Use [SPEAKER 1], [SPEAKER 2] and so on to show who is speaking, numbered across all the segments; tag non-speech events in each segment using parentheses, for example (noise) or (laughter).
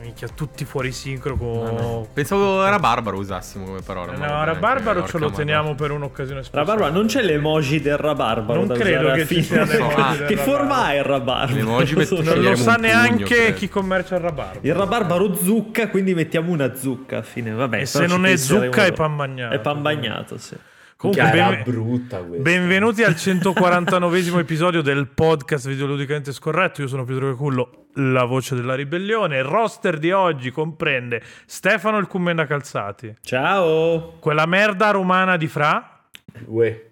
[SPEAKER 1] minchia, tutti fuori sincro con... Eh,
[SPEAKER 2] No, no. Pensavo Rabarbaro usassimo come parola. ma
[SPEAKER 1] No,
[SPEAKER 2] vabbè,
[SPEAKER 1] Rabarbaro
[SPEAKER 2] che
[SPEAKER 1] ce lo
[SPEAKER 2] orca
[SPEAKER 1] teniamo
[SPEAKER 2] madonna.
[SPEAKER 1] per un'occasione speciale.
[SPEAKER 3] Rabarbaro, non c'è l'emoji del rabarbaro.
[SPEAKER 1] Non
[SPEAKER 3] da
[SPEAKER 1] credo
[SPEAKER 3] usare
[SPEAKER 1] che
[SPEAKER 3] alla
[SPEAKER 1] ci
[SPEAKER 3] fine.
[SPEAKER 1] sia l'emoji
[SPEAKER 3] Ah,
[SPEAKER 1] del
[SPEAKER 3] Che
[SPEAKER 1] rabarbaro.
[SPEAKER 3] forma ha il rabarbaro?
[SPEAKER 2] L'emoji per
[SPEAKER 3] Non so.
[SPEAKER 1] Non lo
[SPEAKER 2] scegliere
[SPEAKER 1] sa
[SPEAKER 2] un pugno,
[SPEAKER 1] neanche
[SPEAKER 2] credo.
[SPEAKER 1] chi commercia il Rabarbaro.
[SPEAKER 3] Il rabarbaro zucca, quindi mettiamo una zucca. a Fine. Vabbè,
[SPEAKER 1] E
[SPEAKER 3] però
[SPEAKER 1] se
[SPEAKER 3] ci
[SPEAKER 1] non è
[SPEAKER 3] penseremo
[SPEAKER 1] zucca è
[SPEAKER 3] dopo.
[SPEAKER 1] panbagnato.
[SPEAKER 3] È panbagnato, sì.
[SPEAKER 1] Comunque,
[SPEAKER 4] Minchia, era
[SPEAKER 1] benve-
[SPEAKER 4] brutta questa.
[SPEAKER 1] benvenuti
[SPEAKER 4] (laughs)
[SPEAKER 1] al 149 episodio del podcast videoludicamente scorretto. Io sono Pietro Cacullo, la voce della ribellione. Il roster di oggi comprende Stefano il Commenda Calzati,
[SPEAKER 3] Ciao!
[SPEAKER 1] quella merda romana di Fra.
[SPEAKER 4] Uè.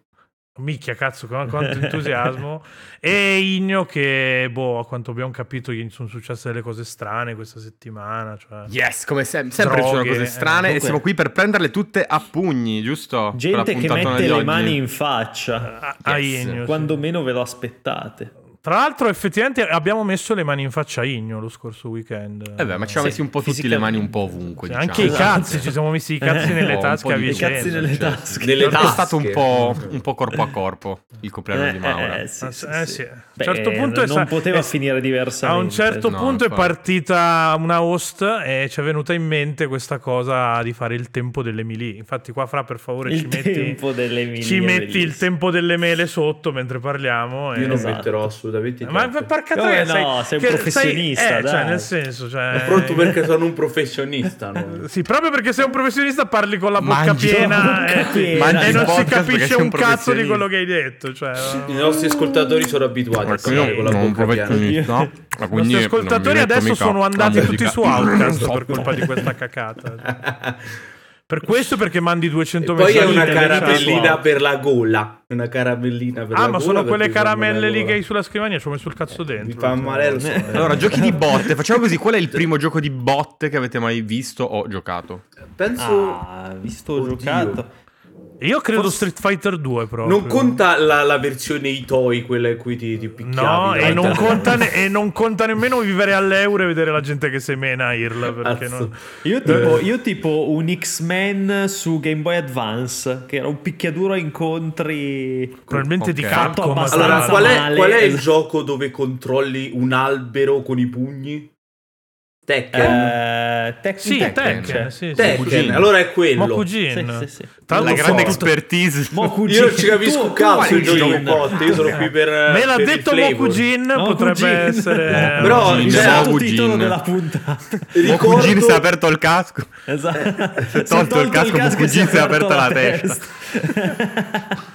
[SPEAKER 1] Micchia, cazzo, qu- quanto entusiasmo. e Igno che, boh, a quanto abbiamo capito, gli sono successe delle cose strane questa settimana. Cioè...
[SPEAKER 2] Yes, come sem- sempre ci sono
[SPEAKER 1] Droghe,
[SPEAKER 2] cose strane
[SPEAKER 3] eh,
[SPEAKER 2] e
[SPEAKER 3] comunque-
[SPEAKER 2] siamo qui per prenderle tutte a pugni, giusto? Quella
[SPEAKER 3] Gente che
[SPEAKER 2] puntatona
[SPEAKER 3] mette
[SPEAKER 2] di
[SPEAKER 3] le
[SPEAKER 2] oggi.
[SPEAKER 3] mani in faccia.
[SPEAKER 1] A- a
[SPEAKER 2] Yes.
[SPEAKER 1] Igno, Eh, sì.
[SPEAKER 3] Quando meno ve lo aspettate.
[SPEAKER 1] Tra l'altro, effettivamente abbiamo messo le mani in faccia a Igno lo scorso weekend.
[SPEAKER 2] Eh beh, ma ci siamo
[SPEAKER 3] Sì,
[SPEAKER 2] messi un po' tutti le
[SPEAKER 3] fisicamente.
[SPEAKER 2] mani un po' ovunque,
[SPEAKER 1] Cioè,
[SPEAKER 2] diciamo.
[SPEAKER 1] anche i cazzi, ci siamo messi i cazzi
[SPEAKER 2] Eh. Un po',
[SPEAKER 1] nelle
[SPEAKER 2] un
[SPEAKER 1] tasche
[SPEAKER 2] po'
[SPEAKER 1] a
[SPEAKER 2] di-
[SPEAKER 3] I
[SPEAKER 2] Vincenzo,
[SPEAKER 3] cazzi
[SPEAKER 1] Vicenza. certo.
[SPEAKER 3] nelle
[SPEAKER 2] cioè,
[SPEAKER 3] tasche.
[SPEAKER 4] Nelle
[SPEAKER 2] È
[SPEAKER 4] tasche.
[SPEAKER 2] stato un po', un po' corpo a corpo il compleanno di Maura.
[SPEAKER 3] Eh, eh, sì,
[SPEAKER 1] Ah,
[SPEAKER 3] sì,
[SPEAKER 1] eh,
[SPEAKER 3] sì.
[SPEAKER 1] sì. A un
[SPEAKER 3] Beh,
[SPEAKER 1] certo punto è
[SPEAKER 3] non
[SPEAKER 1] sa-
[SPEAKER 3] poteva
[SPEAKER 1] è-
[SPEAKER 3] finire
[SPEAKER 1] A
[SPEAKER 3] diversamente.
[SPEAKER 1] un certo
[SPEAKER 2] No,
[SPEAKER 1] punto è
[SPEAKER 2] infatti.
[SPEAKER 1] partita una host e ci è venuta in mente questa cosa di fare il tempo delle mili. Infatti, qua fra per favore
[SPEAKER 3] il
[SPEAKER 1] ci metti,
[SPEAKER 3] tempo delle mini
[SPEAKER 1] ci
[SPEAKER 3] è
[SPEAKER 1] metti il
[SPEAKER 3] bellissimo.
[SPEAKER 1] tempo delle mele sotto mentre parliamo. e-
[SPEAKER 4] Eh, Io non
[SPEAKER 3] Esatto.
[SPEAKER 4] metterò assolutamente i
[SPEAKER 1] Ma
[SPEAKER 4] cazzi.
[SPEAKER 1] porca
[SPEAKER 3] Come
[SPEAKER 1] troia,
[SPEAKER 3] no, sei un
[SPEAKER 1] che
[SPEAKER 3] professionista,
[SPEAKER 1] eh, cioè,
[SPEAKER 3] dai.
[SPEAKER 1] nel senso, cioè,
[SPEAKER 4] Sono pronto perché sono un professionista. no?
[SPEAKER 1] (laughs) Sì, proprio perché sei un professionista parli con la bocca
[SPEAKER 2] Mangi-
[SPEAKER 1] piena,
[SPEAKER 3] bocca
[SPEAKER 1] eh,
[SPEAKER 3] piena.
[SPEAKER 1] e,
[SPEAKER 3] Mangi
[SPEAKER 1] non si
[SPEAKER 2] podcast perché
[SPEAKER 1] capisce
[SPEAKER 2] sei un
[SPEAKER 1] un cazzo di
[SPEAKER 2] professionista.
[SPEAKER 1] quello che hai detto. Cioè,
[SPEAKER 4] I nostri ascoltatori sono abituati a
[SPEAKER 2] Perché io
[SPEAKER 4] parlare con la
[SPEAKER 2] non
[SPEAKER 4] bocca
[SPEAKER 2] prometto
[SPEAKER 4] piena.
[SPEAKER 2] niente, no? Ma quindi
[SPEAKER 1] I nostri
[SPEAKER 2] non
[SPEAKER 1] ascoltatori
[SPEAKER 2] mi metto
[SPEAKER 1] adesso
[SPEAKER 2] mica
[SPEAKER 1] sono
[SPEAKER 2] la
[SPEAKER 1] andati tutti
[SPEAKER 2] (laughs) musica.
[SPEAKER 1] su Outcast per colpa di
[SPEAKER 2] Sotto.
[SPEAKER 1] questa cacata.
[SPEAKER 4] (laughs)
[SPEAKER 1] Per questo perché mandi 200
[SPEAKER 4] E poi è
[SPEAKER 1] messaggi
[SPEAKER 4] una
[SPEAKER 1] in diretta su
[SPEAKER 4] caramellina
[SPEAKER 1] Outcast.
[SPEAKER 4] per la gola. Una caramellina per la gola.
[SPEAKER 1] Ah, ma sono quelle
[SPEAKER 4] perché fa male
[SPEAKER 1] caramelle
[SPEAKER 4] la
[SPEAKER 1] lì
[SPEAKER 4] gola.
[SPEAKER 1] che hai sulla scrivania, ci ho messo il cazzo
[SPEAKER 4] Mi
[SPEAKER 1] dentro. cioè. Eh.
[SPEAKER 4] fa male lo so.
[SPEAKER 2] Eh, Allora, giochi di botte. Facciamo così, qual è il primo gioco di botte che avete mai visto o giocato?
[SPEAKER 4] Penso...
[SPEAKER 3] Ah, visto
[SPEAKER 4] Oddio.
[SPEAKER 3] giocato.
[SPEAKER 1] Io credo
[SPEAKER 3] Forse-
[SPEAKER 1] Street Fighter 2 proprio.
[SPEAKER 4] Non conta la, la versione Itoi, quella in cui ti, ti picchiavi.
[SPEAKER 1] No, e
[SPEAKER 4] davanti
[SPEAKER 1] non,
[SPEAKER 4] alla- (laughs)
[SPEAKER 1] conta ne- e non conta nemmeno vivere all'euro e vedere la gente che semena Irla. Perché
[SPEAKER 4] Cazzo.
[SPEAKER 1] non...
[SPEAKER 3] Io tipo, io tipo un X-Men su Game Boy Advance, che era un picchiaduro a incontri.
[SPEAKER 1] probabilmente di
[SPEAKER 2] Ok.
[SPEAKER 1] Capcom.
[SPEAKER 3] Fatto abbastanza
[SPEAKER 4] Allora,
[SPEAKER 1] tra l'altro.
[SPEAKER 4] qual è,
[SPEAKER 3] male.
[SPEAKER 4] qual è il gioco dove controlli un albero con i pugni? Tekken.
[SPEAKER 3] Eh, Tekken. cioè.
[SPEAKER 1] Sì, Tekken,
[SPEAKER 2] Tekken,
[SPEAKER 1] sì, sì.
[SPEAKER 4] Tekken,
[SPEAKER 2] Mokujin.
[SPEAKER 4] allora è quello.
[SPEAKER 1] Mokujin.
[SPEAKER 3] Sì, sì, sì.
[SPEAKER 1] Tra l'altro
[SPEAKER 2] La grande
[SPEAKER 1] so-
[SPEAKER 2] expertise.
[SPEAKER 3] Mokujin.
[SPEAKER 4] Io non ci capisco un cazzo di
[SPEAKER 2] Mokujin.
[SPEAKER 4] giochi di botte, io sono qui per
[SPEAKER 1] Eh.
[SPEAKER 2] Eh,
[SPEAKER 1] Me l'ha
[SPEAKER 4] per il
[SPEAKER 1] detto
[SPEAKER 4] flavor.
[SPEAKER 1] Mokujin, potrebbe
[SPEAKER 2] (laughs)
[SPEAKER 3] Mokujin. (laughs)
[SPEAKER 1] essere...
[SPEAKER 4] Però-
[SPEAKER 3] il
[SPEAKER 4] cioè,
[SPEAKER 3] esatto
[SPEAKER 2] Mokujin.
[SPEAKER 3] titolo della puntata.
[SPEAKER 4] Ricordo-
[SPEAKER 2] Mokujin si è aperto il casco.
[SPEAKER 3] (laughs) Esatto. Si è
[SPEAKER 2] tolto il casco, Mokujin, si è aperta la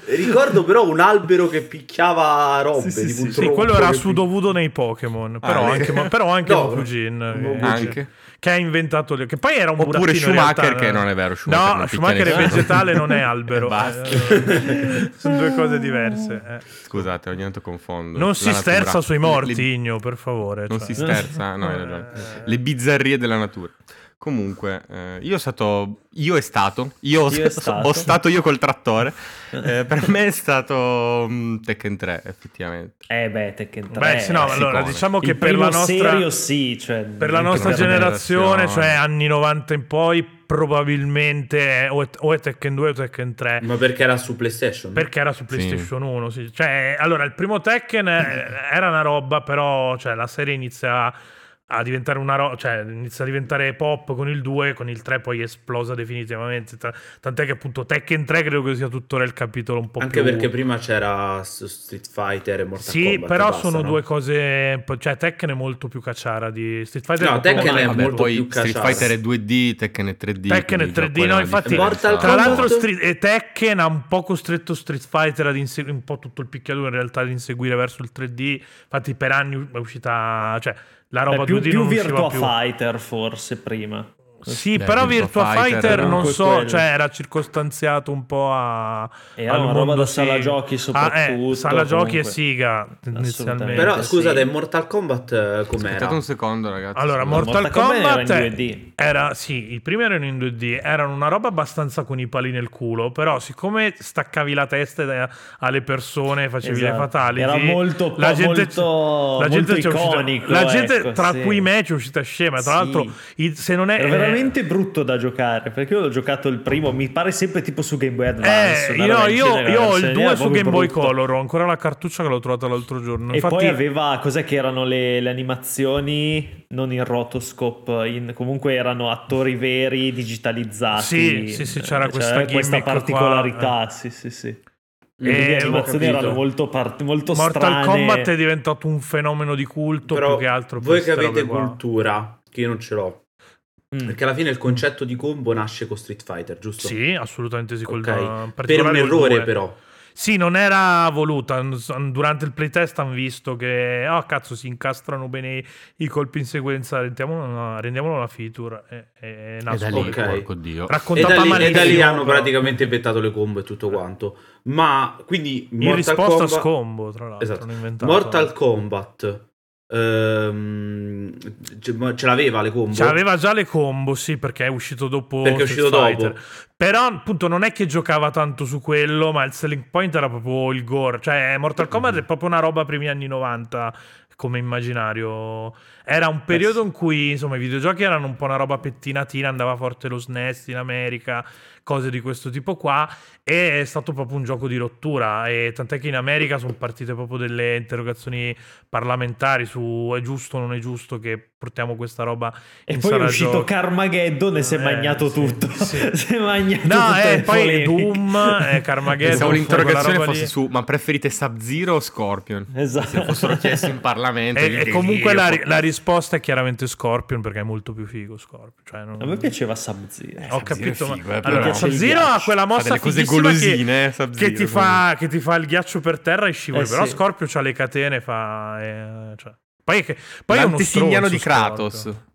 [SPEAKER 4] Ricordo però un albero che picchiava robe,
[SPEAKER 3] Sì, sì,
[SPEAKER 4] tipo
[SPEAKER 3] sì,
[SPEAKER 4] un
[SPEAKER 1] Sì,
[SPEAKER 4] tronco
[SPEAKER 1] quello era
[SPEAKER 4] che pic-
[SPEAKER 1] Sudovudo nei Pokémon, però,
[SPEAKER 2] Ah,
[SPEAKER 1] anche,
[SPEAKER 2] ok.
[SPEAKER 1] ma- però
[SPEAKER 2] (laughs)
[SPEAKER 1] anche
[SPEAKER 4] No,
[SPEAKER 1] Mokujin, eh,
[SPEAKER 2] Anche.
[SPEAKER 1] che ha inventato... le- Che poi era un
[SPEAKER 2] Oppure
[SPEAKER 1] burattino in
[SPEAKER 2] Schumacher,
[SPEAKER 1] realtà,
[SPEAKER 2] che
[SPEAKER 1] no?
[SPEAKER 2] non è vero, Schumacher
[SPEAKER 1] No,
[SPEAKER 2] non picchia
[SPEAKER 1] Schumacher è
[SPEAKER 2] nessuno.
[SPEAKER 1] vegetale, non è albero.
[SPEAKER 2] Basta.
[SPEAKER 1] Eh, sono due cose diverse. eh.
[SPEAKER 2] (laughs) Scusate, ogni tanto confondo.
[SPEAKER 1] Non
[SPEAKER 2] La
[SPEAKER 1] si
[SPEAKER 2] natura.
[SPEAKER 1] sterza sui morti,
[SPEAKER 2] Le-
[SPEAKER 1] Igno, per favore.
[SPEAKER 2] Non
[SPEAKER 1] cioè.
[SPEAKER 2] si sterza, no, hai ragione. Le bizzarrie della natura. Comunque, eh, io sono stato. Io è stato. Io, ho
[SPEAKER 3] Io è
[SPEAKER 2] so-
[SPEAKER 3] stato.
[SPEAKER 2] ho stato io col
[SPEAKER 4] (laughs)
[SPEAKER 2] trattore. Eh, per me è stato mm, Tekken 3, effettivamente.
[SPEAKER 3] (laughs) Eh beh, Tekken 3.
[SPEAKER 1] Beh, sì, no,
[SPEAKER 2] Eh, si
[SPEAKER 1] allora
[SPEAKER 2] pone.
[SPEAKER 1] diciamo
[SPEAKER 3] Il
[SPEAKER 1] che per
[SPEAKER 3] primo
[SPEAKER 1] la nostra...
[SPEAKER 3] serio sì, cioè,
[SPEAKER 1] per la
[SPEAKER 3] non
[SPEAKER 1] nostra
[SPEAKER 3] credo.
[SPEAKER 1] generazione,
[SPEAKER 2] generazione.
[SPEAKER 1] cioè anni 90 in poi, probabilmente è- o è, o è Tekken 2 o Tekken 3.
[SPEAKER 4] Ma perché era su PlayStation?
[SPEAKER 1] Perché era su PlayStation 1, sì. Cioè, allora, il primo Tekken eh, era una roba, però cioè, la serie inizia a diventare una roba, cioè inizia a diventare pop con il 2, con il 3 poi esplosa definitivamente. T- Tant'è che appunto Tekken 3 credo che sia tuttora il capitolo un po'
[SPEAKER 4] Anche
[SPEAKER 1] più...
[SPEAKER 4] perché prima c'era S- Street Fighter e Mortal
[SPEAKER 1] Sì,
[SPEAKER 4] Kombat.
[SPEAKER 1] però
[SPEAKER 4] e basta,
[SPEAKER 1] sono
[SPEAKER 4] no?
[SPEAKER 1] due cose... Cioè Tekken è molto più cacciara di Street Fighter.
[SPEAKER 4] No,
[SPEAKER 1] proprio
[SPEAKER 4] Tekken è
[SPEAKER 1] online,
[SPEAKER 2] Vabbè,
[SPEAKER 4] molto
[SPEAKER 2] poi
[SPEAKER 4] più
[SPEAKER 2] Street
[SPEAKER 4] cacciato.
[SPEAKER 2] Fighter è 2D, Tekken è 3D.
[SPEAKER 1] Tekken è
[SPEAKER 2] quindi già
[SPEAKER 1] 3D,
[SPEAKER 2] quella
[SPEAKER 1] no,
[SPEAKER 2] è la
[SPEAKER 1] infatti-
[SPEAKER 2] differenza.
[SPEAKER 4] Mortal
[SPEAKER 1] Tra
[SPEAKER 4] Kombat-
[SPEAKER 1] l'altro
[SPEAKER 4] Molto.
[SPEAKER 1] Street- e Tekken ha un po' costretto Street Fighter ad inseguire un po' tutto il picchiaduro in realtà ad inseguire verso il 3D. Infatti per anni è uscita, cioè la
[SPEAKER 3] Beh,
[SPEAKER 1] roba
[SPEAKER 3] più,
[SPEAKER 1] 2D
[SPEAKER 3] più
[SPEAKER 1] non usciva
[SPEAKER 3] Virtua
[SPEAKER 1] più.
[SPEAKER 3] Fighter forse prima.
[SPEAKER 1] Sì,
[SPEAKER 2] Beh,
[SPEAKER 1] però Virtua
[SPEAKER 2] Virtua
[SPEAKER 1] Fighter,
[SPEAKER 2] Fighter era
[SPEAKER 1] non
[SPEAKER 3] comunque
[SPEAKER 1] so,
[SPEAKER 3] quello.
[SPEAKER 1] cioè era circostanziato un po' a
[SPEAKER 3] Era
[SPEAKER 1] al
[SPEAKER 3] una roba
[SPEAKER 1] mondo
[SPEAKER 3] da sala
[SPEAKER 1] Sega.
[SPEAKER 3] giochi
[SPEAKER 1] Ah, eh,
[SPEAKER 3] soprattutto,
[SPEAKER 1] sala giochi e
[SPEAKER 3] comunque.
[SPEAKER 1] Siga tendenzialmente.
[SPEAKER 3] Assolutamente.
[SPEAKER 4] Però
[SPEAKER 3] Sì.
[SPEAKER 4] scusate, Mortal Kombat eh, com'era?
[SPEAKER 2] Aspettate un secondo, ragazzi.
[SPEAKER 1] Allora,
[SPEAKER 2] Scusate.
[SPEAKER 1] Mortal,
[SPEAKER 3] Mortal Kombat
[SPEAKER 1] Kombat
[SPEAKER 3] era in
[SPEAKER 1] è-
[SPEAKER 3] 2D.
[SPEAKER 1] era- sì, i primi erano in 2D, erano una roba abbastanza con i pali nel culo, però siccome staccavi la testa da- alle persone, facevi le
[SPEAKER 3] Esatto.
[SPEAKER 1] fatali,
[SPEAKER 3] Era molto-
[SPEAKER 1] la gente,
[SPEAKER 3] molto-
[SPEAKER 1] la gente
[SPEAKER 3] molto
[SPEAKER 1] c'è uscita-
[SPEAKER 3] iconico,
[SPEAKER 1] la gente
[SPEAKER 3] ecco,
[SPEAKER 1] tra
[SPEAKER 3] sì.
[SPEAKER 1] cui me c'è uscita scema, tra
[SPEAKER 3] Sì.
[SPEAKER 1] l'altro i- se non è
[SPEAKER 3] Era veramente brutto da giocare. Perché io l'ho giocato il primo, mi pare sempre tipo su Game Boy
[SPEAKER 1] Eh,
[SPEAKER 3] Advance. una
[SPEAKER 1] io,
[SPEAKER 3] roba del
[SPEAKER 1] io-
[SPEAKER 3] genere,
[SPEAKER 1] io ho il
[SPEAKER 3] veramente, era
[SPEAKER 1] 2 su
[SPEAKER 3] proprio
[SPEAKER 1] Game Boy
[SPEAKER 3] brutto.
[SPEAKER 1] Color, ho ancora la cartuccia che l'ho trovata l'altro giorno.
[SPEAKER 3] E
[SPEAKER 1] Infatti,
[SPEAKER 3] poi aveva cos'è che erano le, le animazioni non in rotoscope, in- comunque erano attori veri digitalizzati.
[SPEAKER 1] Sì, sì, sì, c'era
[SPEAKER 3] Eh,
[SPEAKER 1] questa
[SPEAKER 3] questa
[SPEAKER 1] gimmick qua, eh.
[SPEAKER 3] particolarità. Sì, sì, sì. Le
[SPEAKER 1] ho
[SPEAKER 3] animazioni
[SPEAKER 4] capito.
[SPEAKER 3] erano molto, par- molto
[SPEAKER 1] Mortal
[SPEAKER 3] strane.
[SPEAKER 1] Kombat è diventato un fenomeno di culto
[SPEAKER 4] Però
[SPEAKER 1] più che altro per
[SPEAKER 4] voi che
[SPEAKER 1] ste robe
[SPEAKER 4] avete
[SPEAKER 1] qua.
[SPEAKER 4] cultura, che io non ce l'ho,
[SPEAKER 3] Mm.
[SPEAKER 4] perché alla fine il concetto di combo nasce con Street Fighter, giusto?
[SPEAKER 1] Sì, assolutamente sì. col-
[SPEAKER 4] Ok.
[SPEAKER 1] in
[SPEAKER 4] Per un
[SPEAKER 1] particolare col
[SPEAKER 4] errore
[SPEAKER 1] due.
[SPEAKER 4] però.
[SPEAKER 1] Sì, non era voluta. n- s- Durante il playtest hanno visto che, oh cazzo, si incastrano bene i, i colpi in sequenza. Rendiamolo una, rendiamolo una feature. E, e
[SPEAKER 2] E da
[SPEAKER 1] nascono
[SPEAKER 2] lì,
[SPEAKER 4] Ok.
[SPEAKER 2] porco dio.
[SPEAKER 4] E da,
[SPEAKER 1] Raccontata
[SPEAKER 4] lì, e da lì
[SPEAKER 1] malissimo,
[SPEAKER 4] hanno
[SPEAKER 1] però.
[SPEAKER 4] praticamente inventato le combo e tutto quanto. Ma quindi
[SPEAKER 1] In
[SPEAKER 4] Mortal
[SPEAKER 1] risposta a
[SPEAKER 4] Kombat,
[SPEAKER 1] scombo, tra l'altro.
[SPEAKER 4] Esatto.
[SPEAKER 1] hanno inventato-
[SPEAKER 4] Mortal Kombat ehm, ce ce l'aveva le combo?
[SPEAKER 1] Cioè, aveva già le combo, sì, perché è uscito dopo.
[SPEAKER 4] Perché è uscito
[SPEAKER 1] Street Fighter.
[SPEAKER 4] dopo.
[SPEAKER 1] Però, appunto, non è che giocava tanto su quello, ma il selling point era proprio il gore. Cioè, Mortal Kombat è proprio una roba primi anni 90 come immaginario. Era un periodo in cui, insomma, i videogiochi erano un po' una roba pettinatina, andava forte lo SNES in America, cose di questo tipo qua, e è stato proprio un gioco di rottura. E tant'è che in America sono partite proprio delle interrogazioni parlamentari su è giusto o non è giusto che portiamo questa roba
[SPEAKER 3] E
[SPEAKER 1] in
[SPEAKER 3] poi è
[SPEAKER 1] sala
[SPEAKER 3] uscito
[SPEAKER 1] giochi.
[SPEAKER 3] Carmageddon e si è
[SPEAKER 1] Eh,
[SPEAKER 3] magnato
[SPEAKER 1] sì,
[SPEAKER 3] tutto.
[SPEAKER 1] sì.
[SPEAKER 3] (laughs) si è magnato
[SPEAKER 1] No,
[SPEAKER 3] tutte
[SPEAKER 1] eh,
[SPEAKER 3] le
[SPEAKER 1] poi
[SPEAKER 3] polemiche.
[SPEAKER 1] Doom, eh, Carmageddon.
[SPEAKER 2] Pensavo
[SPEAKER 1] quella
[SPEAKER 2] l'interrogazione
[SPEAKER 1] roba
[SPEAKER 2] fosse
[SPEAKER 1] lì.
[SPEAKER 2] su, ma preferite Sub-Zero o Scorpion?
[SPEAKER 3] Esatto.
[SPEAKER 2] Se lo fossero chiesto in
[SPEAKER 1] (laughs)
[SPEAKER 2] Parlamento...
[SPEAKER 1] E,
[SPEAKER 2] io
[SPEAKER 1] e
[SPEAKER 2] direi,
[SPEAKER 1] comunque
[SPEAKER 2] io
[SPEAKER 1] la,
[SPEAKER 2] porco-
[SPEAKER 1] la risposta è chiaramente Scorpion perché è molto più figo Scorpion. Cioè, non-
[SPEAKER 3] (laughs) A me piaceva Sub-Zero.
[SPEAKER 1] Ho
[SPEAKER 2] Sub-Zero è
[SPEAKER 1] capito, ma-
[SPEAKER 2] figo, eh, però.
[SPEAKER 1] allora,
[SPEAKER 3] Piace il
[SPEAKER 1] Sub-Zero
[SPEAKER 3] ghiaccio.
[SPEAKER 1] ha quella mossa
[SPEAKER 2] Fa delle cose
[SPEAKER 1] fighissima che-
[SPEAKER 2] golosine, eh,
[SPEAKER 1] che,
[SPEAKER 2] Sub-Zero,
[SPEAKER 1] ti fa, che ti fa il ghiaccio per terra e scivoli.
[SPEAKER 3] Eh,
[SPEAKER 1] però
[SPEAKER 3] sì.
[SPEAKER 1] Scorpion ha le catene, fa... eh, cioè. Poi, è che- poi è uno
[SPEAKER 2] L'antesignano
[SPEAKER 1] stronzo
[SPEAKER 2] di Kratos.
[SPEAKER 1] Scorpion.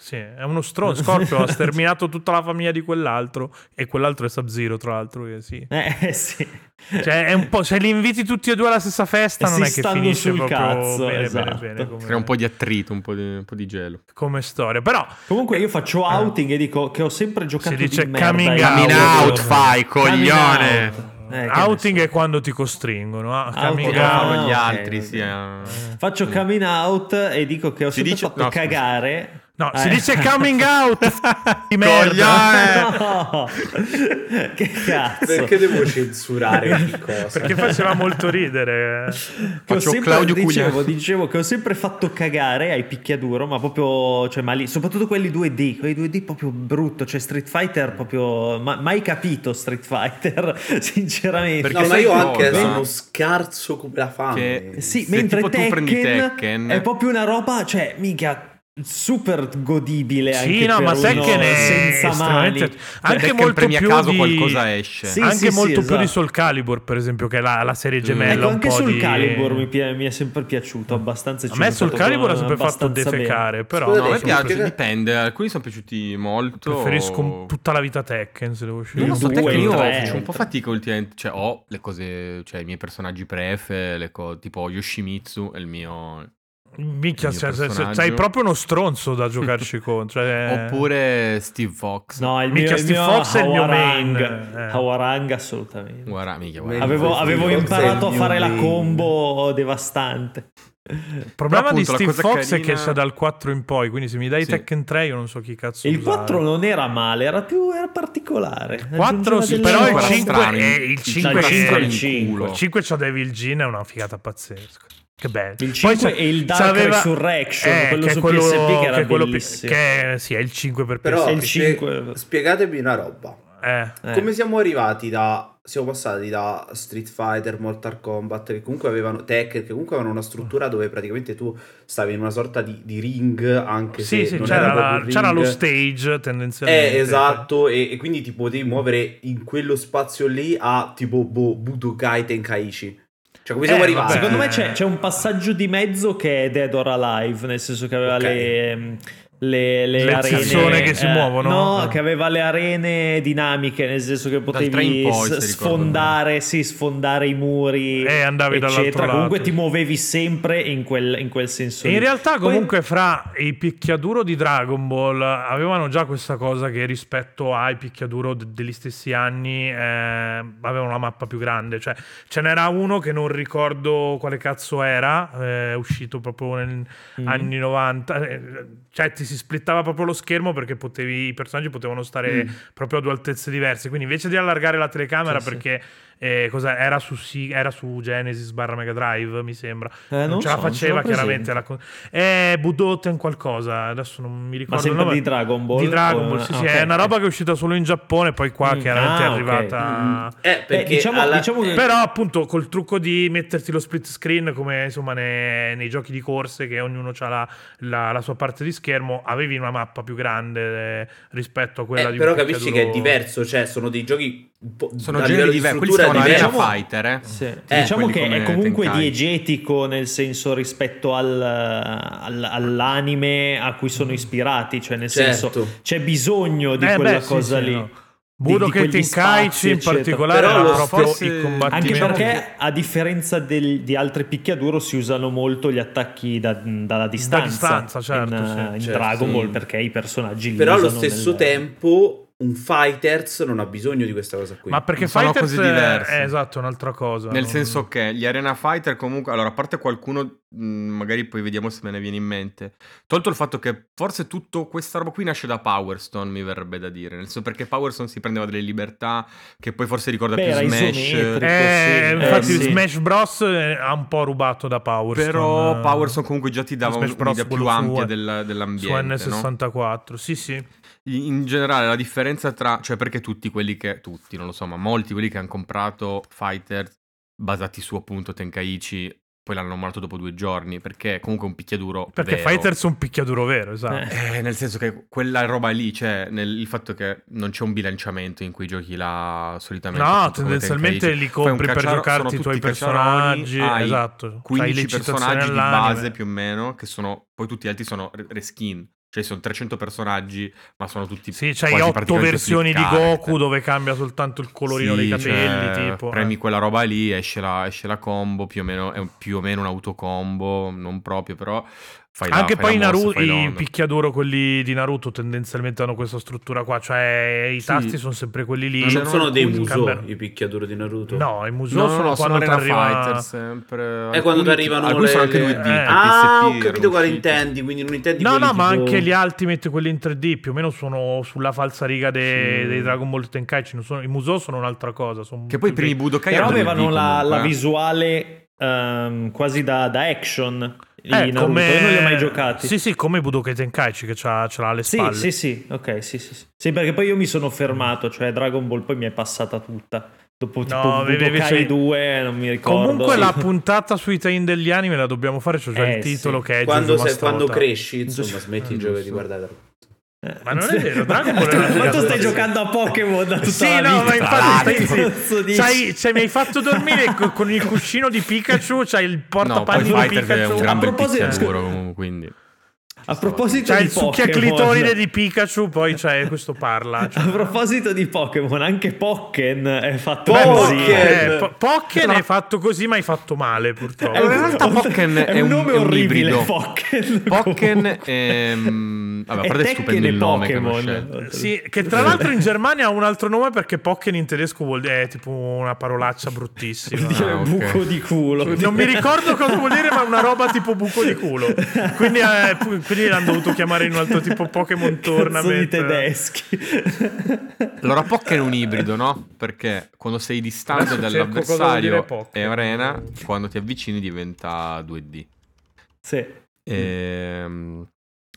[SPEAKER 1] Sì, è uno stronzo. Scorpion ha sterminato tutta la famiglia di quell'altro e quell'altro è Sub-Zero, tra l'altro. che sì.
[SPEAKER 3] Eh, sì.
[SPEAKER 1] Cioè, è un po', se li inviti tutti e due alla stessa festa,
[SPEAKER 3] E
[SPEAKER 1] non
[SPEAKER 3] si
[SPEAKER 1] è che
[SPEAKER 3] stanno
[SPEAKER 1] finisce
[SPEAKER 3] sul
[SPEAKER 1] proprio
[SPEAKER 3] cazzo,
[SPEAKER 1] bene,
[SPEAKER 3] esatto.
[SPEAKER 1] bene, bene come,
[SPEAKER 2] Crea un po' di attrito, un po' di, un po' di gelo.
[SPEAKER 1] come storia. Però
[SPEAKER 3] Comunque io faccio outing e dico che ho sempre giocato
[SPEAKER 1] eh. dice
[SPEAKER 3] di merda.
[SPEAKER 1] coming
[SPEAKER 3] io.
[SPEAKER 1] Coming out,
[SPEAKER 2] fai,
[SPEAKER 3] Coming
[SPEAKER 2] coglione!
[SPEAKER 3] out. Eh, che
[SPEAKER 1] outing
[SPEAKER 3] ne
[SPEAKER 1] è quando ti costringono. Ah,
[SPEAKER 3] Outing
[SPEAKER 1] coming out.
[SPEAKER 2] Potevano
[SPEAKER 3] Ah,
[SPEAKER 2] farlo gli
[SPEAKER 3] ok,
[SPEAKER 2] altri,
[SPEAKER 3] ok.
[SPEAKER 2] sì. eh.
[SPEAKER 3] so. Faccio coming out e dico che ho sempre
[SPEAKER 2] dice-
[SPEAKER 3] fatto
[SPEAKER 2] no, scusa.
[SPEAKER 3] cagare.
[SPEAKER 1] No,
[SPEAKER 3] Eh.
[SPEAKER 1] si
[SPEAKER 3] (laughs)
[SPEAKER 1] dice coming out di merda.
[SPEAKER 2] Coglione!
[SPEAKER 3] No! (laughs) che cazzo.
[SPEAKER 4] Perché devo (laughs) censurare ogni cosa?
[SPEAKER 1] Perché faceva molto ridere.
[SPEAKER 3] Che ho
[SPEAKER 2] Faccio
[SPEAKER 3] sempre,
[SPEAKER 2] Claudio
[SPEAKER 3] dicevo,
[SPEAKER 2] Cuglia.
[SPEAKER 3] dicevo che ho sempre fatto cagare ai picchiaduro, ma proprio, cioè, ma lì- soprattutto quelli 2D, quelli 2D proprio brutto, cioè Street Fighter proprio, ma- mai capito Street Fighter, (laughs) sinceramente.
[SPEAKER 2] Perché
[SPEAKER 4] No, ma
[SPEAKER 2] sai
[SPEAKER 4] io
[SPEAKER 2] cosa?
[SPEAKER 4] anche sono scarso come la fame.
[SPEAKER 2] Che-
[SPEAKER 3] Sì,
[SPEAKER 2] Se
[SPEAKER 3] mentre
[SPEAKER 2] tipo tu
[SPEAKER 3] Tekken,
[SPEAKER 2] prendi Tekken-
[SPEAKER 3] è proprio una roba, cioè, mica super godibile
[SPEAKER 1] Sì,
[SPEAKER 3] anche
[SPEAKER 1] no,
[SPEAKER 3] per
[SPEAKER 1] ma
[SPEAKER 3] uno
[SPEAKER 1] Tekken è
[SPEAKER 3] senza Cioè, mani.
[SPEAKER 1] estremamente- anche
[SPEAKER 2] Tekken
[SPEAKER 1] molto
[SPEAKER 2] premia
[SPEAKER 1] più
[SPEAKER 2] caso
[SPEAKER 1] di-
[SPEAKER 2] qualcosa esce.
[SPEAKER 3] Sì,
[SPEAKER 1] anche molto più
[SPEAKER 3] esatto.
[SPEAKER 1] di Soul Calibur, per esempio, che è la, la serie gemella.
[SPEAKER 3] Ecco,
[SPEAKER 1] un
[SPEAKER 3] anche
[SPEAKER 1] po'
[SPEAKER 3] sul
[SPEAKER 1] di-
[SPEAKER 3] Calibur mi, pi- mi è sempre piaciuto abbastanza.
[SPEAKER 1] A me Soul Calibur ha
[SPEAKER 3] ha
[SPEAKER 1] sempre fatto defecare, però
[SPEAKER 2] No, a me
[SPEAKER 4] Adesso,
[SPEAKER 2] piace,
[SPEAKER 4] perché-
[SPEAKER 2] dipende. Alcuni sono piaciuti molto.
[SPEAKER 1] preferisco tutta la vita Tekken, se devo scegliere.
[SPEAKER 2] Non lo so,
[SPEAKER 3] Due,
[SPEAKER 2] Tekken io
[SPEAKER 3] tre.
[SPEAKER 2] faccio un po' fatica ultimamente. Cioè, ho le cose, cioè i miei personaggi pref, le co- tipo Yoshimitsu è il mio.
[SPEAKER 1] Minchia,
[SPEAKER 2] Il mio
[SPEAKER 1] cioè, se- se-
[SPEAKER 2] personaggio.
[SPEAKER 1] sei proprio uno stronzo da
[SPEAKER 2] (laughs)
[SPEAKER 1] giocarci contro. cioè-
[SPEAKER 2] Oppure Steve Fox.
[SPEAKER 3] Eh. No, il
[SPEAKER 1] Minchia,
[SPEAKER 3] mio, il
[SPEAKER 1] Steve
[SPEAKER 3] mio
[SPEAKER 1] Fox è il mio
[SPEAKER 3] Hawarang.
[SPEAKER 1] main, eh.
[SPEAKER 3] Hawarang, assolutamente.
[SPEAKER 2] Guarda, mica, guarda.
[SPEAKER 3] Avevo,
[SPEAKER 4] Steve
[SPEAKER 3] avevo
[SPEAKER 4] Fox è il
[SPEAKER 3] imparato a
[SPEAKER 4] mio
[SPEAKER 3] fare la
[SPEAKER 4] main.
[SPEAKER 3] combo devastante.
[SPEAKER 1] Il problema
[SPEAKER 2] Però,
[SPEAKER 1] di
[SPEAKER 2] appunto,
[SPEAKER 1] Steve
[SPEAKER 2] la cosa
[SPEAKER 1] Fox è
[SPEAKER 2] carina-
[SPEAKER 1] che c'è dal 4 in poi, quindi se mi dai
[SPEAKER 2] Sì.
[SPEAKER 1] Tekken 3 io non so chi cazzo
[SPEAKER 3] Il
[SPEAKER 1] usare.
[SPEAKER 3] 4 non era male, era più era particolare.
[SPEAKER 1] 4 sì,
[SPEAKER 3] Aggiungeva
[SPEAKER 1] però
[SPEAKER 3] delle
[SPEAKER 1] il
[SPEAKER 2] Era
[SPEAKER 3] cose.
[SPEAKER 1] 5
[SPEAKER 3] Eh.
[SPEAKER 2] strano,
[SPEAKER 1] è- il cinque
[SPEAKER 2] il cinque
[SPEAKER 1] è-
[SPEAKER 2] era in
[SPEAKER 3] cinque.
[SPEAKER 2] culo.
[SPEAKER 1] Il 5 c'ha Devil Jean, è una figata pazzesca. Che bello.
[SPEAKER 3] Il cinque
[SPEAKER 1] c'è-
[SPEAKER 3] è il Dark
[SPEAKER 1] c'aveva- Eh,
[SPEAKER 3] Resurrection, quello
[SPEAKER 1] che è
[SPEAKER 3] su PSP che era
[SPEAKER 1] è quello pi-
[SPEAKER 3] bellissimo.
[SPEAKER 1] Che è- sì, è il 5 per
[SPEAKER 4] Però
[SPEAKER 1] PSP.
[SPEAKER 3] il
[SPEAKER 4] se-
[SPEAKER 3] cinque.
[SPEAKER 4] spiegatemi una roba.
[SPEAKER 1] Eh.
[SPEAKER 3] Eh.
[SPEAKER 4] Come siamo arrivati da... Siamo passati da Street Fighter, Mortal Kombat, che comunque avevano... Tekken, che comunque avevano una struttura dove praticamente tu stavi in una sorta di, di ring, anche
[SPEAKER 1] Sì,
[SPEAKER 4] se
[SPEAKER 1] sì,
[SPEAKER 4] non
[SPEAKER 1] c'era,
[SPEAKER 4] era
[SPEAKER 1] la-
[SPEAKER 4] proprio un
[SPEAKER 1] c'era lo
[SPEAKER 4] ring.
[SPEAKER 1] stage tendenzialmente.
[SPEAKER 4] Eh, esatto, e, e quindi ti potevi muovere in quello spazio lì a tipo boh, Budokai Tenkaichi. Cioè, come siamo
[SPEAKER 1] Eh,
[SPEAKER 4] arrivati?
[SPEAKER 1] vabbè.
[SPEAKER 3] Ah, Secondo
[SPEAKER 4] Secondo me
[SPEAKER 3] me c'è, c'è un passaggio di mezzo che è Dead or Alive, nel senso che aveva
[SPEAKER 4] Ok.
[SPEAKER 3] le. Le, le,
[SPEAKER 1] Le
[SPEAKER 3] arene
[SPEAKER 1] zizzone che si muovono?
[SPEAKER 3] no,
[SPEAKER 1] Eh.
[SPEAKER 3] che aveva le arene dinamiche nel senso che
[SPEAKER 2] tre in
[SPEAKER 3] potevi
[SPEAKER 2] poi,
[SPEAKER 3] s-
[SPEAKER 2] se ricordo bene.
[SPEAKER 3] sfondare sì, sfondare i muri
[SPEAKER 1] E Eh, andavi dall'altro
[SPEAKER 3] eccetera.
[SPEAKER 1] lato.
[SPEAKER 3] comunque ti muovevi sempre in quel, in quel senso
[SPEAKER 1] In
[SPEAKER 3] lì.
[SPEAKER 1] realtà,
[SPEAKER 3] Poi-
[SPEAKER 1] comunque, fra i picchiaduro di Dragon Ball avevano già questa cosa che rispetto ai picchiaduro de- degli stessi anni eh, avevano la mappa più grande. Cioè, ce n'era uno che non ricordo quale cazzo era, eh, uscito proprio negli
[SPEAKER 3] Mhm.
[SPEAKER 1] anni 90. eh, Cioè, ti, si splittava proprio lo schermo perché potevi, i personaggi potevano stare
[SPEAKER 4] Mm.
[SPEAKER 1] proprio a due altezze diverse. Quindi invece di allargare la telecamera
[SPEAKER 3] Sì, sì.
[SPEAKER 1] perché eh, cos'è? era, su, Si- era su Genesis barra Mega Drive, mi sembra.
[SPEAKER 3] Eh,
[SPEAKER 1] non,
[SPEAKER 3] non
[SPEAKER 1] ce
[SPEAKER 3] so,
[SPEAKER 1] la
[SPEAKER 3] non ce l'ho
[SPEAKER 1] faceva
[SPEAKER 3] presente.
[SPEAKER 1] chiaramente. La co- eh, Budoten qualcosa, adesso non mi ricordo.
[SPEAKER 3] Ma sempre
[SPEAKER 1] il nome.
[SPEAKER 3] di Dragon Ball?
[SPEAKER 1] Di Dragon
[SPEAKER 3] O-
[SPEAKER 1] Ball, sì,
[SPEAKER 3] ah,
[SPEAKER 1] sì,
[SPEAKER 3] ok,
[SPEAKER 1] è una
[SPEAKER 3] ok.
[SPEAKER 1] roba che è uscita solo in Giappone, poi qua
[SPEAKER 3] Mm.
[SPEAKER 1] chiaramente
[SPEAKER 3] Ah,
[SPEAKER 1] è
[SPEAKER 3] ok.
[SPEAKER 1] arrivata...
[SPEAKER 4] Eh,
[SPEAKER 3] Beh,
[SPEAKER 4] perché
[SPEAKER 3] diciamo,
[SPEAKER 4] alla-
[SPEAKER 3] diciamo che
[SPEAKER 1] Però appunto col trucco di metterti lo split screen come insomma ne- nei giochi di corse che ognuno ha la, la- la sua parte di schermo, avevi una mappa più grande eh, rispetto a quella
[SPEAKER 4] eh,
[SPEAKER 1] di un
[SPEAKER 4] però capisci che
[SPEAKER 1] picchiaduro-
[SPEAKER 4] è diverso, cioè sono dei giochi un po'
[SPEAKER 2] Sono
[SPEAKER 4] a
[SPEAKER 2] generi
[SPEAKER 4] livello di
[SPEAKER 2] diversi, quelli si
[SPEAKER 4] struttura
[SPEAKER 2] chiamano Arena
[SPEAKER 4] diversa.
[SPEAKER 2] Fighter, eh.
[SPEAKER 3] Sì.
[SPEAKER 4] Eh,
[SPEAKER 3] diciamo
[SPEAKER 2] quelli
[SPEAKER 3] che
[SPEAKER 2] come
[SPEAKER 3] è comunque
[SPEAKER 2] Tenkai.
[SPEAKER 3] diegetico nel senso rispetto al- al- all'anime a cui sono ispirati, cioè nel senso
[SPEAKER 4] Mm. Certo.
[SPEAKER 3] c'è bisogno di
[SPEAKER 1] Eh,
[SPEAKER 3] quella
[SPEAKER 1] beh, sì,
[SPEAKER 3] cosa
[SPEAKER 1] sì,
[SPEAKER 3] lì.
[SPEAKER 1] no.
[SPEAKER 3] di- di
[SPEAKER 1] Budokai
[SPEAKER 3] quegli
[SPEAKER 1] Tenkaichi
[SPEAKER 3] spazi,
[SPEAKER 1] in
[SPEAKER 3] eccetera.
[SPEAKER 1] particolare
[SPEAKER 4] Però
[SPEAKER 1] era
[SPEAKER 4] lo
[SPEAKER 1] proprio
[SPEAKER 2] forse-
[SPEAKER 1] i
[SPEAKER 3] Anche
[SPEAKER 1] combattimenti.
[SPEAKER 3] perché a differenza del- di altri picchiaduro si usano molto gli attacchi da- dalla distanza,
[SPEAKER 1] distanza, certo,
[SPEAKER 3] in,
[SPEAKER 1] sì.
[SPEAKER 3] in
[SPEAKER 4] Certo,
[SPEAKER 3] Dragon
[SPEAKER 2] sì.
[SPEAKER 3] Ball perché i personaggi li
[SPEAKER 4] Però allo
[SPEAKER 3] usano
[SPEAKER 4] stesso
[SPEAKER 3] nel-
[SPEAKER 4] tempo un fighters non ha bisogno di questa cosa qui.
[SPEAKER 1] Ma perché
[SPEAKER 2] Sono
[SPEAKER 1] Fighters
[SPEAKER 2] cose
[SPEAKER 1] è-
[SPEAKER 2] diverse.
[SPEAKER 1] è esatto, è un'altra cosa.
[SPEAKER 2] Nel
[SPEAKER 1] non-
[SPEAKER 2] senso che gli Arena Fighter comunque, allora a parte qualcuno, mh, magari poi vediamo se me ne viene in mente, tolto il fatto che forse tutto questa roba qui nasce da Power Stone, mi verrebbe da dire, nel senso perché Power Stone si prendeva delle libertà che poi forse ricorda
[SPEAKER 3] Beh,
[SPEAKER 2] più
[SPEAKER 3] era
[SPEAKER 2] Smash.
[SPEAKER 3] isometrico,
[SPEAKER 1] Eh,
[SPEAKER 3] sì.
[SPEAKER 1] infatti
[SPEAKER 3] Eh,
[SPEAKER 1] il
[SPEAKER 3] sì.
[SPEAKER 1] Smash Bros eh, ha un po' rubato da Power
[SPEAKER 2] Però
[SPEAKER 1] Stone, eh,
[SPEAKER 2] Power Stone comunque già ti dava
[SPEAKER 1] Smash Bros
[SPEAKER 2] un'idea più
[SPEAKER 1] quello su-
[SPEAKER 2] ampia del- dell'ambiente,
[SPEAKER 1] su
[SPEAKER 2] no?
[SPEAKER 1] N64. Sì, sì.
[SPEAKER 2] In in generale la differenza tra, cioè perché tutti quelli che, tutti non lo so, ma molti quelli che hanno comprato fighter basati su appunto Tenkaichi poi l'hanno mollato dopo due giorni perché comunque è un picchiaduro
[SPEAKER 1] Perché
[SPEAKER 2] vero.
[SPEAKER 1] Fighters è un picchiaduro vero, esatto.
[SPEAKER 3] Eh.
[SPEAKER 2] Eh, nel senso che quella roba lì, cioè nel, il fatto che non c'è un bilanciamento in quei giochi là solitamente.
[SPEAKER 1] No,
[SPEAKER 2] appunto, come
[SPEAKER 1] tendenzialmente
[SPEAKER 2] Tenkaichi.
[SPEAKER 1] li
[SPEAKER 2] Fai un
[SPEAKER 1] compri per
[SPEAKER 2] cacciaro-
[SPEAKER 1] giocarti
[SPEAKER 2] sono
[SPEAKER 1] i tuoi
[SPEAKER 2] tutti cacciaroni,
[SPEAKER 1] personaggi.
[SPEAKER 2] hai
[SPEAKER 1] Esatto.
[SPEAKER 2] 15
[SPEAKER 1] Hai le citazioni
[SPEAKER 2] personaggi di
[SPEAKER 1] all'anime.
[SPEAKER 2] base più o meno, che sono, poi tutti gli altri sono re- reskin, cioè sono 300 personaggi, ma sono tutti...
[SPEAKER 1] Sì, c'hai
[SPEAKER 2] quasi
[SPEAKER 1] otto
[SPEAKER 2] praticamente
[SPEAKER 1] versioni di
[SPEAKER 2] flip card.
[SPEAKER 1] Goku dove cambia soltanto il colorino
[SPEAKER 2] Sì,
[SPEAKER 1] dei capelli.
[SPEAKER 2] cioè,
[SPEAKER 1] tipo,
[SPEAKER 2] premi
[SPEAKER 1] eh.
[SPEAKER 2] quella roba lì, esce la, esce la combo, più o meno, è un- più o meno un autocombo, non proprio, però... Fai la-
[SPEAKER 1] Anche
[SPEAKER 2] fai
[SPEAKER 1] poi i,
[SPEAKER 2] la mossa,
[SPEAKER 1] Naru-
[SPEAKER 2] fai
[SPEAKER 1] i
[SPEAKER 2] l'onda.
[SPEAKER 1] picchiaduro, quelli di Naruto, tendenzialmente hanno questa struttura qua. Cioè, i
[SPEAKER 2] Sì.
[SPEAKER 1] tasti sono sempre quelli lì.
[SPEAKER 4] Ma non
[SPEAKER 2] c'erano
[SPEAKER 4] sono dei
[SPEAKER 1] alcuni-
[SPEAKER 4] muso
[SPEAKER 1] cambiano-
[SPEAKER 4] i picchiaduro di Naruto.
[SPEAKER 1] No, i muso
[SPEAKER 2] No, no,
[SPEAKER 1] sono
[SPEAKER 2] no, sono eh,
[SPEAKER 1] quando ti
[SPEAKER 2] Arena
[SPEAKER 1] arriva-
[SPEAKER 2] Fighter sempre.
[SPEAKER 4] È quando ti
[SPEAKER 2] Alcuni-
[SPEAKER 4] arrivano
[SPEAKER 2] alcuni
[SPEAKER 4] le,
[SPEAKER 2] sono anche
[SPEAKER 4] le-
[SPEAKER 2] 2D.
[SPEAKER 1] eh.
[SPEAKER 2] per
[SPEAKER 4] Ah,
[SPEAKER 2] PSP
[SPEAKER 4] ho
[SPEAKER 2] erano
[SPEAKER 4] capito quale
[SPEAKER 2] usciti.
[SPEAKER 4] intendi, quindi non intendi
[SPEAKER 1] No,
[SPEAKER 4] quelli
[SPEAKER 1] no, ma
[SPEAKER 4] tipo-
[SPEAKER 1] anche gli Ultimate, quelli in 3D, più o meno sono sulla falsa riga de-
[SPEAKER 2] Sì.
[SPEAKER 1] dei Dragon Ball Tenkaichi. non sono- I Musou sono un'altra cosa. sono
[SPEAKER 2] Che poi i
[SPEAKER 1] più
[SPEAKER 2] primi
[SPEAKER 1] bei.
[SPEAKER 2] Budokai
[SPEAKER 3] Però
[SPEAKER 2] erano 2D
[SPEAKER 3] avevano la,
[SPEAKER 2] comunque,
[SPEAKER 3] la
[SPEAKER 2] eh.
[SPEAKER 3] visuale ehm, quasi da, da action. i
[SPEAKER 1] Eh,
[SPEAKER 3] Naruto. Io non li ho mai giocati.
[SPEAKER 1] Sì, sì, come i Budokai Tenkaichi che c'ha, ce l'ha alle
[SPEAKER 3] Sì,
[SPEAKER 1] spalle.
[SPEAKER 3] sì, sì, ok, sì, sì, sì. Sì, perché poi io mi sono fermato, cioè Dragon Ball poi mi è passata tutta. Dopo tipo
[SPEAKER 1] avevi-
[SPEAKER 3] Budokai
[SPEAKER 1] invece-
[SPEAKER 3] 2, non mi ricordo.
[SPEAKER 1] Comunque la puntata sui tie-in degli anime la dobbiamo fare, c'è già
[SPEAKER 3] Eh,
[SPEAKER 1] il titolo
[SPEAKER 3] sì.
[SPEAKER 1] che è
[SPEAKER 4] quando,
[SPEAKER 1] Jojo
[SPEAKER 4] sei- quando
[SPEAKER 1] Mastrota.
[SPEAKER 4] cresci,
[SPEAKER 1] Eh,
[SPEAKER 4] insomma, smetti il gioco di
[SPEAKER 2] giusto.
[SPEAKER 4] guardare.
[SPEAKER 1] Ma non è vero, Dragon Ball era una
[SPEAKER 3] Ma (laughs) tu
[SPEAKER 1] figata.
[SPEAKER 3] stai giocando a Pokémon da tutta
[SPEAKER 1] Sì,
[SPEAKER 3] la
[SPEAKER 1] no, ma
[SPEAKER 3] vita.
[SPEAKER 2] Ah,
[SPEAKER 3] Ah,
[SPEAKER 1] infatti
[SPEAKER 3] Che
[SPEAKER 1] stai
[SPEAKER 3] cazzo dici?
[SPEAKER 1] C'hai- cioè, mi hai fatto dormire co- con il cuscino di Pikachu, c'hai il
[SPEAKER 2] No, poi
[SPEAKER 1] portapanni di
[SPEAKER 2] Fighter è
[SPEAKER 1] Pikachu.
[SPEAKER 2] un gran
[SPEAKER 3] A
[SPEAKER 2] bel
[SPEAKER 3] proposito-
[SPEAKER 2] picchiaduro comunque, quindi.
[SPEAKER 3] A proposito
[SPEAKER 1] C'è
[SPEAKER 3] di
[SPEAKER 1] il succhiaclitoride
[SPEAKER 3] Pokémon.
[SPEAKER 1] di Pikachu, poi c'è questo parla.
[SPEAKER 3] (laughs) A
[SPEAKER 1] Cioè.
[SPEAKER 3] proposito di Pokémon, anche Pokken è fatto
[SPEAKER 1] Beh,
[SPEAKER 3] così.
[SPEAKER 4] Pokken!
[SPEAKER 1] eh, po- Pokken
[SPEAKER 2] No.
[SPEAKER 1] hai fatto così, ma hai fatto male purtroppo.
[SPEAKER 2] Eh, in
[SPEAKER 3] (laughs)
[SPEAKER 2] realtà Pokken è un-
[SPEAKER 3] nome
[SPEAKER 2] è un
[SPEAKER 3] orribile.
[SPEAKER 2] ibrido. (laughs)
[SPEAKER 3] Pokken,
[SPEAKER 2] Pokken
[SPEAKER 3] comunque.
[SPEAKER 2] è. mm, Vabbè, a
[SPEAKER 3] È
[SPEAKER 2] parte è
[SPEAKER 3] Tekken
[SPEAKER 2] stupendo
[SPEAKER 3] e
[SPEAKER 2] il nome che hanno scelto.
[SPEAKER 3] Pokémon.
[SPEAKER 1] Sì, che
[SPEAKER 3] eh.
[SPEAKER 1] tra l'altro in Germania ha un altro nome perché Pokken in tedesco vuol dire è tipo una parolaccia bruttissima. Eh,
[SPEAKER 3] Vuol dire
[SPEAKER 2] Ah, ok.
[SPEAKER 3] buco di culo.
[SPEAKER 1] Non mi ricordo cosa vuol dire, ma una roba tipo buco di culo. Quindi, eh, pu- quindi l'hanno dovuto chiamare in un altro tipo Pokémon
[SPEAKER 3] Cazzo
[SPEAKER 1] Tournament.
[SPEAKER 3] di tedeschi.
[SPEAKER 2] Allora, Pokken è un ibrido, no? Perché quando sei distante
[SPEAKER 1] Adesso cerco cosa
[SPEAKER 2] dall'avversario
[SPEAKER 1] vuol dire
[SPEAKER 2] è arena, quando ti avvicini diventa 2D.
[SPEAKER 3] Sì.
[SPEAKER 2] Ehm,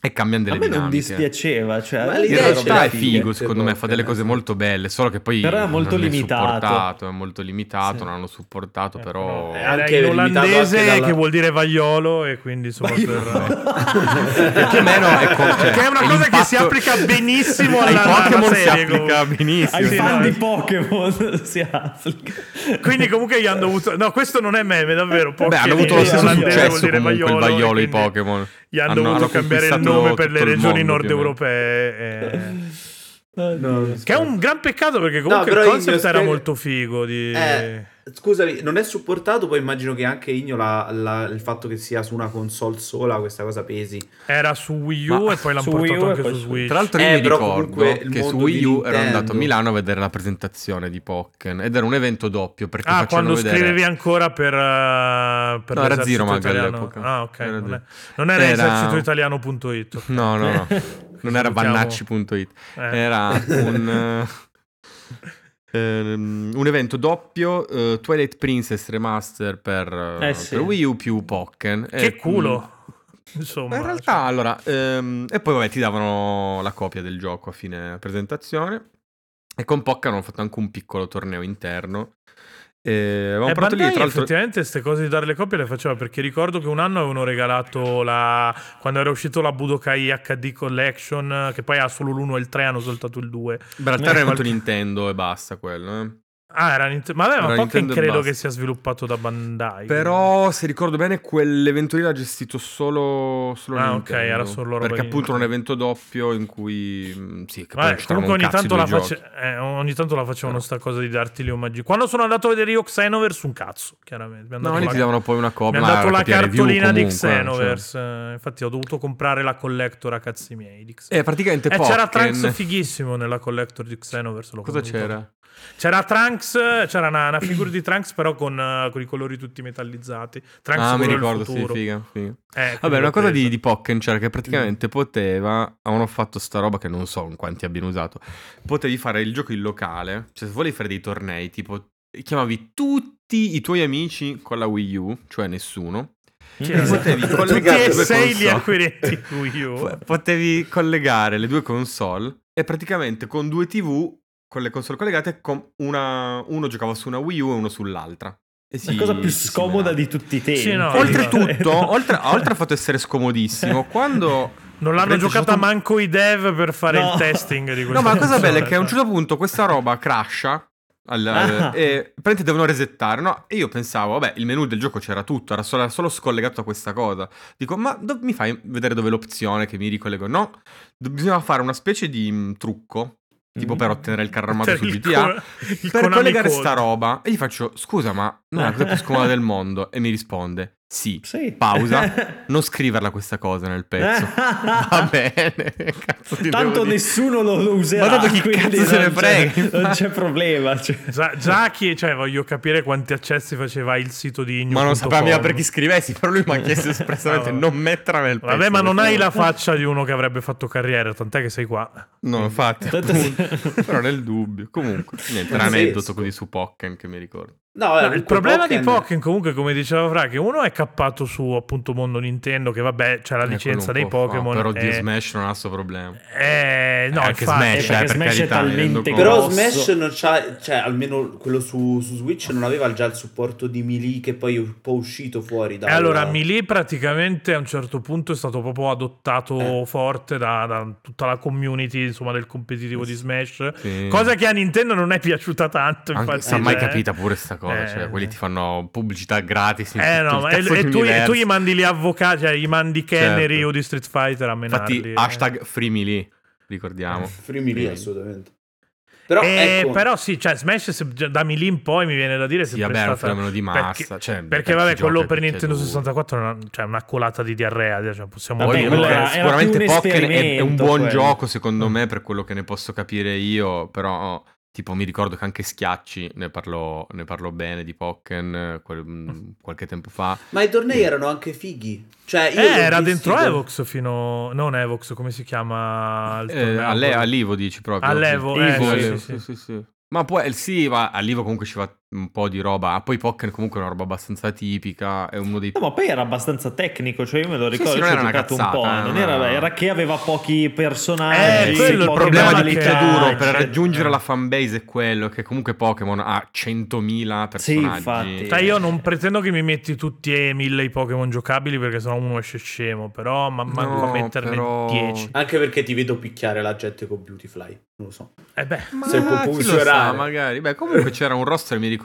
[SPEAKER 2] E, cambiano
[SPEAKER 3] A
[SPEAKER 2] delle
[SPEAKER 3] me non
[SPEAKER 2] dinamiche.
[SPEAKER 3] dispiaceva, cioè,
[SPEAKER 4] Ma
[SPEAKER 2] In
[SPEAKER 4] l'idea
[SPEAKER 3] era
[SPEAKER 4] ce
[SPEAKER 2] realtà
[SPEAKER 4] l'ha
[SPEAKER 2] è
[SPEAKER 4] di
[SPEAKER 2] figo,
[SPEAKER 4] diverse
[SPEAKER 2] secondo me, fa
[SPEAKER 4] volte,
[SPEAKER 2] delle
[SPEAKER 4] no?
[SPEAKER 2] cose molto belle, solo che poi
[SPEAKER 3] eh, Però è molto
[SPEAKER 2] non
[SPEAKER 3] limitato.
[SPEAKER 2] È supportato, è molto limitato,
[SPEAKER 3] Sì.
[SPEAKER 2] non hanno supportato,
[SPEAKER 1] Eh,
[SPEAKER 2] però...
[SPEAKER 1] però
[SPEAKER 4] Eh, anche
[SPEAKER 1] era in
[SPEAKER 4] limitato
[SPEAKER 1] olandese
[SPEAKER 4] anche dalla-
[SPEAKER 1] che vuol dire vagliolo e quindi insomma per-
[SPEAKER 2] più o meno è co- cioè,
[SPEAKER 1] Che è una
[SPEAKER 2] è
[SPEAKER 1] cosa che
[SPEAKER 2] l'impatto-
[SPEAKER 1] si applica
[SPEAKER 2] (laughs)
[SPEAKER 1] benissimo
[SPEAKER 2] Ai
[SPEAKER 1] alla, alla
[SPEAKER 2] Pokémon si
[SPEAKER 1] serie,
[SPEAKER 2] applica
[SPEAKER 1] comunque.
[SPEAKER 2] benissimo.
[SPEAKER 3] Ai
[SPEAKER 1] Sì,
[SPEAKER 3] fan
[SPEAKER 1] no,
[SPEAKER 3] di Pokémon (laughs) si applica.
[SPEAKER 1] Quindi comunque gli hanno dovuto... No, questo non è meme, davvero.
[SPEAKER 2] Beh,
[SPEAKER 1] Pokémon
[SPEAKER 2] hanno avuto lo
[SPEAKER 1] in
[SPEAKER 2] stesso
[SPEAKER 1] olandese
[SPEAKER 2] successo
[SPEAKER 1] vuol dire
[SPEAKER 2] comunque il
[SPEAKER 1] e
[SPEAKER 2] Baiolo i
[SPEAKER 1] quindi
[SPEAKER 2] Pokémon.
[SPEAKER 1] Gli hanno,
[SPEAKER 2] Hanno-
[SPEAKER 1] dovuto
[SPEAKER 2] hanno
[SPEAKER 1] cambiare il
[SPEAKER 2] conquistato
[SPEAKER 1] nome per le
[SPEAKER 2] tutto il
[SPEAKER 1] regioni
[SPEAKER 2] mondo, Eh.
[SPEAKER 1] nord
[SPEAKER 2] più o meno.
[SPEAKER 1] europee.
[SPEAKER 3] Oddio.
[SPEAKER 1] Che è un gran peccato perché comunque
[SPEAKER 4] però
[SPEAKER 1] il
[SPEAKER 4] io
[SPEAKER 1] concept era
[SPEAKER 4] spiego-
[SPEAKER 1] molto figo. Di...
[SPEAKER 4] Eh, Scusami, non è supportato, poi immagino che anche Igno la- la- il fatto che sia su una console sola questa cosa pesi.
[SPEAKER 1] Era su Wii U
[SPEAKER 2] Ma-
[SPEAKER 1] e poi l'hanno
[SPEAKER 3] su
[SPEAKER 1] portato
[SPEAKER 3] Wii U e
[SPEAKER 1] anche
[SPEAKER 3] poi
[SPEAKER 1] su
[SPEAKER 3] su-
[SPEAKER 1] Switch.
[SPEAKER 2] Tra l'altro io
[SPEAKER 4] Eh,
[SPEAKER 2] mi
[SPEAKER 4] però
[SPEAKER 2] ricordo
[SPEAKER 4] comunque il
[SPEAKER 2] che su
[SPEAKER 4] mondo di
[SPEAKER 2] Wii U ero
[SPEAKER 4] Nintendo-
[SPEAKER 2] andato a Milano a vedere la presentazione di Pokken ed era un evento doppio perché
[SPEAKER 1] Ah,
[SPEAKER 2] facevano
[SPEAKER 1] quando
[SPEAKER 2] vedere...
[SPEAKER 1] scrivevi ancora per, eh, per
[SPEAKER 2] No, era
[SPEAKER 1] l'esercito
[SPEAKER 2] Zero Mag
[SPEAKER 1] italiano.
[SPEAKER 2] all'epoca.
[SPEAKER 1] Ah, ok.
[SPEAKER 2] Era
[SPEAKER 1] non,
[SPEAKER 2] Zero.
[SPEAKER 1] è- non era,
[SPEAKER 2] Era-
[SPEAKER 1] esercitoitaliano.it. ok.
[SPEAKER 2] No, no, no. Non era
[SPEAKER 1] (laughs) Salutiamo-
[SPEAKER 2] vannacci.it,
[SPEAKER 1] Diciamo, Eh.
[SPEAKER 2] era
[SPEAKER 1] (laughs)
[SPEAKER 2] un, eh, ehm, un evento doppio eh, Twilight Princess Remaster per, eh,
[SPEAKER 3] Eh, sì.
[SPEAKER 2] per Wii U più Pokken.
[SPEAKER 1] Che
[SPEAKER 2] E, mm,
[SPEAKER 1] culo. Insomma,
[SPEAKER 2] ma in realtà, allora, ehm, e poi vabbè, ti davano la copia del gioco a fine presentazione. E con Pokken hanno fatto anche un piccolo torneo interno. E avevamo
[SPEAKER 1] Eh,
[SPEAKER 2] parlato lì,
[SPEAKER 1] Bandai
[SPEAKER 2] tra l'altro.
[SPEAKER 1] effettivamente queste cose di dare le copie le faceva perché ricordo che un anno avevano regalato la quando era uscito la Budokai HD Collection eh, che poi ha solo l'1 e il 3 hanno soltanto il 2
[SPEAKER 2] In realtà
[SPEAKER 1] (laughs)
[SPEAKER 2] era
[SPEAKER 1] Eh,
[SPEAKER 2] venuto
[SPEAKER 1] qualche-
[SPEAKER 2] Nintendo e basta quello. eh.
[SPEAKER 1] ah era Nint- ma vabbè ma
[SPEAKER 2] Era
[SPEAKER 1] Pokken
[SPEAKER 2] Nintendo e
[SPEAKER 1] credo
[SPEAKER 2] basta.
[SPEAKER 1] che sia sviluppato da Bandai
[SPEAKER 2] Però, se ricordo bene, quell'evento lì l'ha gestito solo, solo
[SPEAKER 1] Ah, ok,
[SPEAKER 2] Nintendo.
[SPEAKER 1] era solo roba
[SPEAKER 2] Perché
[SPEAKER 1] di
[SPEAKER 2] appunto era un evento doppio in cui... mh, Sì, che poi
[SPEAKER 1] Vabbè,
[SPEAKER 2] non c'erano
[SPEAKER 1] comunque ogni
[SPEAKER 2] un cazzo
[SPEAKER 1] tanto,
[SPEAKER 2] i
[SPEAKER 1] la
[SPEAKER 2] due
[SPEAKER 1] face-
[SPEAKER 2] giochi.
[SPEAKER 1] eh, ogni tanto la facevano
[SPEAKER 2] Però.
[SPEAKER 1] sta cosa di darti le omaggi. Quando sono andato a vedere io Xenoverse, un cazzo, chiaramente. Mi hanno
[SPEAKER 2] No,
[SPEAKER 1] dato
[SPEAKER 2] lì
[SPEAKER 1] la-
[SPEAKER 2] ti davano poi una
[SPEAKER 1] mi
[SPEAKER 2] copia.
[SPEAKER 1] hanno
[SPEAKER 2] ma
[SPEAKER 1] dato
[SPEAKER 2] era
[SPEAKER 1] la
[SPEAKER 2] copia review
[SPEAKER 1] cartolina di
[SPEAKER 2] comunque, cioè.
[SPEAKER 1] Xenoverse. eh, Infatti ho dovuto comprare la collector a cazzi miei di Xenoverse.
[SPEAKER 2] Eh, praticamente
[SPEAKER 1] Eh,
[SPEAKER 2] poi...
[SPEAKER 1] c'era Trunks fighissimo nella collector di Xenoverse. l'ho
[SPEAKER 2] Cosa
[SPEAKER 1] voluto.
[SPEAKER 2] c'era?
[SPEAKER 1] C'era Trunks, c'era una, una figura di Trunks, però con, eh, con i colori tutti metallizzati. Trunks
[SPEAKER 2] ah, mi
[SPEAKER 1] quello del
[SPEAKER 2] ricordo, sì,
[SPEAKER 1] futuro.
[SPEAKER 2] figa, figa.
[SPEAKER 1] Eh, quindi
[SPEAKER 2] Vabbè,
[SPEAKER 1] l'ho
[SPEAKER 2] una cosa di,
[SPEAKER 1] presa.
[SPEAKER 2] di Pokken c'era che praticamente poteva. Avevano fatto sta roba che non so in quanti abbiano usato. Potevi fare il gioco in locale. Cioè, se volevi fare dei tornei, tipo, chiamavi tutti i tuoi amici con la Wii U, cioè nessuno.
[SPEAKER 1] Sì,
[SPEAKER 2] e
[SPEAKER 1] esatto.
[SPEAKER 2] potevi
[SPEAKER 1] Tutti
[SPEAKER 2] collegare
[SPEAKER 1] e
[SPEAKER 2] le due
[SPEAKER 1] sei gli
[SPEAKER 2] console.
[SPEAKER 1] acquirenti Wii U.
[SPEAKER 2] Po- Potevi collegare le due console e praticamente con due TV, con le console collegate, con una- uno giocava su una Wii U e uno sull'altra. E
[SPEAKER 3] La
[SPEAKER 2] si-
[SPEAKER 3] cosa più
[SPEAKER 2] si si
[SPEAKER 3] scomoda
[SPEAKER 2] menavano.
[SPEAKER 3] di tutti i tempi.
[SPEAKER 1] Sì, no,
[SPEAKER 3] (laughs)
[SPEAKER 2] Oltretutto, oltre, oltre al fatto di essere scomodissimo, quando...
[SPEAKER 1] Non l'hanno
[SPEAKER 2] Veramente,
[SPEAKER 1] giocata
[SPEAKER 2] c'è stato-
[SPEAKER 1] manco i dev per fare
[SPEAKER 3] No.
[SPEAKER 1] il testing di questa
[SPEAKER 2] No, ma la cosa bella è
[SPEAKER 1] console,
[SPEAKER 2] che a un
[SPEAKER 1] cioè.
[SPEAKER 2] certo punto questa roba crasha al-
[SPEAKER 3] Ah.
[SPEAKER 2] e praticamente devono resettare, no? E io pensavo, vabbè, il menu del gioco c'era tutto, era solo, era solo scollegato a questa cosa. Dico, ma do- mi fai vedere dove è l'opzione che mi ricollego? No, do- bisognava fare una specie di mm, trucco, tipo
[SPEAKER 3] Mm.
[SPEAKER 2] per ottenere il carro armato
[SPEAKER 1] Per
[SPEAKER 2] su
[SPEAKER 1] Cioè, il
[SPEAKER 2] GTA,
[SPEAKER 1] co- il
[SPEAKER 2] per
[SPEAKER 1] Konami
[SPEAKER 2] collegare
[SPEAKER 1] Code.
[SPEAKER 2] sta roba. E gli faccio, scusa, ma non è la cosa più scomoda del mondo? E mi risponde, sì,
[SPEAKER 3] Sì. (laughs)
[SPEAKER 2] pausa, non scriverla questa cosa nel pezzo.
[SPEAKER 1] Eh.
[SPEAKER 2] Va bene, (laughs) cazzo ti devo
[SPEAKER 3] Tanto
[SPEAKER 2] dire.
[SPEAKER 3] nessuno lo userà.
[SPEAKER 2] Ma tanto chi
[SPEAKER 3] quindi
[SPEAKER 2] cazzo se ne
[SPEAKER 3] non c'è-
[SPEAKER 2] frega, Eh,
[SPEAKER 3] Non c'è problema. cioè.
[SPEAKER 1] Già, già chi, cioè, voglio capire quanti accessi faceva il sito di Igno.
[SPEAKER 2] Ma non sapeva mica per chi scrivessi, però lui mi
[SPEAKER 1] (laughs)
[SPEAKER 2] ha chiesto espressamente
[SPEAKER 1] Ah, vabbè.
[SPEAKER 2] non metterla nel pezzo.
[SPEAKER 1] Vabbè, ma non
[SPEAKER 2] perché-
[SPEAKER 1] hai la faccia di uno che avrebbe fatto carriera, tant'è che sei qua.
[SPEAKER 2] No, infatti,
[SPEAKER 3] Tanto-
[SPEAKER 2] appunto. (laughs) però nel dubbio. Comunque, niente, era
[SPEAKER 4] Pazzesco.
[SPEAKER 2] aneddoto così su Pokken che mi ricordo.
[SPEAKER 4] No, eh,
[SPEAKER 1] No, il
[SPEAKER 4] comunque
[SPEAKER 1] problema di
[SPEAKER 4] Pokken-
[SPEAKER 1] Pokémon, comunque, come diceva Fra, che uno è cappato su appunto mondo Nintendo, che vabbè, c'è la
[SPEAKER 2] Eh,
[SPEAKER 1] licenza
[SPEAKER 2] quello
[SPEAKER 1] dei
[SPEAKER 2] un po' fa,
[SPEAKER 1] Pokémon.
[SPEAKER 2] Però
[SPEAKER 1] e-
[SPEAKER 2] di Smash non ha questo problema.
[SPEAKER 1] eh, no,
[SPEAKER 2] Eh, anche
[SPEAKER 1] infatti.
[SPEAKER 2] Smash,
[SPEAKER 3] perché
[SPEAKER 2] eh, per
[SPEAKER 3] Smash è
[SPEAKER 2] carità, mi
[SPEAKER 3] talmente
[SPEAKER 2] rendo conto.
[SPEAKER 4] Però
[SPEAKER 3] grosso.
[SPEAKER 4] Smash non c'ha, cioè almeno quello su, su Switch non aveva già il supporto di Melee che poi è un po' uscito fuori da...
[SPEAKER 1] E Eh, allora Melee praticamente a un certo punto è stato proprio adottato forte da, da tutta la community insomma, del competitivo di Smash,
[SPEAKER 2] Sì.
[SPEAKER 1] cosa che a Nintendo non è piaciuta tanto.
[SPEAKER 2] Anche-
[SPEAKER 1] infatti,
[SPEAKER 2] si è mai
[SPEAKER 1] cioè.
[SPEAKER 2] capita pure sta cosa,
[SPEAKER 1] Eh,
[SPEAKER 2] cioè
[SPEAKER 1] eh.
[SPEAKER 2] quelli ti fanno pubblicità gratis in
[SPEAKER 1] Eh,
[SPEAKER 2] tutto
[SPEAKER 1] no,
[SPEAKER 2] il
[SPEAKER 1] ma- e,
[SPEAKER 2] cazzo
[SPEAKER 1] e
[SPEAKER 2] di
[SPEAKER 1] tu, e tu gli
[SPEAKER 2] universo.
[SPEAKER 1] mandi gli avvocati, cioè, gli mandi Kennery
[SPEAKER 2] Certo.
[SPEAKER 1] o di Street Fighter a menarli.
[SPEAKER 2] Infatti
[SPEAKER 1] eh.
[SPEAKER 2] hashtag free melee, ricordiamo.
[SPEAKER 4] Free Melee,
[SPEAKER 2] Melee.
[SPEAKER 4] Eh, assolutamente. Però,
[SPEAKER 1] Eh,
[SPEAKER 4] ecco,
[SPEAKER 1] però sì, cioè Smash se- già da Melee in poi mi viene da dire
[SPEAKER 2] Sì,
[SPEAKER 1] se è
[SPEAKER 2] vabbè, è un
[SPEAKER 1] stata
[SPEAKER 2] fenomeno di massa.
[SPEAKER 1] Perché,
[SPEAKER 2] cioè,
[SPEAKER 1] perché,
[SPEAKER 2] chi
[SPEAKER 1] vabbè,
[SPEAKER 2] gioca,
[SPEAKER 1] quello per
[SPEAKER 2] chi c'è
[SPEAKER 1] Nintendo
[SPEAKER 2] lui.
[SPEAKER 1] 64 è una, cioè, una colata di diarrea, cioè, possiamo
[SPEAKER 3] Vabbè,
[SPEAKER 2] Poi,
[SPEAKER 1] dirlo,
[SPEAKER 3] quello
[SPEAKER 2] eh,
[SPEAKER 1] eh.
[SPEAKER 3] era- era
[SPEAKER 2] sicuramente
[SPEAKER 3] più un
[SPEAKER 2] Pokken è, è un
[SPEAKER 3] esperimento
[SPEAKER 2] buon
[SPEAKER 3] quello.
[SPEAKER 2] gioco secondo me per quello che ne posso capire io però tipo mi ricordo che anche Schiacci ne parlò, ne parlò bene di Pokken eh, quel- mm, qualche tempo fa
[SPEAKER 4] ma i tornei erano anche fighi. Cioè, io
[SPEAKER 1] Eh,
[SPEAKER 4] li ho
[SPEAKER 1] era
[SPEAKER 4] visti
[SPEAKER 1] dentro
[SPEAKER 4] con-
[SPEAKER 1] Evox fino. Non Evox, come si chiama? il
[SPEAKER 2] Eh,
[SPEAKER 1] torneo?
[SPEAKER 2] alle- all'Ivo dici proprio
[SPEAKER 1] All'Evo,
[SPEAKER 2] Sì,
[SPEAKER 1] eh,
[SPEAKER 2] Ivo,
[SPEAKER 1] sì,
[SPEAKER 2] All'Evo,
[SPEAKER 1] sì, sì.
[SPEAKER 2] sì. ma poi eh, sì ma all'Ivo comunque ci va un po' di roba Ah, poi Pokken comunque è una roba abbastanza tipica è uno dei
[SPEAKER 3] No, ma poi era abbastanza tecnico, cioè io me lo
[SPEAKER 2] Sì,
[SPEAKER 3] ricordo,
[SPEAKER 2] sì,
[SPEAKER 3] ci
[SPEAKER 2] non
[SPEAKER 3] ho
[SPEAKER 2] era una
[SPEAKER 3] giocato un
[SPEAKER 2] cazzata,
[SPEAKER 3] po',
[SPEAKER 2] eh,
[SPEAKER 3] non
[SPEAKER 2] no, no.
[SPEAKER 3] era, era che aveva pochi personaggi, cioè,
[SPEAKER 1] Eh,
[SPEAKER 2] Sì,
[SPEAKER 1] quello è
[SPEAKER 2] il
[SPEAKER 1] poche
[SPEAKER 2] problema di
[SPEAKER 1] modalità,
[SPEAKER 2] più duro per
[SPEAKER 1] eccetera.
[SPEAKER 2] raggiungere
[SPEAKER 3] eh.
[SPEAKER 2] la fanbase è quello che comunque Pokémon ha 100.000 personaggi.
[SPEAKER 3] infatti.
[SPEAKER 1] Cioè, io non pretendo che mi metti tutti e mille i Pokémon giocabili perché sennò uno esce scemo, però ma manco
[SPEAKER 2] No,
[SPEAKER 1] a metterne
[SPEAKER 2] però-
[SPEAKER 1] 10.
[SPEAKER 4] Anche perché ti vedo picchiare la gente con Beautyfly, non lo so.
[SPEAKER 1] Eh beh,
[SPEAKER 2] Ma
[SPEAKER 4] se può
[SPEAKER 2] chi lo
[SPEAKER 4] funzionare.
[SPEAKER 2] sa, magari. Beh, comunque c'era un roster, mi ricordo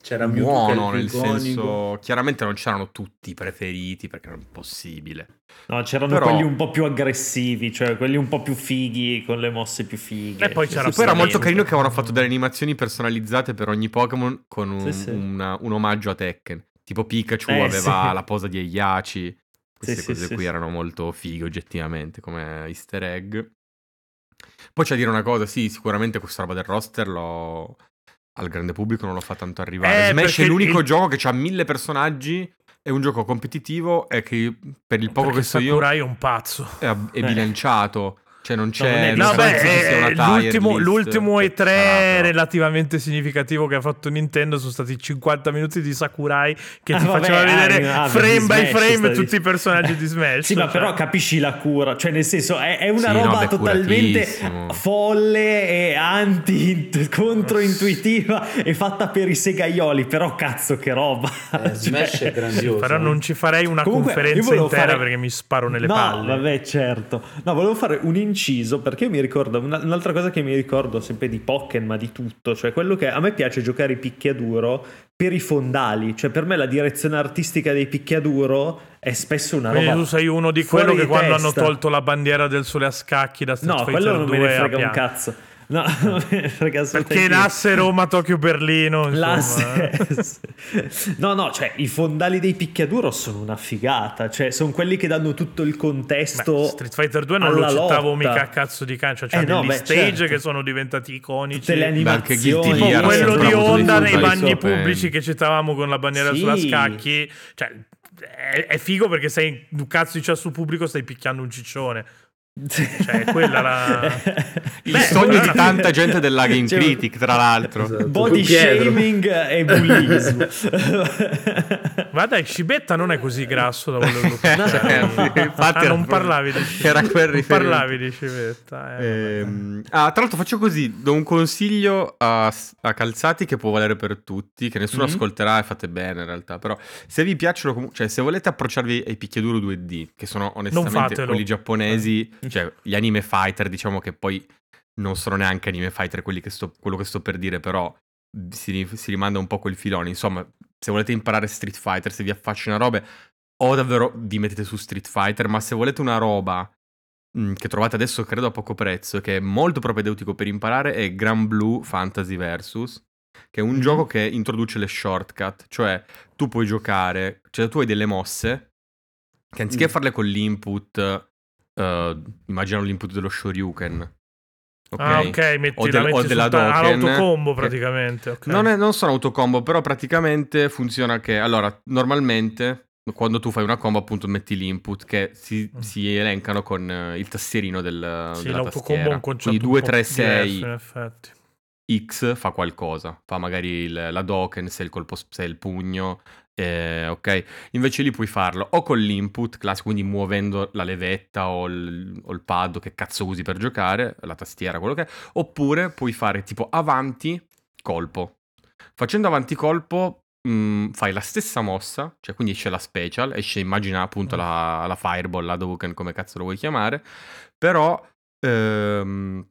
[SPEAKER 4] C'era
[SPEAKER 2] buono
[SPEAKER 4] Mewtwo che era
[SPEAKER 2] nel
[SPEAKER 4] il più iconico.
[SPEAKER 2] senso chiaramente non c'erano tutti i preferiti perché era impossibile
[SPEAKER 3] No, c'erano
[SPEAKER 2] Però-
[SPEAKER 3] quelli un po' più aggressivi, cioè quelli un po' più fighi, con le mosse più fighe. cioè,
[SPEAKER 1] E poi c'era-
[SPEAKER 2] poi era molto
[SPEAKER 1] Giustamente.
[SPEAKER 2] carino che avevano fatto delle animazioni personalizzate per ogni Pokémon con un,
[SPEAKER 3] Sì, sì.
[SPEAKER 2] una- un omaggio a Tekken tipo Pikachu
[SPEAKER 3] Eh,
[SPEAKER 2] aveva
[SPEAKER 3] sì.
[SPEAKER 2] la posa di Heihachi queste
[SPEAKER 3] sì,
[SPEAKER 2] cose
[SPEAKER 3] sì,
[SPEAKER 2] qui
[SPEAKER 3] sì.
[SPEAKER 2] erano molto fighe oggettivamente come easter egg poi c'è da dire una cosa sì sicuramente questa roba del roster l'ho- al grande pubblico non lo fa tanto arrivare
[SPEAKER 1] Eh,
[SPEAKER 2] Smash
[SPEAKER 1] perché
[SPEAKER 2] è l'unico
[SPEAKER 1] il-
[SPEAKER 2] gioco che ha mille personaggi è un gioco competitivo e che per il poco
[SPEAKER 1] Perché
[SPEAKER 2] che so io
[SPEAKER 1] Sakurai è un pazzo.
[SPEAKER 2] è, ab- è
[SPEAKER 3] Eh.
[SPEAKER 2] bilanciato. Cioè, non c'è.
[SPEAKER 3] è
[SPEAKER 1] No,
[SPEAKER 3] Penso
[SPEAKER 1] beh,
[SPEAKER 2] penso ci sia una
[SPEAKER 1] eh,
[SPEAKER 2] tier
[SPEAKER 1] l'ultimo,
[SPEAKER 2] list.
[SPEAKER 1] l'ultimo
[SPEAKER 2] Cioè,
[SPEAKER 1] E3
[SPEAKER 2] sarà, però.
[SPEAKER 1] relativamente significativo che ha fatto Nintendo sono stati 50 minuti di Sakurai che
[SPEAKER 3] Ah,
[SPEAKER 1] ti
[SPEAKER 3] vabbè,
[SPEAKER 1] faceva
[SPEAKER 3] ah,
[SPEAKER 1] vedere
[SPEAKER 3] ah,
[SPEAKER 1] frame
[SPEAKER 3] di
[SPEAKER 1] by
[SPEAKER 3] Smash
[SPEAKER 1] frame
[SPEAKER 3] stavi-
[SPEAKER 1] tutti i personaggi di Smash.
[SPEAKER 3] (laughs) Sì, ma
[SPEAKER 1] cioè.
[SPEAKER 3] però capisci la cura, cioè nel senso è, è una
[SPEAKER 2] Sì, no,
[SPEAKER 3] roba
[SPEAKER 2] beh,
[SPEAKER 3] totalmente
[SPEAKER 2] curatissimo.
[SPEAKER 3] folle e anti controintuitiva e fatta per i segaioli, però cazzo che roba.
[SPEAKER 4] Eh,
[SPEAKER 1] (laughs)
[SPEAKER 4] Smash
[SPEAKER 3] Cioè-
[SPEAKER 4] è grandioso.
[SPEAKER 1] Però non ci farei una
[SPEAKER 3] Comunque, io
[SPEAKER 1] conferenza
[SPEAKER 3] volevo
[SPEAKER 1] intera
[SPEAKER 3] fare-
[SPEAKER 1] perché mi sparo nelle
[SPEAKER 3] no,
[SPEAKER 1] palle.
[SPEAKER 3] Vabbè, certo. No, volevo fare un inciso perché mi ricordo una- un'altra cosa che mi ricordo sempre di Pokémon, ma di tutto, cioè quello che a me piace giocare i picchiaduro per i fondali, cioè per me la direzione artistica dei picchiaduro è spesso una
[SPEAKER 1] Quindi
[SPEAKER 3] roba
[SPEAKER 1] tu sei uno di
[SPEAKER 3] fuori
[SPEAKER 1] quello che
[SPEAKER 3] di
[SPEAKER 1] quando hanno
[SPEAKER 3] testa.
[SPEAKER 1] tolto la bandiera del sole a scacchi da Street
[SPEAKER 3] No,
[SPEAKER 1] Fighter
[SPEAKER 3] quello non me ne
[SPEAKER 1] 2 a
[SPEAKER 3] frega un
[SPEAKER 1] piano.
[SPEAKER 3] cazzo. No, (laughs) non me ne frega
[SPEAKER 1] Perché
[SPEAKER 3] assolutamente niente.
[SPEAKER 1] l'asse Roma, Tokyo, Berlino. insomma, eh.
[SPEAKER 3] L'asse- no, no, cioè i fondali dei picchiaduro sono una figata. Cioè, sono quelli che danno tutto il
[SPEAKER 1] Beh,
[SPEAKER 3] contesto.
[SPEAKER 1] Street Fighter 2 non
[SPEAKER 3] alla
[SPEAKER 1] lo citavo
[SPEAKER 3] lotta.
[SPEAKER 1] mica a cazzo di calcio. Cioè,
[SPEAKER 3] Eh no,
[SPEAKER 1] degli
[SPEAKER 3] beh,
[SPEAKER 1] stage
[SPEAKER 3] certo.
[SPEAKER 1] che
[SPEAKER 3] (laughs)
[SPEAKER 1] sono diventati iconici.
[SPEAKER 3] Tutte le
[SPEAKER 2] Beh, anche Guilty
[SPEAKER 3] animazioni.
[SPEAKER 1] Tipo
[SPEAKER 2] Gear ha
[SPEAKER 1] quello
[SPEAKER 2] sempre
[SPEAKER 1] di
[SPEAKER 2] avuto dei
[SPEAKER 1] Honda nei
[SPEAKER 2] fondali
[SPEAKER 1] bagni
[SPEAKER 2] stupendi.
[SPEAKER 1] pubblici che citavamo con la bandiera
[SPEAKER 4] Sì.
[SPEAKER 1] sulla scacchi. Cioè, è, è figo perché sei un cazzo di cesso pubblico, stai picchiando un ciccione. Cioè, quella la-
[SPEAKER 2] Il
[SPEAKER 1] Beh,
[SPEAKER 2] sogno
[SPEAKER 1] allora-
[SPEAKER 2] di tanta gente
[SPEAKER 1] (laughs)
[SPEAKER 2] del Laga in
[SPEAKER 3] Cioè,
[SPEAKER 2] Critic, tra l'altro.
[SPEAKER 4] Esatto.
[SPEAKER 3] Body
[SPEAKER 4] Con Pietro.
[SPEAKER 3] shaming
[SPEAKER 1] (laughs)
[SPEAKER 3] e bullismo.
[SPEAKER 1] Ma dai, Scibetta non è così grasso da quello
[SPEAKER 2] (laughs)
[SPEAKER 1] che
[SPEAKER 2] Eh, sì, infatti
[SPEAKER 1] ah,
[SPEAKER 2] era
[SPEAKER 1] non
[SPEAKER 2] proprio-
[SPEAKER 1] parlavi di Scibetta.
[SPEAKER 2] era quel
[SPEAKER 1] Non
[SPEAKER 2] riferimento.
[SPEAKER 1] parlavi di Scibetta. eh, vabbè.
[SPEAKER 2] Ehm, ah, tra l'altro faccio così, do un consiglio a, a Calzati che può valere per tutti, che nessuno
[SPEAKER 1] Mm-hmm.
[SPEAKER 3] Mhm.
[SPEAKER 2] ascolterà e fate bene in realtà, però se vi piacciono, comu- cioè se volete approcciarvi ai picchiaduro 2D, che sono onestamente
[SPEAKER 1] fatelo.
[SPEAKER 2] quelli giapponesi, cioè gli anime fighter, diciamo che poi non sono neanche anime fighter quelli che sto- quello che sto per dire, però si, ri- si rimanda un po' quel filone, insomma se volete imparare Street Fighter, se vi affascina robe, o davvero vi mettete su Street Fighter, ma se volete una roba mm, che trovate adesso credo a poco prezzo, che è molto propedeutico per imparare, è Gran Blue Fantasy Versus, che è un
[SPEAKER 1] Mhm.
[SPEAKER 2] gioco che introduce le shortcut, cioè tu puoi giocare, cioè tu hai delle mosse che anziché
[SPEAKER 4] Mm.
[SPEAKER 2] farle con l'input, eh, immagino l'input dello Shoryuken. ok?
[SPEAKER 1] Ah, ok, metti,
[SPEAKER 2] O del-
[SPEAKER 1] la metti
[SPEAKER 2] o della
[SPEAKER 1] sotto
[SPEAKER 2] Dokken,
[SPEAKER 1] all'autocombo
[SPEAKER 2] che-
[SPEAKER 1] praticamente. ok.
[SPEAKER 2] Non, è- non sono autocombo, però praticamente funziona che, allora, normalmente quando tu fai una combo appunto metti l'input che si,
[SPEAKER 1] Mm.
[SPEAKER 2] si elencano con eh, il tastierino del,
[SPEAKER 1] Sì,
[SPEAKER 2] della
[SPEAKER 1] l'autocombo
[SPEAKER 2] tastiera.
[SPEAKER 1] è un concetto
[SPEAKER 2] Quindi
[SPEAKER 1] un
[SPEAKER 2] 2,
[SPEAKER 1] po'
[SPEAKER 2] 3,
[SPEAKER 1] diverso,
[SPEAKER 2] 6,
[SPEAKER 1] in effetti.
[SPEAKER 2] X fa qualcosa, fa magari il- la doken, se è il colpo, se è il pugno, eh, ok? Invece lì puoi farlo o con l'input classico, quindi muovendo la levetta o il, o il pad o che cazzo usi per giocare, la tastiera, quello che è, oppure puoi fare tipo avanti, colpo. Facendo avanti colpo mh, fai la stessa mossa, cioè quindi esce la special, esce immagina appunto
[SPEAKER 1] Mm.
[SPEAKER 2] la, la fireball, la doken, come cazzo lo vuoi chiamare, però... ehm,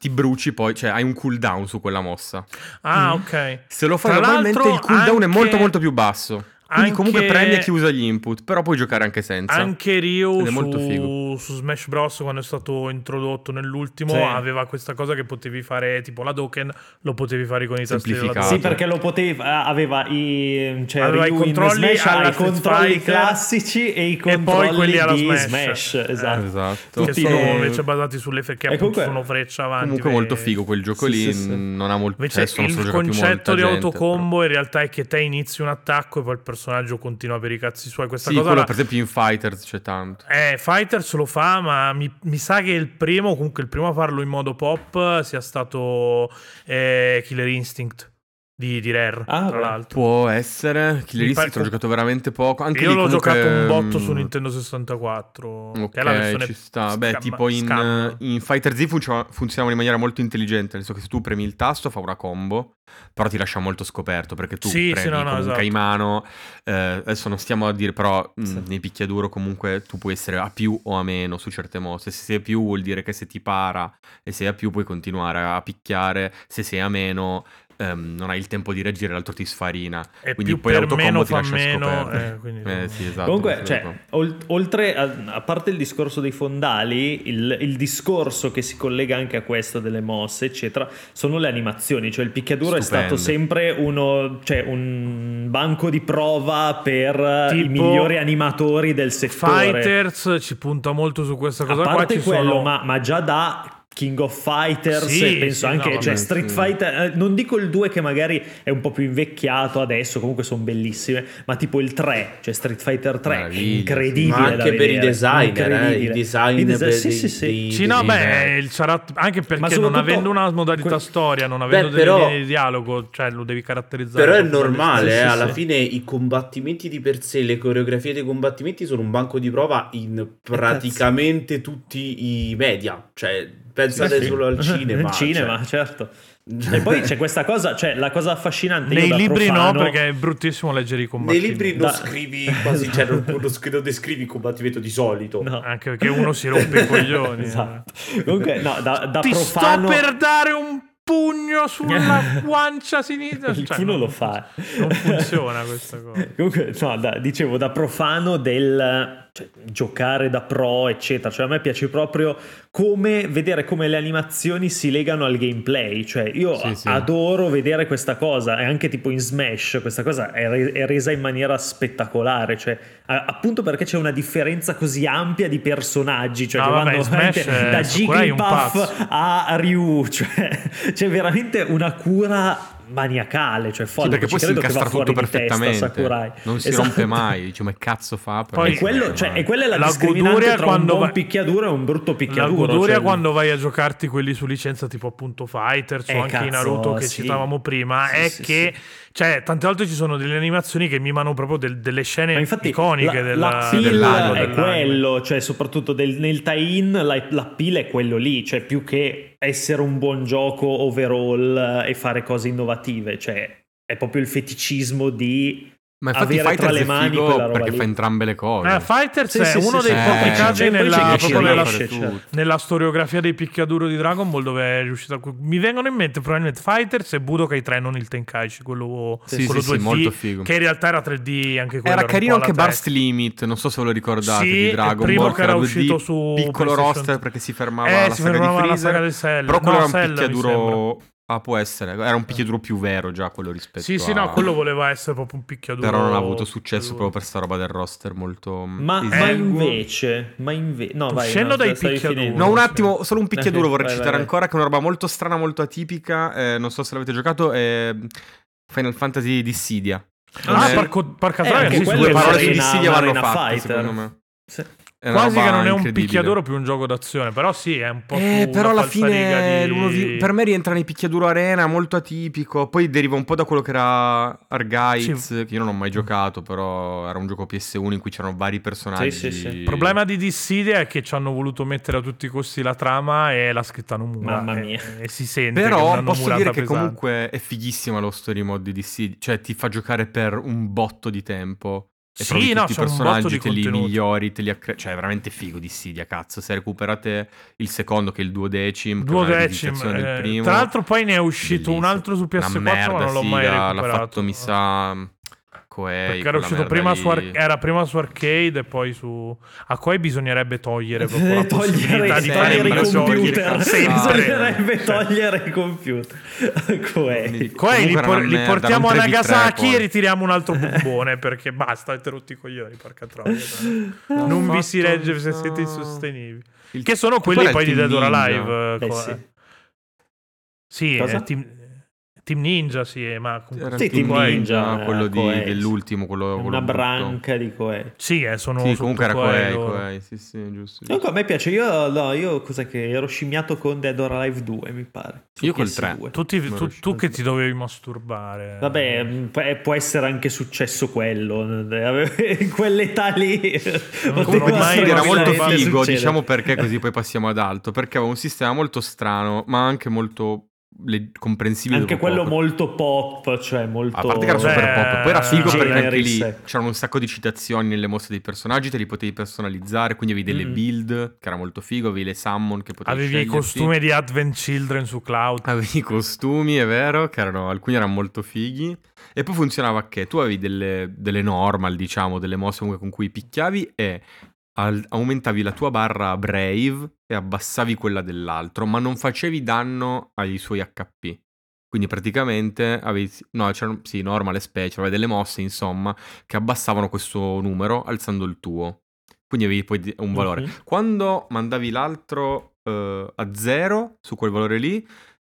[SPEAKER 2] ti bruci poi, cioè hai un cooldown su quella mossa.
[SPEAKER 1] Ah,
[SPEAKER 2] Mm-hmm.
[SPEAKER 3] Mm.
[SPEAKER 1] ok.
[SPEAKER 2] Se lo fai
[SPEAKER 1] Tra
[SPEAKER 2] normalmente
[SPEAKER 1] l'altro
[SPEAKER 2] il cooldown è
[SPEAKER 1] anche-
[SPEAKER 2] molto molto più basso. Quindi
[SPEAKER 1] Anche-
[SPEAKER 2] comunque prendi e chi usa gli input, però puoi giocare anche senza.
[SPEAKER 1] Anche Ryu
[SPEAKER 2] Ed è molto
[SPEAKER 1] su,
[SPEAKER 2] figo.
[SPEAKER 1] su Smash Bros. quando è stato introdotto nell'ultimo
[SPEAKER 3] Sì.
[SPEAKER 1] aveva questa cosa che potevi fare tipo la Dokken, lo potevi fare con i tasti della
[SPEAKER 2] Semplificato.
[SPEAKER 3] Sì,
[SPEAKER 1] Dokken.
[SPEAKER 3] perché lo poteva, aveva i, cioè,
[SPEAKER 1] Aveva i
[SPEAKER 3] Ryu in
[SPEAKER 1] controlli
[SPEAKER 3] Smash, ha
[SPEAKER 1] alla
[SPEAKER 3] i controlli
[SPEAKER 1] Street Fighter
[SPEAKER 3] classici e i
[SPEAKER 1] e poi
[SPEAKER 3] controlli
[SPEAKER 1] quelli alla
[SPEAKER 3] di
[SPEAKER 1] Smash.
[SPEAKER 3] Smash.
[SPEAKER 1] Eh.
[SPEAKER 3] esatto.
[SPEAKER 2] Esatto.
[SPEAKER 1] che
[SPEAKER 3] Tutti
[SPEAKER 1] sono
[SPEAKER 3] e-
[SPEAKER 1] invece basati sulle fe- che
[SPEAKER 3] E
[SPEAKER 1] appunto
[SPEAKER 3] comunque-
[SPEAKER 1] sono freccia cioè, avanti.
[SPEAKER 2] Comunque
[SPEAKER 1] beh.
[SPEAKER 2] molto figo quel gioco
[SPEAKER 3] Sì,
[SPEAKER 2] lì,
[SPEAKER 3] sì, sì.
[SPEAKER 2] n- non ha molto
[SPEAKER 1] Invece
[SPEAKER 2] adesso non se lo
[SPEAKER 1] il
[SPEAKER 2] gioca più
[SPEAKER 1] concetto
[SPEAKER 2] molta
[SPEAKER 1] di
[SPEAKER 2] gente,
[SPEAKER 1] autocombo in realtà è che te inizi un attacco e poi il personaggio continua per i cazzi suoi.
[SPEAKER 2] però.
[SPEAKER 1] Questa
[SPEAKER 2] Sì,
[SPEAKER 1] cosa
[SPEAKER 2] quello
[SPEAKER 1] la-
[SPEAKER 2] per esempio in Fighters c'è tanto.
[SPEAKER 1] Eh, Fighters lo fa, ma mi, mi sa che il primo, comunque il primo a farlo in modo pop eh, sia stato eh, Killer Instinct di, di Rare,
[SPEAKER 3] Ah,
[SPEAKER 1] tra
[SPEAKER 3] beh.
[SPEAKER 1] l'altro.
[SPEAKER 2] Può essere, Killer
[SPEAKER 1] Mi par-
[SPEAKER 2] Instinct l'ho giocato veramente poco. Anche
[SPEAKER 1] Io
[SPEAKER 2] lì
[SPEAKER 1] l'ho
[SPEAKER 2] comunque,
[SPEAKER 1] giocato un botto su
[SPEAKER 2] mm,
[SPEAKER 1] Nintendo 64, che è la
[SPEAKER 2] Ok,
[SPEAKER 1] versione
[SPEAKER 2] ci sta.
[SPEAKER 1] sca-
[SPEAKER 2] Beh,
[SPEAKER 1] ma-
[SPEAKER 2] tipo in,
[SPEAKER 1] scam.
[SPEAKER 2] in Fighter Z funziona, funziona in maniera molto intelligente, nel senso che se tu premi il tasto fa una combo, però ti lascia molto scoperto perché tu
[SPEAKER 1] Sì, sì,
[SPEAKER 2] premi
[SPEAKER 1] no, no,
[SPEAKER 2] comunque
[SPEAKER 1] esatto.
[SPEAKER 2] in mano. eh, adesso non stiamo a dire, però mh,
[SPEAKER 3] Sì.
[SPEAKER 2] nei picchiaduro comunque tu puoi essere a più o a meno su certe mosse. Se sei a più vuol dire che se ti para e sei a più puoi continuare a picchiare, se sei a meno ehm, non hai il tempo di reagire, l'altro ti sfarina.
[SPEAKER 1] E
[SPEAKER 2] quindi
[SPEAKER 1] più
[SPEAKER 2] poi
[SPEAKER 1] per meno
[SPEAKER 2] l'autocombo ti
[SPEAKER 1] fa
[SPEAKER 2] lascia
[SPEAKER 1] meno.
[SPEAKER 2] scoperto.
[SPEAKER 1] eh, quindi-
[SPEAKER 2] (laughs) Eh, sì, esatto.
[SPEAKER 3] Comunque,
[SPEAKER 2] questo è
[SPEAKER 3] cioè,
[SPEAKER 2] un po'.
[SPEAKER 3] ol- oltre a, a parte il discorso dei fondali, il, il discorso che si collega anche a questo delle mosse, eccetera, sono le animazioni. Cioè, il picchiaduro è
[SPEAKER 2] Stupende.
[SPEAKER 3] stato sempre uno, cioè, un banco di prova per eh, i
[SPEAKER 1] Tipo
[SPEAKER 3] migliori animatori del settore.
[SPEAKER 1] Fighters ci punta molto su questa
[SPEAKER 3] a
[SPEAKER 1] cosa qua.
[SPEAKER 3] parte
[SPEAKER 1] Ci
[SPEAKER 3] quello,
[SPEAKER 1] sono...
[SPEAKER 3] ma, ma già da. King of Fighters,
[SPEAKER 1] Sì,
[SPEAKER 3] e penso
[SPEAKER 1] sì,
[SPEAKER 3] anche
[SPEAKER 1] no,
[SPEAKER 3] cioè,
[SPEAKER 1] vabbè,
[SPEAKER 3] Street
[SPEAKER 4] Mm.
[SPEAKER 2] sì.
[SPEAKER 3] Fighter, eh, non dico il 2 che magari è un po' più invecchiato adesso, comunque sono bellissime, ma tipo il 3, cioè Street Fighter 3,
[SPEAKER 2] Meraviglia.
[SPEAKER 3] incredibile.
[SPEAKER 4] Ma anche
[SPEAKER 3] da
[SPEAKER 4] per i
[SPEAKER 3] vedere,
[SPEAKER 4] designer, eh,
[SPEAKER 3] incredibile.
[SPEAKER 4] i design
[SPEAKER 3] I design-
[SPEAKER 4] per
[SPEAKER 3] sì,
[SPEAKER 4] dei-
[SPEAKER 3] sì, sì.
[SPEAKER 4] dei-
[SPEAKER 1] Sì, no,
[SPEAKER 2] Sì,
[SPEAKER 1] beh, il Charat- anche perché non
[SPEAKER 3] soprattutto
[SPEAKER 1] avendo una modalità
[SPEAKER 3] que-
[SPEAKER 1] storia, non avendo delle
[SPEAKER 4] però-
[SPEAKER 1] linee di dialogo, cioè lo devi caratterizzare.
[SPEAKER 3] Esatto,
[SPEAKER 4] Però è
[SPEAKER 1] con quelle-
[SPEAKER 4] normale,
[SPEAKER 3] Sì,
[SPEAKER 4] eh,
[SPEAKER 3] sì,
[SPEAKER 4] alla
[SPEAKER 3] sì.
[SPEAKER 4] fine i combattimenti di per sé, le coreografie dei combattimenti sono un banco di prova
[SPEAKER 3] Eh,
[SPEAKER 4] in praticamente tutti i media. Cioè, pensate
[SPEAKER 2] Sì, sì.
[SPEAKER 3] (laughs)
[SPEAKER 4] solo al cinema. cioè,
[SPEAKER 3] Il cinema, certo. E poi c'è questa cosa, cioè la cosa affascinante io
[SPEAKER 1] Nei
[SPEAKER 3] da
[SPEAKER 1] libri
[SPEAKER 3] profano-
[SPEAKER 1] no, perché è bruttissimo leggere i
[SPEAKER 4] Nei
[SPEAKER 1] combattimenti.
[SPEAKER 4] libri
[SPEAKER 3] Da-
[SPEAKER 4] non scrivi quasi, cioè non, non scri- non descrivi il combattimento di solito.
[SPEAKER 3] No.
[SPEAKER 1] Anche perché uno si rompe
[SPEAKER 3] (laughs)
[SPEAKER 1] i coglioni. eh.
[SPEAKER 3] Esatto. Comunque no, da, da
[SPEAKER 1] Ti
[SPEAKER 3] profano
[SPEAKER 1] sto per dare un pugno
[SPEAKER 3] (laughs)
[SPEAKER 1] sulla guancia sinistra.
[SPEAKER 3] il
[SPEAKER 1] Cioè,
[SPEAKER 3] culo
[SPEAKER 1] non-
[SPEAKER 3] lo fa.
[SPEAKER 1] Non funziona questa
[SPEAKER 3] (laughs)
[SPEAKER 1] cosa.
[SPEAKER 3] Comunque, no, da- dicevo, da profano del cioè, giocare da pro, eccetera. Cioè, a me piace proprio come vedere come le animazioni si legano al gameplay. Cioè, io
[SPEAKER 2] Sì, sì.
[SPEAKER 3] adoro vedere questa cosa. E anche tipo in Smash, questa cosa è, re- è resa in maniera spettacolare. Cioè, a- appunto perché c'è una differenza così ampia di personaggi. Cioè,
[SPEAKER 1] No,
[SPEAKER 3] che
[SPEAKER 1] Ah, vabbè,
[SPEAKER 3] vanno
[SPEAKER 1] in Smash,
[SPEAKER 3] veramente
[SPEAKER 1] eh,
[SPEAKER 3] da
[SPEAKER 1] Sakurai è un pazzo.
[SPEAKER 3] Jigglypuff a Ryu. (laughs) Cioè, c'è veramente una cura maniacale. Cioè, folle.
[SPEAKER 2] Sì, perché
[SPEAKER 3] Ci
[SPEAKER 2] poi si
[SPEAKER 3] credo che
[SPEAKER 2] incastra
[SPEAKER 3] va fuori
[SPEAKER 2] tutto
[SPEAKER 3] di testa,
[SPEAKER 2] perfettamente.
[SPEAKER 3] Sakurai.
[SPEAKER 2] non si
[SPEAKER 3] Esatto.
[SPEAKER 2] rompe mai. Dici, ma che cazzo fa? per
[SPEAKER 1] Poi-
[SPEAKER 2] non
[SPEAKER 3] E,
[SPEAKER 2] si
[SPEAKER 3] (laughs) quello,
[SPEAKER 2] rompe
[SPEAKER 3] cioè,
[SPEAKER 2] mai?"
[SPEAKER 3] e quella è la,
[SPEAKER 1] La
[SPEAKER 3] discriminante
[SPEAKER 1] goduria
[SPEAKER 3] tra
[SPEAKER 1] quando
[SPEAKER 3] un buon
[SPEAKER 1] va-
[SPEAKER 3] picchiaduro e un brutto
[SPEAKER 1] La
[SPEAKER 3] picchiaduro.
[SPEAKER 1] goduria
[SPEAKER 3] cioè-
[SPEAKER 1] quando vai a giocarti quelli su licenza tipo appunto Fighters
[SPEAKER 3] Eh,
[SPEAKER 1] o anche
[SPEAKER 3] cazzo,
[SPEAKER 1] in Naruto che
[SPEAKER 3] sì.
[SPEAKER 1] citavamo prima
[SPEAKER 3] Sì,
[SPEAKER 1] è
[SPEAKER 3] sì,
[SPEAKER 1] che cioè tante volte ci sono delle animazioni che mimano proprio del- delle scene
[SPEAKER 3] Ma infatti
[SPEAKER 1] iconiche
[SPEAKER 3] la,
[SPEAKER 1] della,
[SPEAKER 3] la pill
[SPEAKER 2] dell'anime,
[SPEAKER 3] è
[SPEAKER 1] dell'anime.
[SPEAKER 3] quello, cioè soprattutto del- nel tie-in la, la pill è quello lì, cioè più che essere un buon gioco overall eh, e fare cose innovative, cioè è proprio il feticismo di...
[SPEAKER 2] Ma infatti
[SPEAKER 3] avere tra
[SPEAKER 2] Fighters
[SPEAKER 3] le
[SPEAKER 2] è
[SPEAKER 3] mani
[SPEAKER 2] figo
[SPEAKER 3] quella roba
[SPEAKER 2] perché
[SPEAKER 3] lì.
[SPEAKER 2] fa entrambe le cose.
[SPEAKER 1] Eh, Fighters
[SPEAKER 3] Sì,
[SPEAKER 1] è
[SPEAKER 3] sì,
[SPEAKER 1] uno
[SPEAKER 3] sì,
[SPEAKER 1] dei
[SPEAKER 3] sì.
[SPEAKER 1] pochi
[SPEAKER 2] Eh,
[SPEAKER 1] casi
[SPEAKER 3] cioè, poi
[SPEAKER 1] nella,
[SPEAKER 3] c'è chi ci
[SPEAKER 1] proprio nella,
[SPEAKER 3] riesce, certo.
[SPEAKER 1] nella storiografia dei picchiaduro di Dragon Ball dove è riuscito a... mi vengono in mente probabilmente Fighters e Budokai 3 non il Tenkaichi quello,
[SPEAKER 2] Sì,
[SPEAKER 1] quello
[SPEAKER 2] sì, sì,
[SPEAKER 1] 2D
[SPEAKER 2] molto figo.
[SPEAKER 1] che in realtà era 3D anche quello
[SPEAKER 2] Era
[SPEAKER 1] un
[SPEAKER 2] carino
[SPEAKER 1] po' alla
[SPEAKER 2] anche
[SPEAKER 1] testa.
[SPEAKER 2] Burst Limit, non so se ve lo ricordate,
[SPEAKER 1] Sì,
[SPEAKER 2] di
[SPEAKER 1] il
[SPEAKER 2] Dragon
[SPEAKER 1] primo
[SPEAKER 2] Ball,
[SPEAKER 1] che era
[SPEAKER 2] 2D,
[SPEAKER 1] uscito su
[SPEAKER 2] piccolo
[SPEAKER 1] PlayStation.
[SPEAKER 2] roster perché si fermava
[SPEAKER 1] Eh,
[SPEAKER 2] alla
[SPEAKER 1] si
[SPEAKER 2] saga
[SPEAKER 1] fermava
[SPEAKER 2] di
[SPEAKER 1] alla
[SPEAKER 2] Freezer,
[SPEAKER 1] saga di Cell.
[SPEAKER 2] però quello
[SPEAKER 1] No,
[SPEAKER 2] era un
[SPEAKER 1] Cell, mi
[SPEAKER 2] picchiaduro... Ah, può essere, era un picchiaduro più vero già quello rispetto
[SPEAKER 1] Sì, sì,
[SPEAKER 2] a-
[SPEAKER 1] no, quello voleva essere proprio un picchiaduro.
[SPEAKER 2] Però non ha avuto successo
[SPEAKER 1] quello.
[SPEAKER 2] proprio per sta roba del roster molto... mm,
[SPEAKER 3] Ma,
[SPEAKER 2] easy.
[SPEAKER 3] ma
[SPEAKER 1] Eh,
[SPEAKER 3] invece, ma invece... No, vai,
[SPEAKER 1] Scendo
[SPEAKER 3] no,
[SPEAKER 1] dai
[SPEAKER 3] stavi
[SPEAKER 1] picchiaduro.
[SPEAKER 3] finendo.
[SPEAKER 2] No, un attimo, solo un picchiaduro
[SPEAKER 3] Ok,
[SPEAKER 2] vorrei
[SPEAKER 3] (laughs) vai,
[SPEAKER 2] citare
[SPEAKER 3] vai, vai.
[SPEAKER 2] ancora, che è una roba molto strana, molto atipica, eh, non so se l'avete giocato, è mm, Final Fantasy Dissidia.
[SPEAKER 1] Ah,
[SPEAKER 2] Eh,
[SPEAKER 1] parco, parca
[SPEAKER 3] eh,
[SPEAKER 1] troia,
[SPEAKER 3] anche
[SPEAKER 1] sì,
[SPEAKER 3] quello
[SPEAKER 1] due
[SPEAKER 2] le
[SPEAKER 3] è
[SPEAKER 1] parole
[SPEAKER 2] parole
[SPEAKER 3] una
[SPEAKER 1] di-
[SPEAKER 2] su
[SPEAKER 3] arena-
[SPEAKER 2] Dissidia vanno
[SPEAKER 3] un'arena
[SPEAKER 2] fatte,
[SPEAKER 3] fighter.
[SPEAKER 2] secondo me.
[SPEAKER 3] Sì.
[SPEAKER 2] È una
[SPEAKER 1] Quasi
[SPEAKER 2] roba
[SPEAKER 1] che non è un
[SPEAKER 2] incredibile.
[SPEAKER 1] picchiaduro più un gioco d'azione, però sì, è un po'
[SPEAKER 2] Eh,
[SPEAKER 1] più
[SPEAKER 2] però
[SPEAKER 1] una
[SPEAKER 2] alla fine
[SPEAKER 1] falsariga di...
[SPEAKER 2] l'uno vi- per me rientra nei picchiaduro arena, molto atipico. Poi deriva un po' da quello che era Argites, che io non ho mai giocato, però era un gioco PS1 in cui c'erano vari personaggi.
[SPEAKER 3] Sì, sì, sì.
[SPEAKER 1] Il problema di Dissidia è che ci hanno voluto mettere a tutti i costi la trama e la scritta Nomura.
[SPEAKER 3] Mamma
[SPEAKER 1] e-
[SPEAKER 3] mia.
[SPEAKER 1] E, si sente che è
[SPEAKER 2] Però
[SPEAKER 1] una
[SPEAKER 2] posso
[SPEAKER 1] Nomurata
[SPEAKER 2] dire che
[SPEAKER 1] pesante.
[SPEAKER 2] comunque è fighissima lo story mode di DC, cioè ti fa giocare per un botto di tempo. E
[SPEAKER 1] Sì,
[SPEAKER 2] trovi
[SPEAKER 1] no,
[SPEAKER 2] tutti i
[SPEAKER 1] c'è un botto
[SPEAKER 2] personaggi,
[SPEAKER 1] di
[SPEAKER 2] te li
[SPEAKER 1] contenuti.
[SPEAKER 2] migliori, te li accre- Cioè, è veramente figo di Sidia, cazzo. Se recuperate il secondo, che è il duodecim, che è una
[SPEAKER 1] Duodecim,
[SPEAKER 2] rivisitazione
[SPEAKER 1] eh,
[SPEAKER 2] del primo.
[SPEAKER 1] tra l'altro poi ne è uscito un
[SPEAKER 2] Bellissimo.
[SPEAKER 1] altro su
[SPEAKER 2] Una
[SPEAKER 1] PS4
[SPEAKER 2] merda,
[SPEAKER 1] ma non l'ho
[SPEAKER 2] sì,
[SPEAKER 1] mai
[SPEAKER 2] l'ha-
[SPEAKER 1] recuperato
[SPEAKER 2] L'ha fatto, mi sa, Koei.
[SPEAKER 1] perché era
[SPEAKER 2] quella
[SPEAKER 1] uscito
[SPEAKER 2] merda
[SPEAKER 1] prima
[SPEAKER 2] lì.
[SPEAKER 1] su, ar- era prima su arcade e poi su a Koei bisognerebbe togliere proprio la possibilità
[SPEAKER 3] (laughs) togliere,
[SPEAKER 1] di
[SPEAKER 2] sempre,
[SPEAKER 1] fare
[SPEAKER 3] togliere i
[SPEAKER 1] i giochi.
[SPEAKER 3] (laughs) computer
[SPEAKER 2] sempre.
[SPEAKER 3] bisognerebbe
[SPEAKER 1] Cioè,
[SPEAKER 3] togliere i computer (laughs) Coe.
[SPEAKER 1] eh, Koei li,
[SPEAKER 2] Comunque era
[SPEAKER 1] por-
[SPEAKER 2] una
[SPEAKER 1] li
[SPEAKER 2] merda,
[SPEAKER 1] portiamo a
[SPEAKER 2] era un 3v3
[SPEAKER 1] Nagasaki e
[SPEAKER 2] poi.
[SPEAKER 1] ritiriamo un
[SPEAKER 3] (laughs)
[SPEAKER 1] altro bombone perché basta avete rotto i coglioni porca troia non vi si
[SPEAKER 2] fatto
[SPEAKER 1] regge se
[SPEAKER 2] un-
[SPEAKER 1] siete insostenibili
[SPEAKER 2] Il-
[SPEAKER 1] che sono
[SPEAKER 2] qual
[SPEAKER 1] quelli
[SPEAKER 2] è
[SPEAKER 1] poi
[SPEAKER 2] il
[SPEAKER 1] di
[SPEAKER 2] Team
[SPEAKER 1] Dead or
[SPEAKER 2] Ninja?
[SPEAKER 1] Alive eh,
[SPEAKER 3] Beh,
[SPEAKER 1] co-
[SPEAKER 3] sì.
[SPEAKER 1] sì,
[SPEAKER 3] Cosa?
[SPEAKER 1] eh, team, Team Ninja sì eh, ma comunque
[SPEAKER 2] Era
[SPEAKER 3] Sì,
[SPEAKER 2] Team
[SPEAKER 3] Team
[SPEAKER 2] Ninja,
[SPEAKER 3] Ninja,
[SPEAKER 2] quello di-
[SPEAKER 3] Koei, sì.
[SPEAKER 2] dell'ultimo, quello, quello
[SPEAKER 3] una
[SPEAKER 2] brutto.
[SPEAKER 3] branca di Coe.
[SPEAKER 1] Sì, eh, sono
[SPEAKER 2] Sì,
[SPEAKER 1] sotto
[SPEAKER 2] comunque era Koei,
[SPEAKER 1] quello.
[SPEAKER 2] Koei, sì, sì, giusto. giusto.
[SPEAKER 3] Comunque a me piace, io, no, io cos'è che ero scimmiato con Dead or Alive 2, mi pare. su
[SPEAKER 2] Io col
[SPEAKER 3] PS2.
[SPEAKER 2] tre.
[SPEAKER 1] Tu, ti-
[SPEAKER 2] Non
[SPEAKER 1] tu-
[SPEAKER 2] riuscito.
[SPEAKER 1] tu che ti dovevi masturbare.
[SPEAKER 3] Vabbè, mh, pu- eh, può essere anche successo quello. (laughs) In quell'età
[SPEAKER 1] (laughs)
[SPEAKER 3] lì.
[SPEAKER 1] Non
[SPEAKER 2] Comunque
[SPEAKER 1] ormai
[SPEAKER 2] Dissidia era
[SPEAKER 1] non
[SPEAKER 2] molto diciamo
[SPEAKER 1] sarebbe
[SPEAKER 2] figo, diciamo perché così poi passiamo ad altro, perché aveva un sistema molto strano, ma anche molto le- comprensibili.
[SPEAKER 3] Anche
[SPEAKER 2] dopo
[SPEAKER 3] quello
[SPEAKER 2] poco.
[SPEAKER 3] molto pop, cioè molto...
[SPEAKER 2] A parte che era super
[SPEAKER 1] Beh, ecco.
[SPEAKER 2] pop, poi era figo
[SPEAKER 1] sì,
[SPEAKER 2] perché anche
[SPEAKER 3] generis.
[SPEAKER 2] lì c'erano un sacco di citazioni nelle mosse dei personaggi, te li potevi personalizzare, quindi avevi delle
[SPEAKER 3] Mm.
[SPEAKER 2] build, che era molto figo, avevi le summon che potevi
[SPEAKER 1] Avevi i
[SPEAKER 2] sceglierti. Ah,
[SPEAKER 1] costumi di Advent Children su Cloud.
[SPEAKER 2] Avevi i (laughs) costumi, è vero, che erano, alcuni erano molto fighi. E poi funzionava che tu avevi delle, delle normal, diciamo, delle mosse comunque con cui picchiavi e al- aumentavi la tua barra brave e abbassavi quella dell'altro, ma non facevi danno ai suoi HP. Quindi praticamente avevi, no, c'erano, sì, normal e special, avevi delle mosse, insomma, che abbassavano questo numero alzando il tuo. Quindi avevi poi di- un valore.
[SPEAKER 3] Mhm.
[SPEAKER 2] Quando mandavi l'altro eh, a zero su quel valore lì,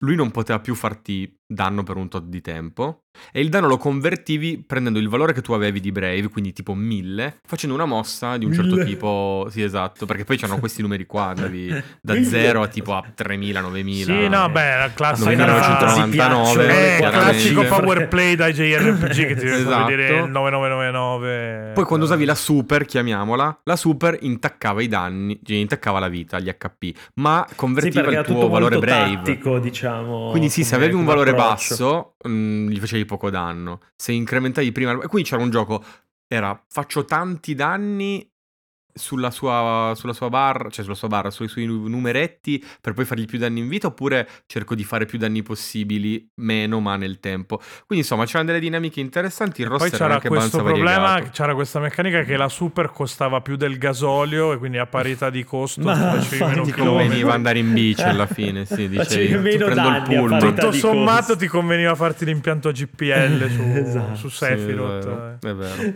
[SPEAKER 2] lui non poteva più farti danno per un tot di tempo. E il danno lo convertivi prendendo il valore che tu avevi di Brave, quindi tipo 1000, facendo una mossa di un certo
[SPEAKER 3] 1000.
[SPEAKER 2] tipo. Sì, esatto, perché poi c'erano questi numeri qua, andavi
[SPEAKER 3] (laughs)
[SPEAKER 2] da
[SPEAKER 3] 1000.
[SPEAKER 2] 0 a tipo a 3000, 9000.
[SPEAKER 1] Sì, no, beh,
[SPEAKER 2] Ah,
[SPEAKER 1] la classica.
[SPEAKER 3] Final Fantasy
[SPEAKER 2] 99,
[SPEAKER 3] piacciono
[SPEAKER 1] Eh,
[SPEAKER 3] le
[SPEAKER 2] chiaramente.
[SPEAKER 1] classico
[SPEAKER 3] quattro mille.
[SPEAKER 1] power play dai JRPG che ti devono
[SPEAKER 2] Esatto.
[SPEAKER 1] vedere il
[SPEAKER 3] Eh,
[SPEAKER 1] 9999.
[SPEAKER 2] Poi quando usavi la super, chiamiamola, la super intaccava i danni, cioè intaccava la vita, gli HP, ma
[SPEAKER 3] Sì,
[SPEAKER 2] convertiva
[SPEAKER 3] perché
[SPEAKER 2] il
[SPEAKER 3] era tutto
[SPEAKER 2] tuo valore
[SPEAKER 3] molto
[SPEAKER 2] brave.
[SPEAKER 3] tattico, diciamo.
[SPEAKER 2] Quindi sì, se
[SPEAKER 3] come-
[SPEAKER 2] avevi un
[SPEAKER 3] come
[SPEAKER 2] valore
[SPEAKER 3] approccio.
[SPEAKER 2] basso, mh, gli facevi poco danno. Se incrementavi prima... E quindi c'era un gioco, era faccio tanti danni sulla sua, sulla sua barra, cioè sulla sua barra, sui suoi numeretti, per poi fargli più danni in vita, oppure cerco di fare più danni possibili, meno, ma nel tempo. Quindi insomma, c'erano delle dinamiche interessanti, il
[SPEAKER 1] Poi
[SPEAKER 2] roster era
[SPEAKER 1] c'era
[SPEAKER 2] anche
[SPEAKER 1] questo
[SPEAKER 2] abbastanza
[SPEAKER 1] problema,
[SPEAKER 2] variegato.
[SPEAKER 1] c'era questa meccanica che la super costava più del gasolio e quindi a parità di costo
[SPEAKER 3] Ma
[SPEAKER 1] tu facevi meno
[SPEAKER 2] Ti
[SPEAKER 3] infatti,
[SPEAKER 1] chilometri.
[SPEAKER 2] conveniva andare in bici
[SPEAKER 3] (laughs)
[SPEAKER 2] alla fine, sì,
[SPEAKER 3] Facevi
[SPEAKER 2] dicevi,
[SPEAKER 3] meno
[SPEAKER 2] prendo il
[SPEAKER 3] danni a
[SPEAKER 2] pullman.
[SPEAKER 3] parità
[SPEAKER 1] Tutto
[SPEAKER 3] di
[SPEAKER 1] sommato
[SPEAKER 3] costo.
[SPEAKER 1] ti conveniva farti l'impianto GPL su,
[SPEAKER 3] Esatto.
[SPEAKER 1] su
[SPEAKER 2] Sì, è
[SPEAKER 1] Sephiroth.
[SPEAKER 2] vero,
[SPEAKER 1] eh.
[SPEAKER 2] è vero.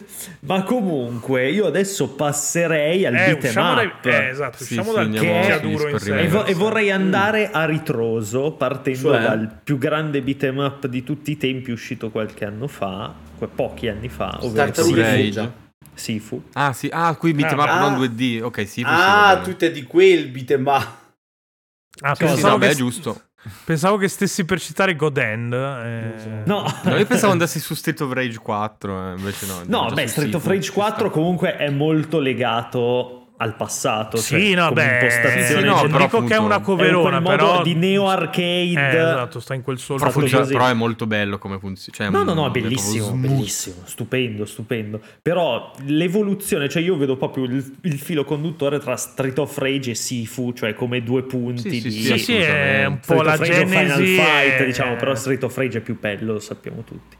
[SPEAKER 3] Ma comunque, io adesso passerei al
[SPEAKER 1] Eh,
[SPEAKER 3] beat 'em
[SPEAKER 1] usciamo dai-
[SPEAKER 3] up.
[SPEAKER 1] eh, esatto,
[SPEAKER 2] Sì,
[SPEAKER 1] usciamo
[SPEAKER 2] sì,
[SPEAKER 1] dal
[SPEAKER 2] andiamo-
[SPEAKER 1] che è
[SPEAKER 2] sì,
[SPEAKER 1] duro in sé.
[SPEAKER 2] scorriamo.
[SPEAKER 3] E, vo- e
[SPEAKER 2] Diverso.
[SPEAKER 3] vorrei andare a ritroso partendo
[SPEAKER 4] Cioè?
[SPEAKER 3] dal più grande beat'em up di tutti i tempi uscito qualche anno fa, que- pochi anni fa, ovvero
[SPEAKER 4] Tartarughe
[SPEAKER 2] Sì.
[SPEAKER 4] Ninja.
[SPEAKER 3] Sifu.
[SPEAKER 2] (laughs) Ah, sì, ah, qui beat'em up
[SPEAKER 1] Ah,
[SPEAKER 2] non
[SPEAKER 4] ah.
[SPEAKER 2] 2D. Ok, sì,
[SPEAKER 4] Ah, tu te di quel bitema.
[SPEAKER 1] Ah,
[SPEAKER 2] Sì, sì,
[SPEAKER 1] pensavo
[SPEAKER 2] no,
[SPEAKER 1] che-
[SPEAKER 2] beh, è
[SPEAKER 3] (laughs)
[SPEAKER 2] giusto.
[SPEAKER 1] Pensavo che stessi per citare Godend. eh.
[SPEAKER 3] No,
[SPEAKER 2] No, io pensavo andassi su Street of Rage 4, eh, invece no.
[SPEAKER 3] No,
[SPEAKER 2] già
[SPEAKER 3] beh,
[SPEAKER 2] su
[SPEAKER 3] Street of
[SPEAKER 2] Sifu,
[SPEAKER 3] Rage
[SPEAKER 2] ci sta.
[SPEAKER 3] 4 comunque è molto legato al passato.
[SPEAKER 1] Sì,
[SPEAKER 3] cioè,
[SPEAKER 1] no,
[SPEAKER 3] come
[SPEAKER 1] beh,
[SPEAKER 3] impostazione
[SPEAKER 2] Sì, no,
[SPEAKER 1] non
[SPEAKER 2] però
[SPEAKER 1] dico
[SPEAKER 2] appunto-
[SPEAKER 1] che è una
[SPEAKER 2] È un
[SPEAKER 3] È un
[SPEAKER 1] coverona,
[SPEAKER 3] quel modo
[SPEAKER 1] però
[SPEAKER 3] di neo arcade.
[SPEAKER 1] Eh, esatto, sta in quel solo.
[SPEAKER 2] Però,
[SPEAKER 3] Fatto
[SPEAKER 2] funziona-
[SPEAKER 3] così.
[SPEAKER 2] però è molto bello come funziona. Cioè,
[SPEAKER 3] No,
[SPEAKER 2] mm,
[SPEAKER 3] no, no, è
[SPEAKER 2] è proprio
[SPEAKER 3] bellissimo,
[SPEAKER 2] smooth.
[SPEAKER 3] bellissimo, stupendo, stupendo. Però l'evoluzione, cioè io vedo proprio il, il filo conduttore tra Street of Rage e Sifu, cioè come due punti
[SPEAKER 2] Sì, sì,
[SPEAKER 3] di...
[SPEAKER 1] Sì, sì, è un po'
[SPEAKER 3] Street
[SPEAKER 1] la
[SPEAKER 3] of Rage o
[SPEAKER 1] genesi.
[SPEAKER 3] Final Fight,
[SPEAKER 1] eh,
[SPEAKER 3] diciamo, però Street of Rage è più bello, lo sappiamo tutti.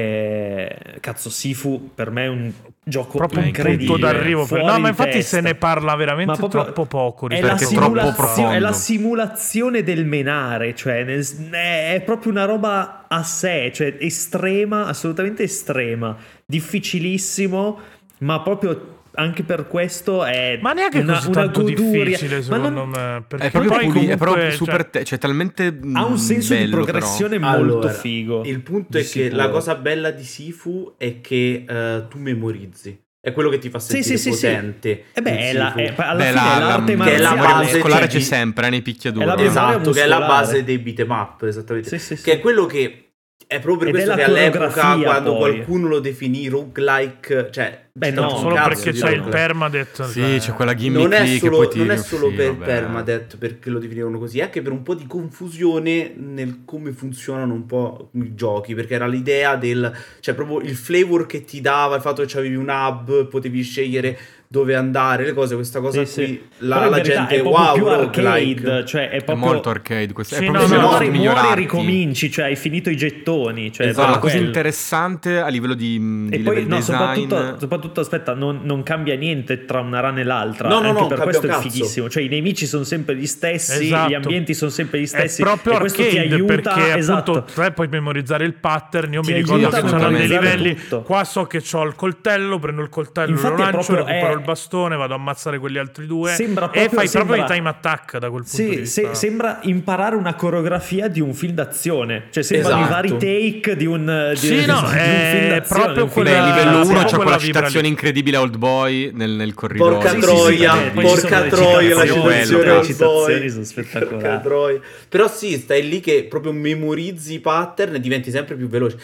[SPEAKER 3] Eh, cazzo, Sifu per me è un gioco
[SPEAKER 1] proprio un
[SPEAKER 3] incredibile.
[SPEAKER 1] punto d'arrivo. per-
[SPEAKER 3] fuori
[SPEAKER 1] No,
[SPEAKER 3] di
[SPEAKER 1] ma infatti
[SPEAKER 3] testa.
[SPEAKER 1] se ne parla
[SPEAKER 3] Ma
[SPEAKER 1] veramente
[SPEAKER 3] proprio-
[SPEAKER 1] troppo poco.
[SPEAKER 3] È
[SPEAKER 1] rispetto
[SPEAKER 3] la,
[SPEAKER 2] perché è troppo
[SPEAKER 3] simulazio-
[SPEAKER 2] profondo.
[SPEAKER 3] è la simulazione del menare, cioè nel- è proprio una roba a sé, cioè estrema, assolutamente estrema, difficilissimo, ma proprio anche per questo è
[SPEAKER 1] Ma neanche
[SPEAKER 3] una,
[SPEAKER 1] così
[SPEAKER 3] una
[SPEAKER 1] tanto
[SPEAKER 3] goduria.
[SPEAKER 1] difficile,
[SPEAKER 3] Ma
[SPEAKER 1] secondo
[SPEAKER 3] non-
[SPEAKER 1] me. Perché
[SPEAKER 2] È proprio
[SPEAKER 1] poi
[SPEAKER 2] pulito, è
[SPEAKER 1] comunque,
[SPEAKER 2] proprio super.
[SPEAKER 1] cioè,
[SPEAKER 2] te- cioè, talmente.
[SPEAKER 3] ha
[SPEAKER 2] mm,
[SPEAKER 3] un senso di
[SPEAKER 2] bello, però.
[SPEAKER 3] progressione molto
[SPEAKER 4] Allora,
[SPEAKER 3] figo.
[SPEAKER 4] Il punto
[SPEAKER 3] di
[SPEAKER 4] è che
[SPEAKER 3] sicuro.
[SPEAKER 4] la cosa bella di Sifu è che eh, tu memorizzi. È quello che ti fa
[SPEAKER 3] Sì,
[SPEAKER 4] sentire
[SPEAKER 3] sì, sì, sì.
[SPEAKER 4] potente.
[SPEAKER 3] E
[SPEAKER 4] il
[SPEAKER 3] Eh beh, è la,
[SPEAKER 4] Sifu.
[SPEAKER 3] è- alla
[SPEAKER 2] Beh,
[SPEAKER 3] fine
[SPEAKER 2] la,
[SPEAKER 3] è l'arte
[SPEAKER 2] la,
[SPEAKER 4] che è la
[SPEAKER 3] marziale.
[SPEAKER 4] base
[SPEAKER 2] muscolare
[SPEAKER 4] di-
[SPEAKER 2] c'è sempre eh, nei picchiaduro.
[SPEAKER 3] è la
[SPEAKER 2] eh.
[SPEAKER 3] base-
[SPEAKER 4] Esatto, che è la
[SPEAKER 3] muscolare.
[SPEAKER 4] base dei beat'em up, esattamente.
[SPEAKER 3] Sì, sì, sì.
[SPEAKER 4] Che è quello che è proprio per
[SPEAKER 3] Ed
[SPEAKER 4] questo
[SPEAKER 3] è
[SPEAKER 4] che
[SPEAKER 3] la
[SPEAKER 4] all'epoca
[SPEAKER 3] coreografia,
[SPEAKER 4] quando
[SPEAKER 3] poi.
[SPEAKER 4] qualcuno lo definì roguelike, cioè
[SPEAKER 3] Beh,
[SPEAKER 4] ci stava
[SPEAKER 3] no,
[SPEAKER 4] un
[SPEAKER 1] solo
[SPEAKER 4] cazzo
[SPEAKER 1] perché
[SPEAKER 4] di
[SPEAKER 1] c'è il
[SPEAKER 4] roguelike.
[SPEAKER 1] permadeath.
[SPEAKER 2] Sì,
[SPEAKER 1] cioè,
[SPEAKER 2] c'è quella gimmick
[SPEAKER 4] non è
[SPEAKER 2] lì
[SPEAKER 4] solo,
[SPEAKER 2] che poi
[SPEAKER 4] non è
[SPEAKER 2] tiri-
[SPEAKER 4] solo
[SPEAKER 2] sì,
[SPEAKER 4] per
[SPEAKER 2] vabbè.
[SPEAKER 4] permadeath perché lo definivano così, è anche per un po' di confusione nel come funzionano un po' i giochi, perché era l'idea del, cioè proprio il flavor che ti dava, il fatto che avevi un hub, potevi scegliere dove andare, le cose, questa cosa
[SPEAKER 3] Sì,
[SPEAKER 4] qui,
[SPEAKER 3] sì.
[SPEAKER 4] la,
[SPEAKER 3] Però in
[SPEAKER 4] la
[SPEAKER 3] verità
[SPEAKER 4] gente
[SPEAKER 3] è proprio
[SPEAKER 4] wow,
[SPEAKER 3] più
[SPEAKER 4] roguelike.
[SPEAKER 3] arcade, cioè è
[SPEAKER 2] È
[SPEAKER 3] proprio
[SPEAKER 2] molto arcade questo.
[SPEAKER 1] Sì,
[SPEAKER 2] è
[SPEAKER 1] no,
[SPEAKER 2] proprio
[SPEAKER 1] no,
[SPEAKER 2] no,
[SPEAKER 1] no,
[SPEAKER 3] muori, muori e
[SPEAKER 2] migliorarti.
[SPEAKER 3] ricominci, cioè hai finito i gettoni. Cioè,
[SPEAKER 2] Esatto, la
[SPEAKER 3] proprio
[SPEAKER 2] cosa
[SPEAKER 3] quello.
[SPEAKER 2] interessante a livello di, mm, di
[SPEAKER 3] E
[SPEAKER 2] level
[SPEAKER 3] poi no,
[SPEAKER 2] design.
[SPEAKER 3] soprattutto, soprattutto, aspetta, non, non cambia niente tra una run e l'altra.
[SPEAKER 4] No, no,
[SPEAKER 3] anche
[SPEAKER 4] no,
[SPEAKER 3] per
[SPEAKER 4] cambia
[SPEAKER 3] questo
[SPEAKER 4] un
[SPEAKER 3] è
[SPEAKER 4] cazzo.
[SPEAKER 3] fighissimo. Cioè, i nemici sono sempre gli stessi,
[SPEAKER 1] Esatto.
[SPEAKER 3] gli ambienti sono sempre gli stessi.
[SPEAKER 1] È proprio
[SPEAKER 3] e questo ti
[SPEAKER 1] arcade
[SPEAKER 3] aiuta
[SPEAKER 1] perché
[SPEAKER 3] esatto.
[SPEAKER 1] appunto te puoi memorizzare il pattern. Io
[SPEAKER 3] Ti
[SPEAKER 1] mi ricordo
[SPEAKER 2] aiuta
[SPEAKER 1] che
[SPEAKER 2] a
[SPEAKER 1] c'erano dei
[SPEAKER 2] memorizzare
[SPEAKER 1] livelli.
[SPEAKER 3] tutto.
[SPEAKER 1] Qua so che ho il coltello, prendo il coltello,
[SPEAKER 3] Infatti
[SPEAKER 1] lo
[SPEAKER 3] è
[SPEAKER 1] lancio,
[SPEAKER 3] proprio-
[SPEAKER 1] recupero
[SPEAKER 3] è-
[SPEAKER 1] il bastone, vado a ammazzare quegli altri due.
[SPEAKER 3] Sembra
[SPEAKER 1] e
[SPEAKER 3] proprio-
[SPEAKER 1] fai proprio
[SPEAKER 3] sembra-
[SPEAKER 1] i time attack da quel punto
[SPEAKER 3] Sì,
[SPEAKER 1] di
[SPEAKER 3] se-
[SPEAKER 1] vista.
[SPEAKER 3] sembra imparare una coreografia di un film d'azione. Cioè, sembrano
[SPEAKER 4] Esatto.
[SPEAKER 3] i vari take di un, di,
[SPEAKER 1] Sì,
[SPEAKER 3] di-
[SPEAKER 1] no,
[SPEAKER 3] di un
[SPEAKER 1] è
[SPEAKER 3] film d'azione,
[SPEAKER 1] proprio
[SPEAKER 3] un film
[SPEAKER 1] quella-
[SPEAKER 2] Beh,
[SPEAKER 3] d'azione.
[SPEAKER 2] livello
[SPEAKER 1] sì,
[SPEAKER 2] 1 c'è
[SPEAKER 1] quella
[SPEAKER 2] quella
[SPEAKER 1] vibra
[SPEAKER 2] citazione
[SPEAKER 1] lì.
[SPEAKER 2] incredibile Old Boy nel, nel corridoio.
[SPEAKER 4] Porca
[SPEAKER 3] Sì, sì,
[SPEAKER 4] troia,
[SPEAKER 3] sì, sì, poi ci sono
[SPEAKER 4] porca
[SPEAKER 3] le
[SPEAKER 4] troia, la
[SPEAKER 3] citazioni,
[SPEAKER 4] citazione
[SPEAKER 3] le
[SPEAKER 4] al
[SPEAKER 3] citazioni
[SPEAKER 4] boy.
[SPEAKER 3] sono spettacolari.
[SPEAKER 4] Porca troia. Però sì, stai lì che proprio memorizzi i pattern e diventi sempre più veloce.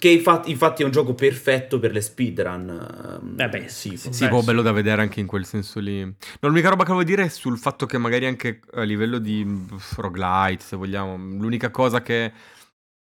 [SPEAKER 4] Che infatti, infatti è un gioco perfetto per le speedrun. ehm,
[SPEAKER 3] Eh beh, sì,
[SPEAKER 4] sì.
[SPEAKER 2] Sì,
[SPEAKER 3] Beh,
[SPEAKER 2] boh,
[SPEAKER 3] sì.
[SPEAKER 2] bello da vedere anche in quel senso lì. No, l'unica roba che volevo dire è sul fatto che magari anche a livello di mm, roguelite, se vogliamo, l'unica cosa che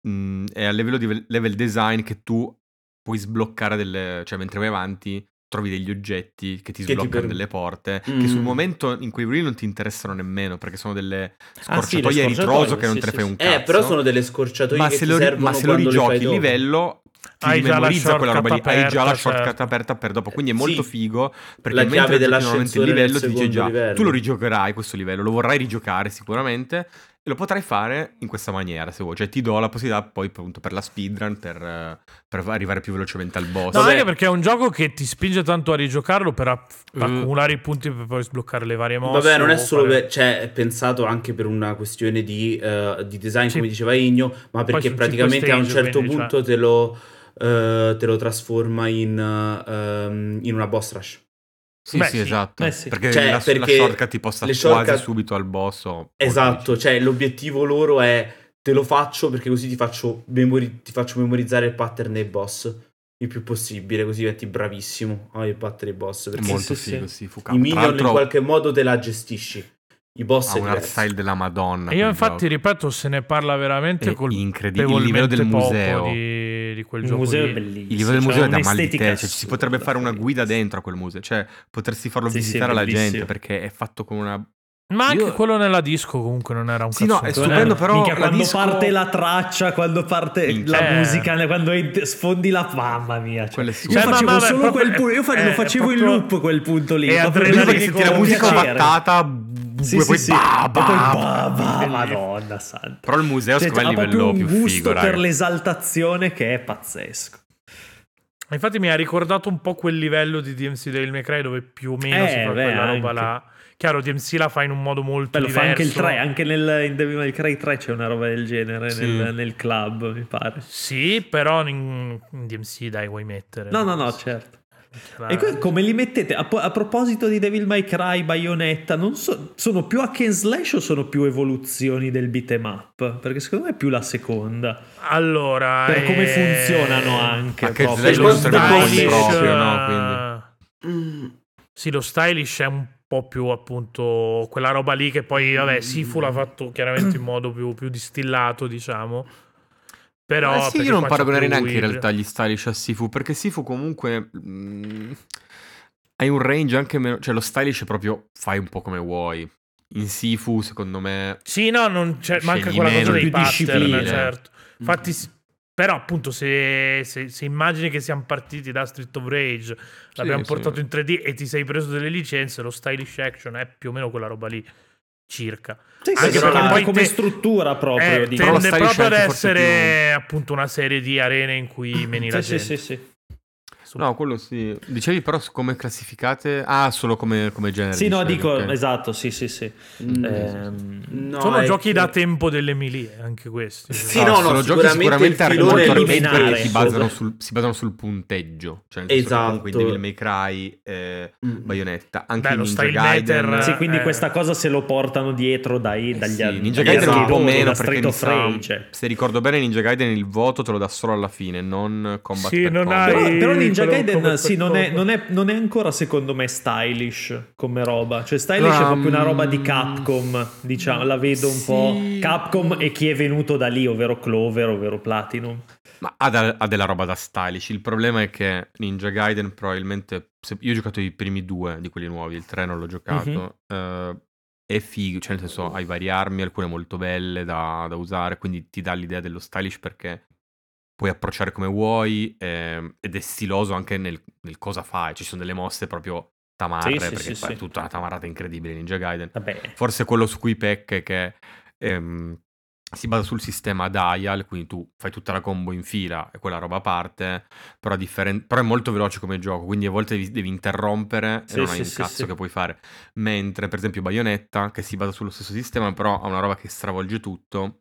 [SPEAKER 2] mm, è a livello di ve- level design che tu puoi sbloccare delle... cioè mentre vai avanti trovi degli oggetti che ti
[SPEAKER 4] Che ti
[SPEAKER 2] sbloccano
[SPEAKER 4] per-
[SPEAKER 2] delle porte
[SPEAKER 4] Mm.
[SPEAKER 2] che sul momento in cui non ti interessano nemmeno perché sono delle
[SPEAKER 3] Ah, sì, le
[SPEAKER 2] scorciatoie a ritroso
[SPEAKER 3] scorciatoie,
[SPEAKER 2] che non
[SPEAKER 3] sì,
[SPEAKER 2] te ne
[SPEAKER 3] sì,
[SPEAKER 2] fai
[SPEAKER 3] sì.
[SPEAKER 2] un cazzo.
[SPEAKER 4] Eh, però sono delle scorciatoie
[SPEAKER 2] ma se
[SPEAKER 4] Certo, che ti
[SPEAKER 2] lo, ri-
[SPEAKER 4] servono
[SPEAKER 2] ma se lo
[SPEAKER 4] quando li fai
[SPEAKER 2] rigiochi il
[SPEAKER 4] dopo.
[SPEAKER 2] livello ti
[SPEAKER 1] Hai già la
[SPEAKER 2] memorizza quella roba lì,
[SPEAKER 1] shortcut
[SPEAKER 2] hai già la
[SPEAKER 1] aperta,
[SPEAKER 2] shortcut
[SPEAKER 1] certo.
[SPEAKER 2] aperta per dopo, quindi è
[SPEAKER 4] Sì.
[SPEAKER 2] molto figo perché
[SPEAKER 4] La
[SPEAKER 2] mentre
[SPEAKER 4] chiave
[SPEAKER 2] giochi
[SPEAKER 4] dell'ascensore
[SPEAKER 2] nuovamente il
[SPEAKER 4] nel
[SPEAKER 2] livello ti dice
[SPEAKER 4] secondo
[SPEAKER 2] già
[SPEAKER 4] livello.
[SPEAKER 2] tu lo rigiocherai questo livello, lo vorrai rigiocare sicuramente e lo potrai fare in questa maniera se vuoi, cioè ti do la possibilità poi appunto per la speedrun per, eh, per arrivare più velocemente al boss.
[SPEAKER 1] No,
[SPEAKER 4] Vabbè.
[SPEAKER 1] anche perché è un gioco che ti spinge tanto a rigiocarlo per aff-
[SPEAKER 2] Mm.
[SPEAKER 1] accumulare i punti per poi sbloccare le varie mosse.
[SPEAKER 4] Vabbè, non è
[SPEAKER 1] o
[SPEAKER 4] solo
[SPEAKER 1] fare-
[SPEAKER 4] per, cioè, è pensato anche per una questione di, eh, di design,
[SPEAKER 1] Sì.
[SPEAKER 4] come diceva Igno, ma perché
[SPEAKER 1] sono
[SPEAKER 4] praticamente a
[SPEAKER 1] cinque
[SPEAKER 4] un
[SPEAKER 1] stage,
[SPEAKER 4] certo
[SPEAKER 1] quindi, cioè-
[SPEAKER 4] punto te, lo, eh, te lo trasforma in, eh, ehm, in una boss rush.
[SPEAKER 2] Sì,
[SPEAKER 1] Beh,
[SPEAKER 2] sì,
[SPEAKER 1] sì.
[SPEAKER 2] esatto.
[SPEAKER 3] Eh, sì.
[SPEAKER 2] Perché,
[SPEAKER 4] Cioè,
[SPEAKER 2] la, la
[SPEAKER 4] perché
[SPEAKER 2] shortcut ti possa
[SPEAKER 4] le
[SPEAKER 2] quasi
[SPEAKER 4] shortcut-
[SPEAKER 2] subito al boss. o- o
[SPEAKER 4] Esatto, cioè l'obiettivo loro è te lo faccio perché così ti faccio, memori- ti faccio memorizzare il pattern dei boss il più possibile, così diventi bravissimo a battere i boss. Perché
[SPEAKER 2] molto
[SPEAKER 3] Sì, sì,
[SPEAKER 2] figo,
[SPEAKER 3] sì.
[SPEAKER 2] sì, fu
[SPEAKER 4] i
[SPEAKER 2] cavolo. Tra
[SPEAKER 4] minion in
[SPEAKER 2] l'altro
[SPEAKER 4] qualche modo te la gestisci. I boss
[SPEAKER 2] ha
[SPEAKER 4] è
[SPEAKER 2] un art
[SPEAKER 4] diverso.
[SPEAKER 2] style della Madonna.
[SPEAKER 1] E io
[SPEAKER 2] quel
[SPEAKER 1] infatti,
[SPEAKER 2] gioco.
[SPEAKER 1] ripeto, se ne parla
[SPEAKER 3] Cioè,
[SPEAKER 1] veramente
[SPEAKER 2] È
[SPEAKER 1] col
[SPEAKER 2] incredibile Eh, il livello del
[SPEAKER 1] poco
[SPEAKER 2] museo.
[SPEAKER 1] Di, di quel
[SPEAKER 3] Il
[SPEAKER 1] gioco
[SPEAKER 3] museo
[SPEAKER 1] lì.
[SPEAKER 3] è bellissimo.
[SPEAKER 2] Il livello del
[SPEAKER 3] cioè,
[SPEAKER 2] museo è da mal di
[SPEAKER 3] un'estetica
[SPEAKER 2] te, cioè, ci si
[SPEAKER 3] assurda,
[SPEAKER 2] potrebbe fare una
[SPEAKER 3] cioè.
[SPEAKER 2] guida dentro a quel museo, cioè potersi farlo
[SPEAKER 3] Sì, sì,
[SPEAKER 2] visitare alla
[SPEAKER 3] bellissimo.
[SPEAKER 2] gente perché è fatto con una...
[SPEAKER 1] Ma anche
[SPEAKER 2] Io-
[SPEAKER 1] quello nella disco comunque non era un
[SPEAKER 2] Sì,
[SPEAKER 1] cazzo.
[SPEAKER 2] no, è stupendo,
[SPEAKER 1] Eh,
[SPEAKER 2] però
[SPEAKER 3] Minchia,
[SPEAKER 2] la
[SPEAKER 3] quando
[SPEAKER 2] disco-
[SPEAKER 3] parte la traccia, quando parte
[SPEAKER 2] Minchia.
[SPEAKER 1] Eh.
[SPEAKER 3] la musica, quando ent- sfondi la mamma mia. Cioè.
[SPEAKER 2] Quelle
[SPEAKER 3] Io
[SPEAKER 2] sì. Cioè,
[SPEAKER 1] ma-
[SPEAKER 3] facevo
[SPEAKER 1] ma- ma-
[SPEAKER 3] solo
[SPEAKER 1] proprio-
[SPEAKER 3] quel punto, io fa-
[SPEAKER 1] eh,
[SPEAKER 3] lo facevo in
[SPEAKER 1] proprio-
[SPEAKER 3] loop quel punto lì.
[SPEAKER 1] è
[SPEAKER 3] proprio
[SPEAKER 1] adrenalinico,
[SPEAKER 2] Prima che
[SPEAKER 3] per
[SPEAKER 1] dico,
[SPEAKER 2] senti la
[SPEAKER 1] un
[SPEAKER 2] musica
[SPEAKER 1] piacere.
[SPEAKER 2] battata, b-
[SPEAKER 3] Sì,
[SPEAKER 2] e
[SPEAKER 3] sì,
[SPEAKER 2] poi
[SPEAKER 3] sì.
[SPEAKER 2] ba,
[SPEAKER 3] E poi
[SPEAKER 2] ba,
[SPEAKER 3] ba, ba,
[SPEAKER 1] bellissimo.
[SPEAKER 3] madonna santa.
[SPEAKER 2] Però il museo
[SPEAKER 3] Cioè,
[SPEAKER 2] secondo me è
[SPEAKER 3] ha
[SPEAKER 2] il livello
[SPEAKER 3] proprio un
[SPEAKER 2] più
[SPEAKER 3] gusto
[SPEAKER 2] figo,
[SPEAKER 3] per
[SPEAKER 2] raga. Eh,
[SPEAKER 3] l'esaltazione che è pazzesco.
[SPEAKER 1] eh. Infatti mi ha ricordato un po' quel livello di DMC del May Cry dove più o meno
[SPEAKER 3] Eh,
[SPEAKER 1] si fa
[SPEAKER 3] beh,
[SPEAKER 1] quella roba
[SPEAKER 3] anche.
[SPEAKER 1] là. Chiaro, DMC la fa in un modo molto
[SPEAKER 3] Beh, lo fa
[SPEAKER 1] diverso.
[SPEAKER 3] anche il 3, anche nel, in Devil May Cry 3 c'è una roba del genere
[SPEAKER 2] Sì.
[SPEAKER 3] nel, nel club, mi pare.
[SPEAKER 1] Sì, però in, in DMC dai, vuoi mettere.
[SPEAKER 3] No, no, no, certo.
[SPEAKER 1] Tra-
[SPEAKER 3] E que- come li mettete? A, po- a proposito di Devil May Cry, Bayonetta, non so, sono più hack and slash o sono più evoluzioni del beat'em up? Perché secondo me è più la seconda.
[SPEAKER 1] Allora...
[SPEAKER 3] Per come
[SPEAKER 1] eh,
[SPEAKER 3] funzionano anche.
[SPEAKER 2] hack and slash
[SPEAKER 3] proprio.
[SPEAKER 1] Cioè, Lo
[SPEAKER 2] non serve
[SPEAKER 1] stylish,
[SPEAKER 2] quelli proprio, no?
[SPEAKER 1] eh,
[SPEAKER 2] Quindi-
[SPEAKER 4] Mm.
[SPEAKER 1] Sì, lo stylish è un po' più appunto quella roba lì che poi, vabbè, Sifu l'ha fatto chiaramente in modo più, più distillato, diciamo. Però...
[SPEAKER 2] Eh sì,
[SPEAKER 1] perché
[SPEAKER 2] io non
[SPEAKER 1] qua c'è
[SPEAKER 2] paragonerei
[SPEAKER 1] più
[SPEAKER 2] neanche in
[SPEAKER 1] il-
[SPEAKER 2] realtà gli stylish a Sifu, perché Sifu comunque... mm, hai un range anche meno... Cioè lo stylish è proprio fai un po' come vuoi. In Sifu, secondo me...
[SPEAKER 1] Sì, no, non c'è,
[SPEAKER 2] Scegli
[SPEAKER 1] manca quella cosa
[SPEAKER 2] meno,
[SPEAKER 1] dei
[SPEAKER 3] più disciplina.
[SPEAKER 1] pattern, certo. Infatti, s- però appunto se, se- se immagini che siamo partiti da Street of Rage, l'abbiamo
[SPEAKER 2] sì.
[SPEAKER 1] portato in 3D e ti sei preso delle licenze, lo stylish action è più o meno quella roba lì, circa.
[SPEAKER 3] Sì, sì,
[SPEAKER 1] Anche
[SPEAKER 3] sì,
[SPEAKER 1] perché
[SPEAKER 3] ma
[SPEAKER 1] poi
[SPEAKER 3] come
[SPEAKER 1] te-
[SPEAKER 3] struttura proprio.
[SPEAKER 1] Eh,
[SPEAKER 3] di-
[SPEAKER 2] Però la
[SPEAKER 1] tende
[SPEAKER 2] stylish
[SPEAKER 1] proprio ad
[SPEAKER 2] action forse è
[SPEAKER 1] essere appunto una serie di arene in cui meni la
[SPEAKER 3] Mm, Sì, sì,
[SPEAKER 1] gente.
[SPEAKER 3] sì, sì.
[SPEAKER 1] Su-
[SPEAKER 2] No, quello sì. Dicevi però su come classificate? Ah, solo come, come genere.
[SPEAKER 3] Sì, no,
[SPEAKER 2] dicevi,
[SPEAKER 3] dico,
[SPEAKER 2] ok.
[SPEAKER 3] esatto, sì, sì, sì.
[SPEAKER 4] Mm.
[SPEAKER 3] Ehm,
[SPEAKER 4] No,
[SPEAKER 1] Sono
[SPEAKER 4] è
[SPEAKER 1] giochi
[SPEAKER 4] che-
[SPEAKER 1] da tempo delle melee, anche questi. Cioè,
[SPEAKER 4] Sì, no, no,
[SPEAKER 2] sono giochi
[SPEAKER 4] sicuramente
[SPEAKER 2] sicuramente
[SPEAKER 4] il
[SPEAKER 2] ar-
[SPEAKER 4] filone
[SPEAKER 2] molto
[SPEAKER 3] è
[SPEAKER 2] arcade
[SPEAKER 3] lineare.
[SPEAKER 2] perché si basano, sul, si basano sul punteggio. Cioè, nel senso che comunque in
[SPEAKER 4] Esatto.
[SPEAKER 2] Devil May Cry, eh,
[SPEAKER 4] Mm.
[SPEAKER 2] Bayonetta, anche
[SPEAKER 1] Beh,
[SPEAKER 2] in
[SPEAKER 1] lo
[SPEAKER 2] Ninja
[SPEAKER 1] style
[SPEAKER 2] Gaiden.
[SPEAKER 1] meter-
[SPEAKER 3] sì, quindi
[SPEAKER 1] eh.
[SPEAKER 3] questa cosa se lo portano dietro dai,
[SPEAKER 2] eh
[SPEAKER 3] dagli
[SPEAKER 2] sì,
[SPEAKER 3] altri.
[SPEAKER 2] Ninja
[SPEAKER 4] dagli
[SPEAKER 2] Gaiden un po'
[SPEAKER 4] arcade,
[SPEAKER 2] meno
[SPEAKER 3] da
[SPEAKER 2] perché
[SPEAKER 3] Street
[SPEAKER 2] mi
[SPEAKER 3] of
[SPEAKER 2] sa,
[SPEAKER 3] Rage. cioè.
[SPEAKER 2] se ricordo bene Ninja Gaiden il voto te lo dà solo alla fine, non combat
[SPEAKER 1] Sì,
[SPEAKER 2] per
[SPEAKER 1] non
[SPEAKER 2] combat.
[SPEAKER 1] hai-
[SPEAKER 3] Però, però Ninja
[SPEAKER 1] quello- quello-
[SPEAKER 3] Gaiden sì, non, è,
[SPEAKER 1] quello-
[SPEAKER 3] non è- non è ancora secondo me stylish come roba. Cioè stylish è
[SPEAKER 2] Ah,
[SPEAKER 3] proprio una roba di
[SPEAKER 2] mm,
[SPEAKER 3] Capcom, diciamo, la vedo un
[SPEAKER 2] sì.
[SPEAKER 3] po'. Capcom e chi è venuto da lì, ovvero Clover, ovvero Platinum.
[SPEAKER 2] Ma ha, da- ha della roba da stylish. Il problema è che Ninja Gaiden probabilmente. se- io ho giocato i primi due di quelli nuovi, il tre non l'ho giocato.
[SPEAKER 3] Mhm.
[SPEAKER 2] eh, è figo, cioè nel senso hai varie armi, alcune molto belle da, da usare, quindi ti dà l'idea dello stylish perché puoi approcciare come vuoi ehm, ed è stiloso anche nel, nel cosa fai. Ci sono delle mosse proprio tamarre
[SPEAKER 3] Sì, sì,
[SPEAKER 2] perché
[SPEAKER 3] sì,
[SPEAKER 2] fa
[SPEAKER 3] sì.
[SPEAKER 2] tutta una tamarata incredibile Ninja Gaiden.
[SPEAKER 3] Vabbè.
[SPEAKER 2] Forse quello su cui pecca è che ehm, si basa sul sistema dial, quindi tu fai tutta la combo in fila e quella roba parte, però, a differen- però è molto veloce come gioco, quindi a volte devi, devi interrompere
[SPEAKER 3] Sì,
[SPEAKER 2] e non
[SPEAKER 3] sì,
[SPEAKER 2] hai un
[SPEAKER 3] sì,
[SPEAKER 2] cazzo
[SPEAKER 3] sì.
[SPEAKER 2] che puoi fare. Mentre per esempio Bayonetta, che si basa sullo stesso sistema, però ha una roba che stravolge tutto,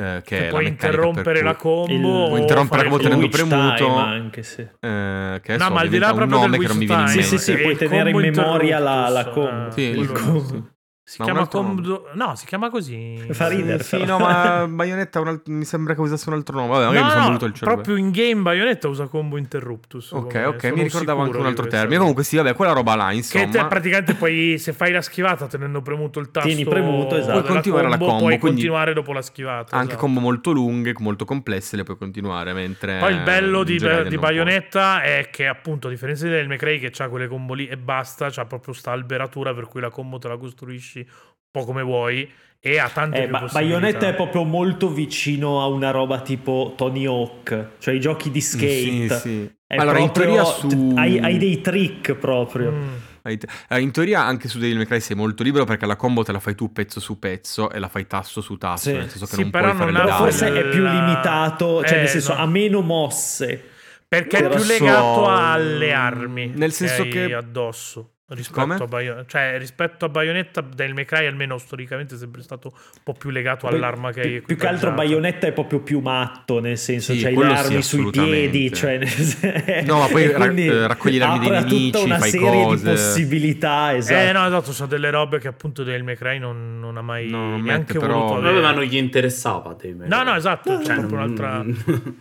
[SPEAKER 2] eh, che, è
[SPEAKER 1] Che
[SPEAKER 2] la
[SPEAKER 1] puoi
[SPEAKER 2] meccanica per
[SPEAKER 1] interrompere
[SPEAKER 2] cui-
[SPEAKER 1] la
[SPEAKER 3] Il-
[SPEAKER 1] combo.
[SPEAKER 3] puoi
[SPEAKER 1] o
[SPEAKER 2] interrompere la
[SPEAKER 1] fare
[SPEAKER 2] combo
[SPEAKER 1] il
[SPEAKER 2] tenendo
[SPEAKER 1] glitch.
[SPEAKER 3] Witch
[SPEAKER 2] premuto-
[SPEAKER 3] Time anche, sì.
[SPEAKER 2] eh, che
[SPEAKER 1] No,
[SPEAKER 2] adesso
[SPEAKER 1] ma al di
[SPEAKER 2] diventa
[SPEAKER 1] là
[SPEAKER 2] un
[SPEAKER 1] proprio del
[SPEAKER 2] nome che non mi viene in
[SPEAKER 1] Time,
[SPEAKER 3] Sì,
[SPEAKER 2] mente.
[SPEAKER 3] sì, sì,
[SPEAKER 1] eh,
[SPEAKER 3] puoi
[SPEAKER 1] il
[SPEAKER 3] tenere in
[SPEAKER 1] combo
[SPEAKER 3] memoria la- la
[SPEAKER 1] interrotto,
[SPEAKER 3] combo.
[SPEAKER 1] eh,
[SPEAKER 2] Sì,
[SPEAKER 1] quello-
[SPEAKER 2] il-
[SPEAKER 3] combo.
[SPEAKER 1] Si
[SPEAKER 2] Ma un
[SPEAKER 1] chiama
[SPEAKER 2] altro nome.
[SPEAKER 1] Comdo- No, si chiama così.
[SPEAKER 3] Fa ridere,
[SPEAKER 2] Sì,
[SPEAKER 3] però.
[SPEAKER 2] no,
[SPEAKER 3] (laughs)
[SPEAKER 2] ma Bayonetta ha un alt- mi sembra che usasse un altro nome. Vabbè, magari
[SPEAKER 1] No,
[SPEAKER 2] mi sono
[SPEAKER 1] no,
[SPEAKER 2] voluto il cervello.
[SPEAKER 1] Proprio in game Bayonetta usa combo interruptus.
[SPEAKER 2] Ok,
[SPEAKER 1] come-
[SPEAKER 2] ok,
[SPEAKER 1] sono
[SPEAKER 2] mi ricordavo anche
[SPEAKER 1] sicuro
[SPEAKER 2] un altro
[SPEAKER 1] di questa
[SPEAKER 2] termine.
[SPEAKER 1] cosa.
[SPEAKER 2] Comunque, sì, vabbè, quella roba là,
[SPEAKER 1] Che
[SPEAKER 2] insomma.
[SPEAKER 1] te praticamente poi se fai la schivata tenendo premuto il tasto
[SPEAKER 3] Tieni premuto, esatto.
[SPEAKER 1] della
[SPEAKER 2] Puoi continuare la combo,
[SPEAKER 1] puoi
[SPEAKER 2] quindi-
[SPEAKER 1] continuare dopo la schivata.
[SPEAKER 2] Anche
[SPEAKER 1] esatto.
[SPEAKER 2] combo molto lunghe, molto complesse, le puoi continuare. Mentre
[SPEAKER 1] Poi il bello
[SPEAKER 2] eh, in
[SPEAKER 1] di,
[SPEAKER 2] generale
[SPEAKER 1] di
[SPEAKER 2] non puoi.
[SPEAKER 1] Bayonetta è che appunto a differenza del McRae che c'ha quelle combo lì e basta, c'ha proprio sta alberatura per cui la combo te la costruisci un po' come vuoi e ha tante
[SPEAKER 3] Eh,
[SPEAKER 1] più
[SPEAKER 3] ma
[SPEAKER 1] possibilità.
[SPEAKER 3] Bayonetta è proprio molto vicino a una roba tipo Tony Hawk, cioè i giochi di skate.
[SPEAKER 2] Mm, Sì, sì.
[SPEAKER 3] È
[SPEAKER 2] Allora, in
[SPEAKER 3] proprio-
[SPEAKER 2] teoria su-
[SPEAKER 3] hai, hai dei trick proprio.
[SPEAKER 1] Mm.
[SPEAKER 2] Hai te- eh, In teoria anche su Devil May Cry sei molto libero perché la combo te la fai tu pezzo su pezzo e la fai tasto su tasto,
[SPEAKER 3] Sì.
[SPEAKER 2] nel senso che
[SPEAKER 1] Sì,
[SPEAKER 2] non
[SPEAKER 1] però
[SPEAKER 2] puoi fare
[SPEAKER 1] non
[SPEAKER 2] le
[SPEAKER 1] ha
[SPEAKER 3] Però
[SPEAKER 1] dai.
[SPEAKER 2] dalle.
[SPEAKER 3] forse è più
[SPEAKER 1] La-
[SPEAKER 3] limitato, cioè
[SPEAKER 1] Eh,
[SPEAKER 3] nel senso
[SPEAKER 1] no.
[SPEAKER 3] ha meno mosse.
[SPEAKER 1] Perché è
[SPEAKER 3] Però
[SPEAKER 1] più
[SPEAKER 2] so- mm,
[SPEAKER 1] legato alle armi.
[SPEAKER 2] Nel senso
[SPEAKER 1] hai
[SPEAKER 2] che-
[SPEAKER 1] addosso. Rispetto
[SPEAKER 2] Come?
[SPEAKER 1] a, Bayon- cioè, rispetto a Bayonetta, Del Cry almeno storicamente è sempre stato un po' più legato
[SPEAKER 3] Poi,
[SPEAKER 1] all'arma che hai
[SPEAKER 3] più, più che altro
[SPEAKER 1] equipaggiato.
[SPEAKER 3] Bayonetta è proprio più matto, nel senso,
[SPEAKER 2] Sì,
[SPEAKER 3] cioè le
[SPEAKER 2] quello sì,
[SPEAKER 3] armi sui
[SPEAKER 2] assolutamente.
[SPEAKER 3] piedi, cioè nel-
[SPEAKER 2] No, ma poi
[SPEAKER 3] (laughs) e
[SPEAKER 2] ra-
[SPEAKER 3] quindi
[SPEAKER 2] eh, raccogli le armi dei
[SPEAKER 3] apre a tutta
[SPEAKER 2] nemici,
[SPEAKER 3] una
[SPEAKER 2] fai
[SPEAKER 3] serie
[SPEAKER 2] cose.
[SPEAKER 3] di possibilità, esatto.
[SPEAKER 1] Eh no, esatto, sono delle robe che appunto Del Cry non, non ha mai
[SPEAKER 2] No, non
[SPEAKER 1] neanche
[SPEAKER 2] mette, però-
[SPEAKER 1] voluto
[SPEAKER 2] Vabbè,
[SPEAKER 1] avere.
[SPEAKER 4] Vabbè, ma non gli interessava a te.
[SPEAKER 1] No, no, esatto, c'è
[SPEAKER 4] Cioè,
[SPEAKER 1] proprio
[SPEAKER 4] non-
[SPEAKER 1] un'altra...
[SPEAKER 4] (laughs)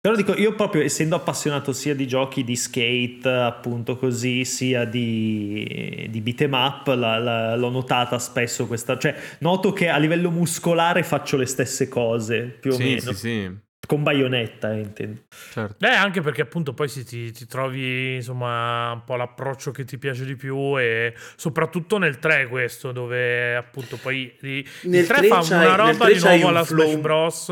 [SPEAKER 3] Però dico, io proprio essendo appassionato sia di giochi di skate, appunto così, sia di, di beat'em up, la- la- l'ho notata spesso questa... Cioè, noto che a livello muscolare faccio le stesse cose, più o
[SPEAKER 2] Sì,
[SPEAKER 3] meno.
[SPEAKER 2] sì, sì,
[SPEAKER 3] Con baionetta, eh, intendo.
[SPEAKER 2] certo.
[SPEAKER 1] Eh, anche perché appunto poi sì, ti, ti trovi insomma un po' l'approccio che ti piace di più e soprattutto nel 3 questo dove appunto poi i- il
[SPEAKER 4] Nel
[SPEAKER 1] 3
[SPEAKER 4] 3
[SPEAKER 1] fa
[SPEAKER 4] c'hai-
[SPEAKER 1] una
[SPEAKER 4] nel
[SPEAKER 1] roba
[SPEAKER 4] 3
[SPEAKER 1] di nuovo
[SPEAKER 4] c'hai un
[SPEAKER 1] alla
[SPEAKER 4] flow- eh,
[SPEAKER 1] Smash Bros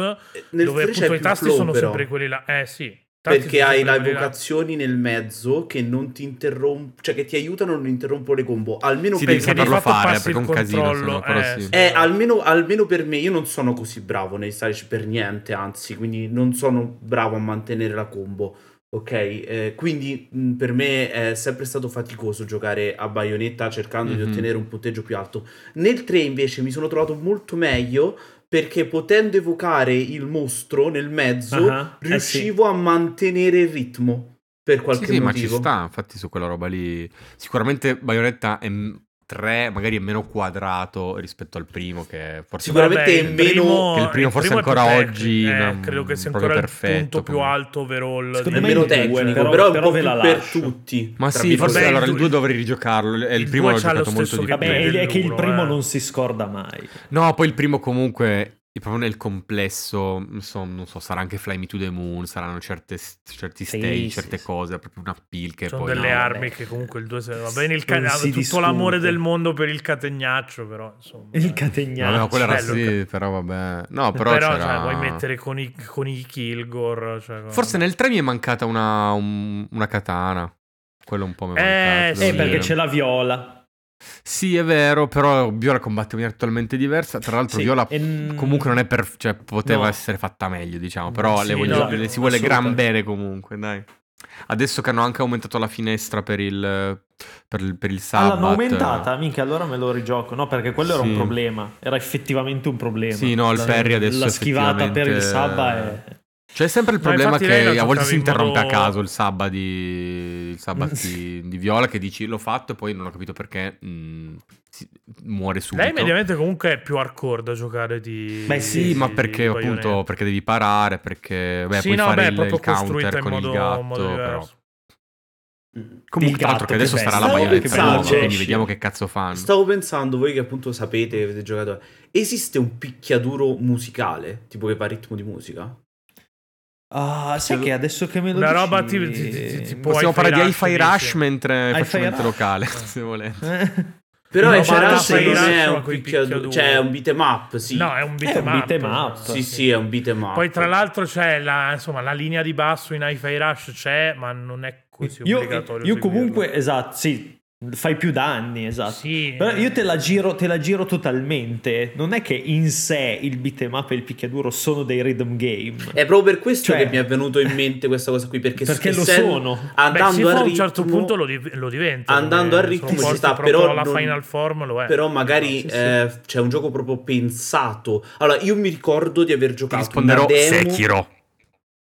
[SPEAKER 4] Nel
[SPEAKER 1] dove
[SPEAKER 4] 3 c'è
[SPEAKER 1] appunto i
[SPEAKER 4] più
[SPEAKER 1] tasti
[SPEAKER 4] flow,
[SPEAKER 1] sono
[SPEAKER 4] però.
[SPEAKER 1] sempre quelli là. Eh sì. tanti
[SPEAKER 4] Perché
[SPEAKER 1] sono
[SPEAKER 4] hai
[SPEAKER 1] sempre
[SPEAKER 4] le
[SPEAKER 1] quelli là.
[SPEAKER 4] vocazioni nel mezzo che non ti interrompono, cioè che ti aiutano a non interrompere le combo. Almeno
[SPEAKER 2] Sì,
[SPEAKER 4] per-
[SPEAKER 2] devi
[SPEAKER 1] perché di
[SPEAKER 2] saperlo
[SPEAKER 1] fatto
[SPEAKER 2] fare,
[SPEAKER 1] passi
[SPEAKER 2] perché è
[SPEAKER 1] il
[SPEAKER 2] un casino, se
[SPEAKER 1] controllo,
[SPEAKER 2] no, però
[SPEAKER 1] eh,
[SPEAKER 2] sì.
[SPEAKER 1] sì.
[SPEAKER 4] Eh, almeno, almeno per me, io non sono così bravo nei stage per niente, anzi, quindi non sono bravo a mantenere la combo. Ok, Eh, quindi mh, per me è sempre stato faticoso giocare a Bayonetta cercando
[SPEAKER 2] Mhm.
[SPEAKER 4] di ottenere un punteggio più alto. Nel 3 invece mi sono trovato molto meglio perché potendo evocare il mostro nel mezzo
[SPEAKER 3] Ah, eh sì.
[SPEAKER 4] riuscivo a mantenere il ritmo per
[SPEAKER 2] Sì,
[SPEAKER 4] qualche
[SPEAKER 2] sì, ma ci
[SPEAKER 4] motivo.
[SPEAKER 2] sta, infatti su quella roba lì. Sicuramente Bayonetta è 3, magari è meno quadrato rispetto al primo, che forse
[SPEAKER 4] Sicuramente
[SPEAKER 1] Vabbè,
[SPEAKER 4] è meno-
[SPEAKER 2] Che il primo forse
[SPEAKER 1] è più
[SPEAKER 2] ancora
[SPEAKER 1] tecnico,
[SPEAKER 2] oggi,
[SPEAKER 1] eh,
[SPEAKER 2] non-
[SPEAKER 1] credo che sia
[SPEAKER 2] proprio
[SPEAKER 1] ancora il
[SPEAKER 2] perfetto,
[SPEAKER 1] punto più
[SPEAKER 2] comunque.
[SPEAKER 1] alto overall.
[SPEAKER 3] Secondo
[SPEAKER 1] di-
[SPEAKER 4] È
[SPEAKER 3] me
[SPEAKER 4] meno
[SPEAKER 3] il due,
[SPEAKER 4] tecnico,
[SPEAKER 3] però-
[SPEAKER 4] però, è un
[SPEAKER 3] però
[SPEAKER 4] po'
[SPEAKER 3] ve
[SPEAKER 4] più
[SPEAKER 3] la
[SPEAKER 4] per
[SPEAKER 3] lascio.
[SPEAKER 4] tutti.
[SPEAKER 2] Ma
[SPEAKER 4] tra
[SPEAKER 2] sì, forse
[SPEAKER 1] Vabbè,
[SPEAKER 4] virgolette.
[SPEAKER 2] allora il
[SPEAKER 1] il
[SPEAKER 2] 2
[SPEAKER 1] due-
[SPEAKER 2] dovrei rigiocarlo, il, il
[SPEAKER 1] il
[SPEAKER 2] primo
[SPEAKER 1] due
[SPEAKER 2] l'ho
[SPEAKER 1] c'ha lo
[SPEAKER 2] giocato molto
[SPEAKER 1] stesso
[SPEAKER 2] di
[SPEAKER 1] gameplay
[SPEAKER 3] Vabbè,
[SPEAKER 1] del
[SPEAKER 2] più.
[SPEAKER 3] è, è che il
[SPEAKER 1] uno,
[SPEAKER 3] primo
[SPEAKER 1] eh.
[SPEAKER 3] non si scorda mai.
[SPEAKER 2] No, poi il primo comunque, è proprio nel complesso, insomma, non so, sarà anche Fly Me to the Moon, saranno certe, certi
[SPEAKER 3] Sì,
[SPEAKER 2] stage,
[SPEAKER 3] sì,
[SPEAKER 2] certe
[SPEAKER 3] sì.
[SPEAKER 2] cose, è proprio una pill che
[SPEAKER 1] Sono
[SPEAKER 2] poi...
[SPEAKER 1] delle
[SPEAKER 2] no.
[SPEAKER 3] armi.
[SPEAKER 1] armi che comunque il 2 se... va bene il ca-
[SPEAKER 3] Non si
[SPEAKER 1] tutto
[SPEAKER 3] discute.
[SPEAKER 1] l'amore del mondo per il categnaccio però insomma
[SPEAKER 3] Il
[SPEAKER 1] eh.
[SPEAKER 3] categnaccio.
[SPEAKER 2] No, no, quella era
[SPEAKER 1] Bello il
[SPEAKER 2] sì, però vabbè. No, però,
[SPEAKER 1] cioè. però,
[SPEAKER 2] c'era...
[SPEAKER 1] cioè, vuoi mettere con i, con i Kilgore cioè, con-
[SPEAKER 2] Forse nel 3 mi è mancata una, un- una katana. Quello un po' mi è
[SPEAKER 1] Eh,
[SPEAKER 2] mancato.
[SPEAKER 1] sì,
[SPEAKER 2] devo
[SPEAKER 3] Eh, perché
[SPEAKER 2] dire.
[SPEAKER 3] c'è la viola.
[SPEAKER 2] Sì, è vero, però Viola combatte in maniera totalmente diversa. Tra l'altro
[SPEAKER 3] Sì,
[SPEAKER 2] Viola
[SPEAKER 3] e n-
[SPEAKER 2] comunque non è per... Cioè, poteva
[SPEAKER 3] No.
[SPEAKER 2] essere fatta meglio, diciamo. Però
[SPEAKER 1] Sì,
[SPEAKER 2] le, voglio-
[SPEAKER 1] no,
[SPEAKER 2] le si vuole gran
[SPEAKER 3] assolutamente.
[SPEAKER 2] bene comunque, dai. Adesso che hanno anche aumentato la finestra per il... Per il, per il
[SPEAKER 3] Ah,
[SPEAKER 2] sabato.
[SPEAKER 3] l'hanno aumentata, minchia, allora me lo rigioco. No, perché quello era
[SPEAKER 2] Sì.
[SPEAKER 3] un problema. Era effettivamente un problema.
[SPEAKER 2] Sì, no, il
[SPEAKER 3] La-
[SPEAKER 2] Perry adesso
[SPEAKER 3] La schivata per il
[SPEAKER 2] effettivamente-
[SPEAKER 3] Sabba è...
[SPEAKER 2] C'è sempre il
[SPEAKER 1] No,
[SPEAKER 2] problema
[SPEAKER 1] infatti lei la
[SPEAKER 2] che a volte
[SPEAKER 1] giocava
[SPEAKER 2] si
[SPEAKER 1] in
[SPEAKER 2] interrompe
[SPEAKER 1] modo-
[SPEAKER 2] a caso il sabato di,
[SPEAKER 1] (laughs)
[SPEAKER 2] il sabato
[SPEAKER 3] Sì.
[SPEAKER 2] di, di Viola che dici l'ho fatto e poi non ho capito perché mm, si- muore subito.
[SPEAKER 1] lei mediamente comunque è più hardcore da giocare di
[SPEAKER 3] Beh,
[SPEAKER 2] Sì,
[SPEAKER 1] di-
[SPEAKER 2] ma
[SPEAKER 1] di
[SPEAKER 2] perché
[SPEAKER 1] Bayonetta.
[SPEAKER 2] appunto perché devi parare, perché beh,
[SPEAKER 1] sì,
[SPEAKER 2] puoi
[SPEAKER 1] no,
[SPEAKER 2] fare
[SPEAKER 1] beh, è
[SPEAKER 2] il,
[SPEAKER 1] proprio
[SPEAKER 2] il counter
[SPEAKER 1] costruita
[SPEAKER 2] con
[SPEAKER 1] in modo,
[SPEAKER 2] il
[SPEAKER 1] in
[SPEAKER 2] gatto,
[SPEAKER 1] modo
[SPEAKER 2] però.
[SPEAKER 1] diverso.
[SPEAKER 2] Comunque,
[SPEAKER 3] Il
[SPEAKER 2] tra l'altro che
[SPEAKER 3] gatto,
[SPEAKER 2] adesso
[SPEAKER 3] che
[SPEAKER 2] sarà la
[SPEAKER 3] bello.
[SPEAKER 2] baionetta
[SPEAKER 4] Stavo
[SPEAKER 2] nuova,
[SPEAKER 4] pensando-
[SPEAKER 2] quindi vediamo che cazzo fanno.
[SPEAKER 4] Stavo pensando, voi che appunto sapete, che avete giocato, esiste un picchiaduro musicale, tipo che fa a ritmo di musica?
[SPEAKER 3] Ah, sai che adesso che me lo
[SPEAKER 1] Cioè, Una
[SPEAKER 3] dici...
[SPEAKER 1] roba ti- ti- ti- ti- tipo-
[SPEAKER 2] Possiamo
[SPEAKER 1] Hi-Fi
[SPEAKER 2] parlare di
[SPEAKER 1] Rush,
[SPEAKER 2] hi
[SPEAKER 1] dici?
[SPEAKER 2] Rush mentre
[SPEAKER 3] Hi-Fi
[SPEAKER 2] facciamo mente
[SPEAKER 3] Rush.
[SPEAKER 2] locale,
[SPEAKER 1] Eh.
[SPEAKER 2] se volete.
[SPEAKER 3] Eh?
[SPEAKER 4] Però
[SPEAKER 1] No,
[SPEAKER 4] in
[SPEAKER 1] ma
[SPEAKER 4] realtà
[SPEAKER 1] era
[SPEAKER 4] secondo
[SPEAKER 1] Fire
[SPEAKER 4] me è
[SPEAKER 1] Rush, ma
[SPEAKER 4] un
[SPEAKER 1] coi
[SPEAKER 4] picchiaduro,
[SPEAKER 1] picchiaduro.
[SPEAKER 4] cioè è un beat'em up, sì.
[SPEAKER 1] no è un
[SPEAKER 3] È
[SPEAKER 1] beat'em
[SPEAKER 3] un
[SPEAKER 1] up,
[SPEAKER 3] beat'em up.
[SPEAKER 4] sì, sì, è un beat'em up.
[SPEAKER 1] Poi, tra l'altro, c'è la, insomma, la linea di basso in Hi-Fi Rush c'è, ma non è così
[SPEAKER 3] Io,
[SPEAKER 1] obbligatorio.
[SPEAKER 3] io
[SPEAKER 1] seguirla.
[SPEAKER 3] comunque, esatto, sì, fai più danni, esatto.
[SPEAKER 1] Sì. eh.
[SPEAKER 3] Però io te la, giro, te la giro totalmente. Non è che in sé il beat'em up e il picchiaduro sono dei rhythm game.
[SPEAKER 4] È proprio per questo
[SPEAKER 3] Cioè-
[SPEAKER 4] che mi è venuto in mente questa cosa qui, perché,
[SPEAKER 3] Perché lo
[SPEAKER 4] essen-
[SPEAKER 3] sono.
[SPEAKER 1] Beh,
[SPEAKER 4] Andando
[SPEAKER 1] sì,
[SPEAKER 4] a
[SPEAKER 1] a un
[SPEAKER 4] ritmo-
[SPEAKER 1] certo punto lo, div- lo diventa.
[SPEAKER 4] Andando
[SPEAKER 1] come
[SPEAKER 4] a ritmo
[SPEAKER 1] sono
[SPEAKER 4] ci sta,
[SPEAKER 1] posti proprio
[SPEAKER 4] però
[SPEAKER 1] La
[SPEAKER 4] non-
[SPEAKER 1] Final Form lo è.
[SPEAKER 4] Però magari
[SPEAKER 3] Sì, sì.
[SPEAKER 4] eh, c'è un gioco proprio pensato. Allora, io mi ricordo di aver
[SPEAKER 2] Ti
[SPEAKER 3] Esatto,
[SPEAKER 4] giocato una
[SPEAKER 2] risponderò
[SPEAKER 4] demo.
[SPEAKER 2] Sekiro.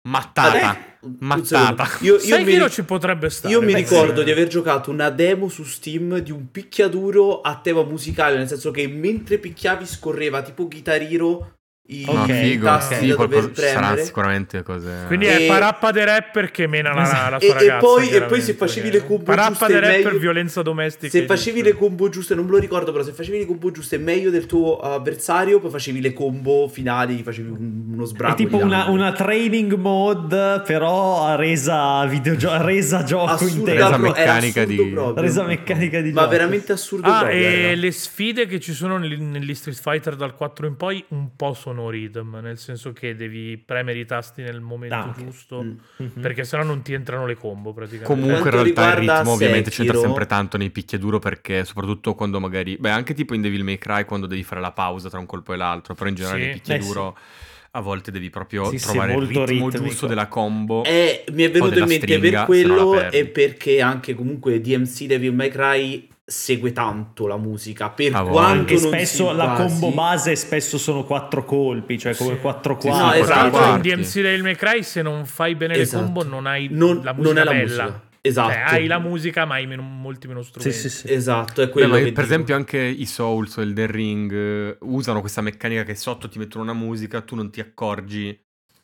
[SPEAKER 2] Mattata.
[SPEAKER 4] Vabbè, un
[SPEAKER 2] Mattata.
[SPEAKER 4] secondo. Io, io
[SPEAKER 1] Sai
[SPEAKER 4] mi-
[SPEAKER 1] che io ci potrebbe stare. eh.
[SPEAKER 4] io mi
[SPEAKER 1] Beh,
[SPEAKER 4] ricordo
[SPEAKER 1] sì.
[SPEAKER 4] di aver giocato una demo su Steam di un picchiaduro a tema musicale, nel senso che mentre picchiavi scorreva tipo chitariro i,
[SPEAKER 2] No,
[SPEAKER 3] Ok,
[SPEAKER 2] figo,
[SPEAKER 4] tasti
[SPEAKER 2] sì,
[SPEAKER 4] da dover
[SPEAKER 2] qualcosa, ci saranno
[SPEAKER 4] premere.
[SPEAKER 2] sicuramente cose...
[SPEAKER 1] Quindi
[SPEAKER 4] E-
[SPEAKER 1] è Parappa de Rapper che mena la, la
[SPEAKER 4] Esatto. E-
[SPEAKER 1] sua
[SPEAKER 4] e
[SPEAKER 1] ragazza.
[SPEAKER 4] poi- e poi
[SPEAKER 1] chiaramente,
[SPEAKER 4] se facevi
[SPEAKER 1] che-
[SPEAKER 4] le combo
[SPEAKER 1] Parappa
[SPEAKER 4] giuste
[SPEAKER 1] de Rapper,
[SPEAKER 4] meglio-
[SPEAKER 1] violenza domestica.
[SPEAKER 4] Se
[SPEAKER 1] e
[SPEAKER 4] facevi
[SPEAKER 1] tutto.
[SPEAKER 4] le combo giuste, non me lo ricordo, però se facevi le combo giuste meglio del tuo avversario, poi facevi le combo finali, gli facevi un- uno sbracco.
[SPEAKER 3] È tipo
[SPEAKER 4] di
[SPEAKER 3] una,
[SPEAKER 4] danni.
[SPEAKER 3] una training mode, però resa, videogio- resa gioco
[SPEAKER 4] assurda,
[SPEAKER 3] intero.
[SPEAKER 2] Resa
[SPEAKER 4] pro- era
[SPEAKER 2] meccanica
[SPEAKER 4] assurdo
[SPEAKER 2] di-
[SPEAKER 4] proprio.
[SPEAKER 3] Resa meccanica di
[SPEAKER 4] Ma
[SPEAKER 3] gioco.
[SPEAKER 4] veramente assurdo
[SPEAKER 1] Ah,
[SPEAKER 4] proprio,
[SPEAKER 1] e
[SPEAKER 4] raga.
[SPEAKER 1] le sfide che ci sono nel- negli Street Fighter dal 4 in poi un po' sono rhythm, nel senso che devi premere i tasti nel momento
[SPEAKER 3] Ah, ok.
[SPEAKER 1] giusto,
[SPEAKER 4] Mm.
[SPEAKER 3] Mhm.
[SPEAKER 1] perché sennò non ti entrano le combo praticamente.
[SPEAKER 2] Comunque in
[SPEAKER 4] Per quanto
[SPEAKER 2] realtà il
[SPEAKER 4] riguarda
[SPEAKER 2] ritmo ovviamente
[SPEAKER 4] Sekiro-
[SPEAKER 2] c'entra sempre tanto nei picchiaduro perché soprattutto quando magari... Beh, anche tipo in Devil May Cry quando devi fare la pausa tra un colpo e l'altro, però in generale
[SPEAKER 1] Sì.
[SPEAKER 2] nei picchiaduro a volte devi proprio
[SPEAKER 3] Sì, sì,
[SPEAKER 2] trovare il
[SPEAKER 3] molto
[SPEAKER 2] ritmo
[SPEAKER 3] ritmico.
[SPEAKER 2] giusto della combo.
[SPEAKER 4] Eh, mi è venuto
[SPEAKER 2] della
[SPEAKER 4] in mente
[SPEAKER 2] stringa,
[SPEAKER 4] per
[SPEAKER 2] se non la
[SPEAKER 4] quello
[SPEAKER 2] perdi.
[SPEAKER 4] e perché anche comunque DMC Devil May Cry segue tanto la musica, per
[SPEAKER 2] Ah, voglia.
[SPEAKER 4] quanto
[SPEAKER 3] Anche
[SPEAKER 4] non
[SPEAKER 3] spesso
[SPEAKER 4] si
[SPEAKER 3] la
[SPEAKER 4] quasi-
[SPEAKER 3] combo base spesso sono quattro colpi, cioè come
[SPEAKER 1] Sì.
[SPEAKER 3] quattro
[SPEAKER 2] Sì, sì,
[SPEAKER 3] quadri.
[SPEAKER 4] No,
[SPEAKER 1] Tra
[SPEAKER 4] esatto.
[SPEAKER 1] l'altro in
[SPEAKER 2] quarti.
[SPEAKER 1] DMC del May Cry se non fai bene
[SPEAKER 4] Esatto.
[SPEAKER 1] le combo non hai
[SPEAKER 4] non,
[SPEAKER 1] la musica
[SPEAKER 4] non è la
[SPEAKER 1] bella.
[SPEAKER 4] musica. Esatto.
[SPEAKER 1] Cioè, hai la musica ma hai meno- molti meno
[SPEAKER 3] Sì,
[SPEAKER 1] strumenti.
[SPEAKER 3] sì, sì.
[SPEAKER 4] Esatto, è
[SPEAKER 2] Beh,
[SPEAKER 4] quello
[SPEAKER 2] ma
[SPEAKER 4] che
[SPEAKER 2] per
[SPEAKER 4] dico.
[SPEAKER 2] esempio anche i Souls o il The Ring eh, usano questa meccanica che sotto ti mettono una musica, tu non ti accorgi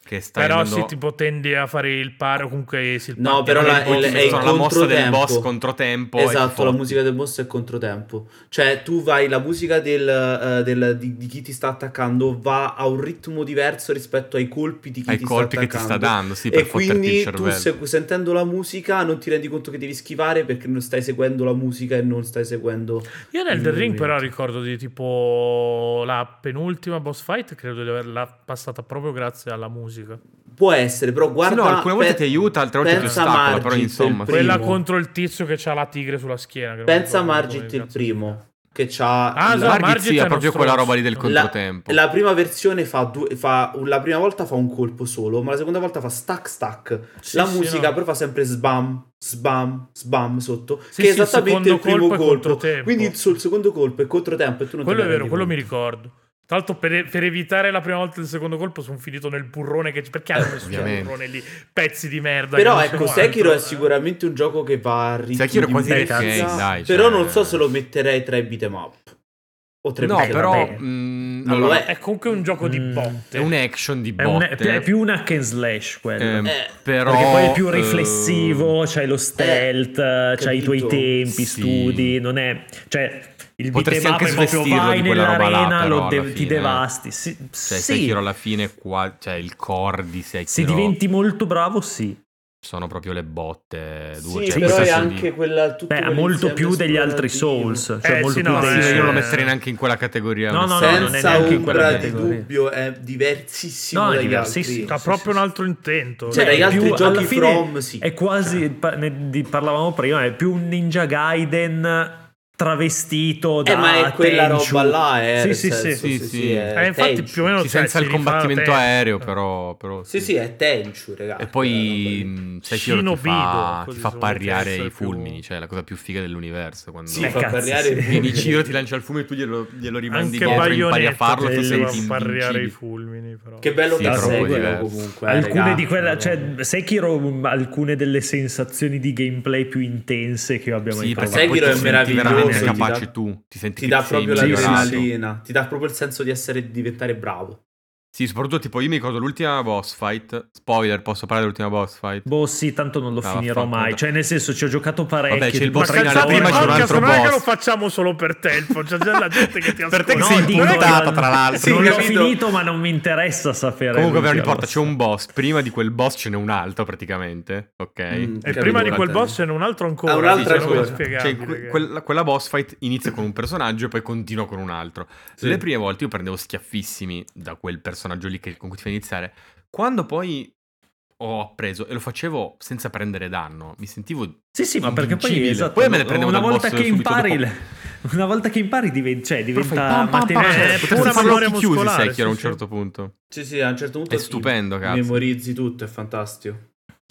[SPEAKER 2] che stai
[SPEAKER 1] Però
[SPEAKER 2] andando...
[SPEAKER 1] se tipo tendi a fare il paro, comunque sì, il
[SPEAKER 4] No,
[SPEAKER 1] party
[SPEAKER 4] però
[SPEAKER 1] non
[SPEAKER 4] la-
[SPEAKER 1] è
[SPEAKER 2] Poi
[SPEAKER 1] molto
[SPEAKER 2] ti
[SPEAKER 4] il- è
[SPEAKER 1] semplice.
[SPEAKER 2] mettono la mossa del
[SPEAKER 4] controtempo.
[SPEAKER 2] boss controtempo. e boh. ti
[SPEAKER 4] Esatto, la
[SPEAKER 2] fotti.
[SPEAKER 4] musica del boss è controtempo. Cioè, tu vai, la musica del, eh, del- di, di chi ti sta attaccando va a un ritmo diverso rispetto ai colpi di chi
[SPEAKER 2] ai
[SPEAKER 4] ti
[SPEAKER 2] colpi
[SPEAKER 4] sta
[SPEAKER 2] che ti sta
[SPEAKER 4] attaccando.
[SPEAKER 2] dando, sì, per
[SPEAKER 4] E
[SPEAKER 2] fotterti il
[SPEAKER 4] quindi tu
[SPEAKER 2] cervello.
[SPEAKER 4] se- sentendo la musica non ti rendi conto che devi schivare perché non stai seguendo la musica e non stai seguendo...
[SPEAKER 1] Io nel
[SPEAKER 4] il
[SPEAKER 1] The Ring
[SPEAKER 4] movimento.
[SPEAKER 1] però ricordo di tipo la penultima boss fight, credo di averla passata proprio grazie alla musica.
[SPEAKER 4] Può essere, però
[SPEAKER 2] Sì,
[SPEAKER 4] guarda...
[SPEAKER 2] no, alcune volte ti aiuta, altre volte ti
[SPEAKER 4] pensa a
[SPEAKER 2] ostacola, però
[SPEAKER 4] Margit,
[SPEAKER 2] insomma,
[SPEAKER 4] il
[SPEAKER 2] sì.
[SPEAKER 1] Quella
[SPEAKER 4] primo.
[SPEAKER 1] contro il tizio che ha la tigre sulla schiena. che non
[SPEAKER 4] Pensa
[SPEAKER 1] ricordo
[SPEAKER 4] a
[SPEAKER 1] come
[SPEAKER 4] Margit il
[SPEAKER 1] cazzo si chiama.
[SPEAKER 4] primo, che
[SPEAKER 1] Ah,
[SPEAKER 4] c'ha... il-
[SPEAKER 1] esatto,
[SPEAKER 2] Margit
[SPEAKER 1] Margit
[SPEAKER 2] sì,
[SPEAKER 1] è
[SPEAKER 2] ha
[SPEAKER 1] uno
[SPEAKER 2] proprio quella
[SPEAKER 1] stronzo.
[SPEAKER 2] roba lì del
[SPEAKER 1] La-
[SPEAKER 2] controtempo.
[SPEAKER 4] La prima versione fa, due, fa la prima volta fa un colpo solo, ma la seconda volta fa stack stack.
[SPEAKER 1] Sì,
[SPEAKER 4] la
[SPEAKER 1] sì,
[SPEAKER 4] musica
[SPEAKER 1] no.
[SPEAKER 4] però fa sempre sbam, sbam, sbam sotto,
[SPEAKER 1] Sì,
[SPEAKER 4] che è
[SPEAKER 1] sì, il
[SPEAKER 4] esattamente
[SPEAKER 1] secondo
[SPEAKER 4] il primo
[SPEAKER 1] colpo è
[SPEAKER 4] colpo.
[SPEAKER 1] controtempo.
[SPEAKER 4] Quindi sul secondo colpo è controtempo e tu non
[SPEAKER 1] Quello
[SPEAKER 4] te
[SPEAKER 1] è
[SPEAKER 4] ne
[SPEAKER 1] vero,
[SPEAKER 4] rendi
[SPEAKER 1] quello mi
[SPEAKER 4] conto.
[SPEAKER 1] ricordo. Tra l'altro, per, per evitare la prima volta il secondo colpo, sono finito nel burrone. Che, perché hanno messo il
[SPEAKER 2] ovviamente.
[SPEAKER 1] burrone lì? Pezzi di merda.
[SPEAKER 4] Però
[SPEAKER 1] che non
[SPEAKER 4] ecco,
[SPEAKER 1] so altro,
[SPEAKER 4] Sekiro
[SPEAKER 1] eh.
[SPEAKER 4] è sicuramente un gioco che va a ritmo
[SPEAKER 2] Sekiro è
[SPEAKER 4] di
[SPEAKER 2] quasi
[SPEAKER 1] un
[SPEAKER 2] del
[SPEAKER 1] cazzo.
[SPEAKER 4] musica,
[SPEAKER 2] game, dai.
[SPEAKER 4] Però
[SPEAKER 2] cioè.
[SPEAKER 4] non so se lo metterei tra i beat'em up. O tre
[SPEAKER 2] No,
[SPEAKER 4] beat'em up.
[SPEAKER 2] però...
[SPEAKER 1] vabbè.
[SPEAKER 2] mh,
[SPEAKER 4] Non lo
[SPEAKER 2] allora,
[SPEAKER 1] È comunque un gioco di
[SPEAKER 3] Mm.
[SPEAKER 1] botte.
[SPEAKER 2] è un action di
[SPEAKER 3] È, un-
[SPEAKER 2] botte. eh.
[SPEAKER 3] è più- è più un hack and slash quello.
[SPEAKER 2] ehm,
[SPEAKER 4] Eh,
[SPEAKER 2] però...
[SPEAKER 3] Perché poi è più
[SPEAKER 2] eh,
[SPEAKER 3] riflessivo, c'hai lo stealth,
[SPEAKER 1] Eh,
[SPEAKER 3] c'hai i
[SPEAKER 4] capito.
[SPEAKER 3] tuoi tempi,
[SPEAKER 2] Sì.
[SPEAKER 3] studi, non è... Cioè, il
[SPEAKER 2] Potresti
[SPEAKER 3] beat'em up
[SPEAKER 2] anche
[SPEAKER 3] è proprio
[SPEAKER 2] svestirlo
[SPEAKER 3] vai
[SPEAKER 2] di quella roba là,
[SPEAKER 3] nell'arena,
[SPEAKER 2] però,
[SPEAKER 3] lo de-
[SPEAKER 2] alla
[SPEAKER 3] ti
[SPEAKER 2] fine.
[SPEAKER 3] devasti. Sì,
[SPEAKER 2] Cioè,
[SPEAKER 3] sì.
[SPEAKER 2] Sekiro alla fine qua, cioè il core di Sekiro
[SPEAKER 3] se diventi molto bravo, sì.
[SPEAKER 2] sono proprio le botte due.
[SPEAKER 4] Sì,
[SPEAKER 2] cioè,
[SPEAKER 4] però è
[SPEAKER 2] questo di-
[SPEAKER 4] anche quella tutto
[SPEAKER 3] Beh, ha
[SPEAKER 4] quell'insieme
[SPEAKER 3] molto più degli altri
[SPEAKER 4] esplorativo.
[SPEAKER 3] Souls. Cioè,
[SPEAKER 1] Eh,
[SPEAKER 3] molto
[SPEAKER 1] sì,
[SPEAKER 3] più
[SPEAKER 1] no,
[SPEAKER 3] dei-
[SPEAKER 2] Sì, io non lo
[SPEAKER 1] Eh.
[SPEAKER 2] metterei neanche in quella categoria.
[SPEAKER 3] No, no, no,
[SPEAKER 2] onestamente.
[SPEAKER 3] non è
[SPEAKER 4] senza
[SPEAKER 3] neanche in quella
[SPEAKER 4] ombra di
[SPEAKER 3] categoria.
[SPEAKER 4] dubbio è diversissimo
[SPEAKER 3] No, è
[SPEAKER 4] dagli
[SPEAKER 3] diversissimo.
[SPEAKER 4] altri.
[SPEAKER 1] Ha
[SPEAKER 3] Sì,
[SPEAKER 1] proprio
[SPEAKER 3] sì,
[SPEAKER 1] un
[SPEAKER 3] sì.
[SPEAKER 1] altro intento.
[SPEAKER 4] Cioè,
[SPEAKER 1] Cioè,
[SPEAKER 4] dagli
[SPEAKER 3] è
[SPEAKER 4] altri
[SPEAKER 3] più-
[SPEAKER 4] giochi
[SPEAKER 3] alla fine
[SPEAKER 4] From sì.
[SPEAKER 3] È quasi, pa- ne di- parlavamo prima, è più un Ninja Gaiden travestito da
[SPEAKER 4] Eh, ma è quella
[SPEAKER 3] Tenchu.
[SPEAKER 4] roba là, eh,
[SPEAKER 3] Sì,
[SPEAKER 4] nel
[SPEAKER 3] sì, sì.
[SPEAKER 4] senso,
[SPEAKER 2] Sì, sì.
[SPEAKER 4] è
[SPEAKER 1] Eh, infatti
[SPEAKER 4] Tenchu.
[SPEAKER 1] più o meno
[SPEAKER 2] Sì,
[SPEAKER 1] cioè,
[SPEAKER 2] senza
[SPEAKER 1] si
[SPEAKER 2] il
[SPEAKER 1] rifà la
[SPEAKER 2] combattimento
[SPEAKER 1] terza.
[SPEAKER 3] Eh.
[SPEAKER 2] aereo, però. però
[SPEAKER 4] Sì, sì, è Tenchu, ragazzi.
[SPEAKER 2] E
[SPEAKER 4] Eh,
[SPEAKER 2] poi sai che ti fa,
[SPEAKER 1] Shinobido,
[SPEAKER 2] ti fa
[SPEAKER 1] così,
[SPEAKER 2] parriare
[SPEAKER 1] se volete essere
[SPEAKER 2] i fulmini,
[SPEAKER 1] più-
[SPEAKER 2] cioè la cosa più figa dell'universo. Quando
[SPEAKER 4] Sì,
[SPEAKER 3] Eh,
[SPEAKER 2] (laughs)
[SPEAKER 4] fa
[SPEAKER 3] cazzo,
[SPEAKER 4] parlare
[SPEAKER 3] sì.
[SPEAKER 2] vieni (laughs) Ciro, ti lancia il fumo e tu glielo, glielo rimandi
[SPEAKER 1] Anche
[SPEAKER 2] dietro, impari a
[SPEAKER 1] Bayonetta
[SPEAKER 2] farlo, tu
[SPEAKER 1] ti
[SPEAKER 2] sei
[SPEAKER 1] fa parreare i
[SPEAKER 2] invincibile.
[SPEAKER 1] fulmini. Però.
[SPEAKER 4] Che bello
[SPEAKER 2] Sì,
[SPEAKER 4] che
[SPEAKER 2] è troppo
[SPEAKER 4] segue
[SPEAKER 2] diverso.
[SPEAKER 4] comunque. eh,
[SPEAKER 3] Alcune
[SPEAKER 4] ragazzi,
[SPEAKER 3] di quella,
[SPEAKER 4] no?
[SPEAKER 3] cioè, Sekiro, mh, alcune delle sensazioni di gameplay più intense che io abbia mai
[SPEAKER 2] Sì,
[SPEAKER 3] provato.
[SPEAKER 2] perché poi
[SPEAKER 4] Sekiro
[SPEAKER 2] ti
[SPEAKER 4] è
[SPEAKER 2] senti
[SPEAKER 4] meraviglioso,
[SPEAKER 2] veramente
[SPEAKER 4] ti dà-
[SPEAKER 2] capace tu, ti senti
[SPEAKER 4] ti
[SPEAKER 2] che
[SPEAKER 4] dà
[SPEAKER 2] sei
[SPEAKER 4] proprio
[SPEAKER 2] migliorato.
[SPEAKER 4] l'adrenalina, ti dà proprio il senso di essere di diventare bravo.
[SPEAKER 2] Sì, soprattutto tipo io mi ricordo l'ultima boss fight. Spoiler, posso parlare dell'ultima boss fight?
[SPEAKER 3] Boh, sì, tanto non lo
[SPEAKER 2] No,
[SPEAKER 3] finirò
[SPEAKER 2] vaffanculo.
[SPEAKER 3] mai. Cioè, nel senso, ci ho giocato parecchio.
[SPEAKER 2] Vabbè, c'è il
[SPEAKER 3] tipo
[SPEAKER 2] boss
[SPEAKER 1] Ma
[SPEAKER 2] Prima-
[SPEAKER 3] tre
[SPEAKER 1] senza
[SPEAKER 2] finale,
[SPEAKER 3] ore.
[SPEAKER 2] prima c'è un
[SPEAKER 1] podcast,
[SPEAKER 2] altro
[SPEAKER 1] non è che
[SPEAKER 2] boss.
[SPEAKER 1] lo facciamo solo per tempo, c'è già la gente che ti ascolta.
[SPEAKER 2] Per te che
[SPEAKER 3] No,
[SPEAKER 2] sei
[SPEAKER 3] dico,
[SPEAKER 2] impuntata,
[SPEAKER 3] non-
[SPEAKER 2] tra l'altro.
[SPEAKER 4] Sì,
[SPEAKER 3] non l'ho
[SPEAKER 4] capito.
[SPEAKER 3] finito, ma non mi interessa sapere.
[SPEAKER 2] Comunque, però, non
[SPEAKER 3] l'ultima
[SPEAKER 2] importa,
[SPEAKER 3] boss.
[SPEAKER 2] c'è un boss. Prima di quel boss ce n'è un altro, praticamente. Ok.
[SPEAKER 1] E
[SPEAKER 4] Mm, Capito,
[SPEAKER 1] prima di
[SPEAKER 2] guardate.
[SPEAKER 1] quel boss c'è un altro ancora.
[SPEAKER 4] Ah, un'altra
[SPEAKER 1] sì, c'è una
[SPEAKER 4] ancora.
[SPEAKER 1] cosa
[SPEAKER 2] Cioè,
[SPEAKER 1] inspiegabile,
[SPEAKER 2] que-
[SPEAKER 1] che-
[SPEAKER 2] quella, quella boss fight inizia con un personaggio e poi continua con un altro.
[SPEAKER 4] Sì.
[SPEAKER 2] Le prime volte io prendevo schiaffissimi da quel personaggio lì che, con cui ti fai iniziare. Quando poi ho appreso e lo facevo senza prendere danno, mi sentivo.
[SPEAKER 3] Sì, sì, ma perché poi
[SPEAKER 2] invincibile.
[SPEAKER 3] esatto,
[SPEAKER 2] Poi me ne prendevo
[SPEAKER 3] una
[SPEAKER 2] dal
[SPEAKER 3] volta
[SPEAKER 2] boss
[SPEAKER 3] che
[SPEAKER 2] subito
[SPEAKER 3] impari,
[SPEAKER 2] dopo.
[SPEAKER 3] il- una volta che impari diven- cioè,
[SPEAKER 2] Però
[SPEAKER 3] diventa
[SPEAKER 2] fai pam, pam, pam,
[SPEAKER 3] matematica.
[SPEAKER 2] cioè,
[SPEAKER 1] eh,
[SPEAKER 2] potresti
[SPEAKER 1] pura
[SPEAKER 2] farlo a
[SPEAKER 1] memoria
[SPEAKER 2] occhi chiusi,
[SPEAKER 1] muscolare,
[SPEAKER 2] Sekiro, a un
[SPEAKER 1] sì, sì.
[SPEAKER 2] certo punto.
[SPEAKER 4] Sì, sì, a un certo punto
[SPEAKER 2] È stupendo,
[SPEAKER 4] ti
[SPEAKER 2] cazzo.
[SPEAKER 4] memorizzi tutto, è fantastico.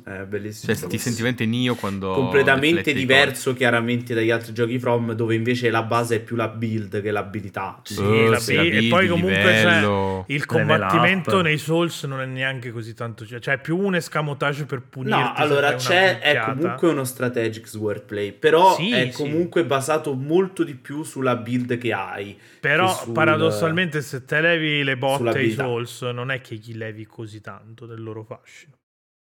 [SPEAKER 4] È bellissimo.
[SPEAKER 2] Cioè, ti sentivamente Nio quando.
[SPEAKER 4] completamente
[SPEAKER 2] rifletti i
[SPEAKER 4] diverso chiaramente dagli altri giochi From, dove invece la base è più la build che l'abilità.
[SPEAKER 1] Sì,
[SPEAKER 2] corpi.
[SPEAKER 1] la
[SPEAKER 2] Oh, sì,
[SPEAKER 1] B, e
[SPEAKER 2] vidi,
[SPEAKER 1] poi comunque c'è
[SPEAKER 2] livello.
[SPEAKER 1] il
[SPEAKER 5] Level up.
[SPEAKER 1] combattimento nei Souls non è neanche così tanto, cioè è più un escamotage per punirti.
[SPEAKER 4] No,
[SPEAKER 1] se
[SPEAKER 4] allora
[SPEAKER 1] fai una
[SPEAKER 4] c'è, è
[SPEAKER 1] minchiata.
[SPEAKER 4] comunque uno strategic wordplay, però
[SPEAKER 1] Sì,
[SPEAKER 4] è
[SPEAKER 1] sì.
[SPEAKER 4] comunque basato molto di più sulla build che hai.
[SPEAKER 1] Però
[SPEAKER 4] che sul-
[SPEAKER 1] paradossalmente se te levi le botte ai
[SPEAKER 4] sull'abilità.
[SPEAKER 1] Souls non è che gli levi così tanto del loro fascino.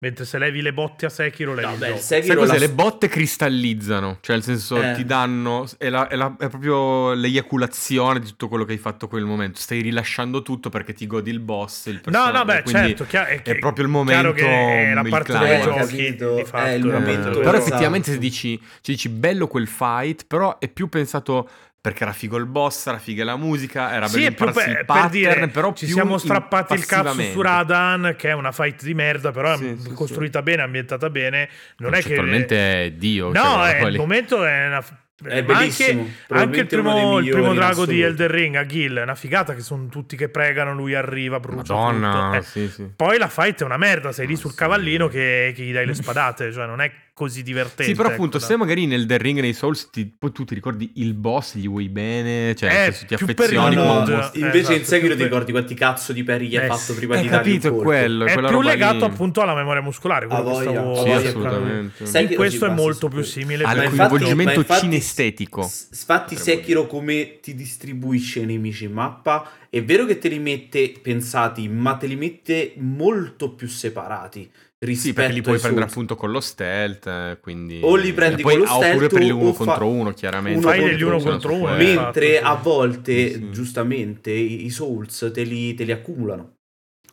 [SPEAKER 1] Mentre se levi le botte a Sekiro levi
[SPEAKER 4] No,
[SPEAKER 1] il
[SPEAKER 4] beh,
[SPEAKER 1] gioco.
[SPEAKER 2] Sai
[SPEAKER 4] Sekiro
[SPEAKER 2] cos'è?
[SPEAKER 4] la-
[SPEAKER 2] Le botte cristallizzano, cioè nel senso
[SPEAKER 4] Eh.
[SPEAKER 2] ti danno, è, la- è la- è proprio l'eiaculazione di tutto quello che hai fatto quel momento, stai rilasciando tutto perché ti godi il boss, il
[SPEAKER 1] No,
[SPEAKER 2] personaggio,
[SPEAKER 1] no, beh,
[SPEAKER 2] quindi-
[SPEAKER 1] certo, chiaro- è,
[SPEAKER 2] è proprio
[SPEAKER 1] chiaro
[SPEAKER 2] il momento,
[SPEAKER 1] che è la
[SPEAKER 2] il
[SPEAKER 1] parte
[SPEAKER 2] climax.
[SPEAKER 1] dei
[SPEAKER 2] Eh,
[SPEAKER 1] giochi,
[SPEAKER 4] capito,
[SPEAKER 1] di fatto,
[SPEAKER 4] è il
[SPEAKER 1] la parte
[SPEAKER 4] momento
[SPEAKER 1] dei
[SPEAKER 4] del
[SPEAKER 1] giochi.
[SPEAKER 2] Però
[SPEAKER 4] esatto.
[SPEAKER 2] effettivamente se dici, se dici bello quel fight, però è più pensato perché era figo il boss, era figa la musica, era
[SPEAKER 1] Sì,
[SPEAKER 2] bello
[SPEAKER 1] è più
[SPEAKER 2] impararsi
[SPEAKER 1] per- per
[SPEAKER 2] il pattern,
[SPEAKER 1] dire,
[SPEAKER 2] però
[SPEAKER 1] ci
[SPEAKER 2] più
[SPEAKER 1] siamo
[SPEAKER 2] in-
[SPEAKER 1] strappati il cazzo
[SPEAKER 2] passivamente.
[SPEAKER 1] su Radan, che è una fight di merda, però
[SPEAKER 2] Sì,
[SPEAKER 1] è
[SPEAKER 2] sì,
[SPEAKER 1] costruita bene, ambientata bene. Non è che
[SPEAKER 2] Concettualmente Cioè, è Dio. cioè,
[SPEAKER 1] No,
[SPEAKER 2] guarda
[SPEAKER 1] è,
[SPEAKER 2] qua
[SPEAKER 1] il
[SPEAKER 2] lì.
[SPEAKER 1] momento è una.
[SPEAKER 4] È
[SPEAKER 1] ma
[SPEAKER 4] bellissimo,
[SPEAKER 1] Anche, anche il
[SPEAKER 4] probabilmente uno
[SPEAKER 1] primo,
[SPEAKER 4] dei
[SPEAKER 1] il primo
[SPEAKER 4] migliori in
[SPEAKER 1] drago di
[SPEAKER 4] assoluto.
[SPEAKER 1] Elden Ring a Gil è una figata che sono tutti che pregano, lui arriva, brucia tutto.
[SPEAKER 2] Madonna,
[SPEAKER 1] Eh,
[SPEAKER 2] sì, sì.
[SPEAKER 1] Poi la fight è una merda, sei lì
[SPEAKER 2] Ah,
[SPEAKER 1] sul
[SPEAKER 2] sì.
[SPEAKER 1] cavallino che, che gli dai le spadate, cioè non è così divertente.
[SPEAKER 2] Sì, però
[SPEAKER 1] ecco,
[SPEAKER 2] appunto,
[SPEAKER 1] da-
[SPEAKER 2] se magari nel The Ring nei Souls ti, poi tu ti ricordi il boss, gli vuoi bene, cioè
[SPEAKER 1] Eh,
[SPEAKER 2] nel senso, ti
[SPEAKER 1] più per
[SPEAKER 2] affezioni
[SPEAKER 1] il
[SPEAKER 2] come un
[SPEAKER 1] mood. Eh,
[SPEAKER 2] mostro.
[SPEAKER 4] invece in
[SPEAKER 1] esatto,
[SPEAKER 4] seguito
[SPEAKER 1] più
[SPEAKER 4] ti
[SPEAKER 1] per-
[SPEAKER 4] ricordi quanti cazzo di peri gli hai
[SPEAKER 1] Eh,
[SPEAKER 4] fatto
[SPEAKER 1] sì.
[SPEAKER 4] prima
[SPEAKER 2] Hai
[SPEAKER 4] di dargli il
[SPEAKER 2] capito
[SPEAKER 4] colpo.
[SPEAKER 2] quello,
[SPEAKER 1] È
[SPEAKER 2] quella
[SPEAKER 1] più
[SPEAKER 2] roba lì.
[SPEAKER 1] legato appunto alla memoria muscolare,
[SPEAKER 4] Ha
[SPEAKER 1] quello che
[SPEAKER 4] voglia,
[SPEAKER 1] stavo-
[SPEAKER 4] ha
[SPEAKER 2] Sì,
[SPEAKER 4] voglia,
[SPEAKER 2] assolutamente.
[SPEAKER 4] Sekiro
[SPEAKER 1] In questo è
[SPEAKER 4] ci basa
[SPEAKER 1] molto
[SPEAKER 4] su
[SPEAKER 1] più
[SPEAKER 4] quello.
[SPEAKER 1] simile.
[SPEAKER 2] Al
[SPEAKER 1] per-
[SPEAKER 4] infatti-
[SPEAKER 2] coinvolgimento
[SPEAKER 4] ma infatti-
[SPEAKER 2] cinestetico.
[SPEAKER 4] S- Infatti
[SPEAKER 2] Potremmo
[SPEAKER 4] Sekiro come ti distribuisce i nemici in mappa è vero che te li mette pensati ma te li mette molto più separati rispetto
[SPEAKER 2] Sì, perché li puoi
[SPEAKER 4] ai
[SPEAKER 2] prendere
[SPEAKER 4] Souls.
[SPEAKER 2] appunto con lo stealth, eh, quindi...
[SPEAKER 4] O li prendi
[SPEAKER 2] e poi,
[SPEAKER 4] con lo
[SPEAKER 2] ah, Oppure
[SPEAKER 4] stealth
[SPEAKER 2] per gli
[SPEAKER 4] o
[SPEAKER 2] uno
[SPEAKER 4] fa-
[SPEAKER 2] contro uno, chiaramente.
[SPEAKER 4] uno Fai degli
[SPEAKER 1] uno
[SPEAKER 2] Funziona
[SPEAKER 1] contro
[SPEAKER 2] su
[SPEAKER 1] uno,
[SPEAKER 2] quello.
[SPEAKER 1] infatti.
[SPEAKER 4] mentre a
[SPEAKER 1] sì.
[SPEAKER 4] volte
[SPEAKER 2] eh. Esatto, Sì, sì.
[SPEAKER 4] giustamente i i Souls te li, te li accumulano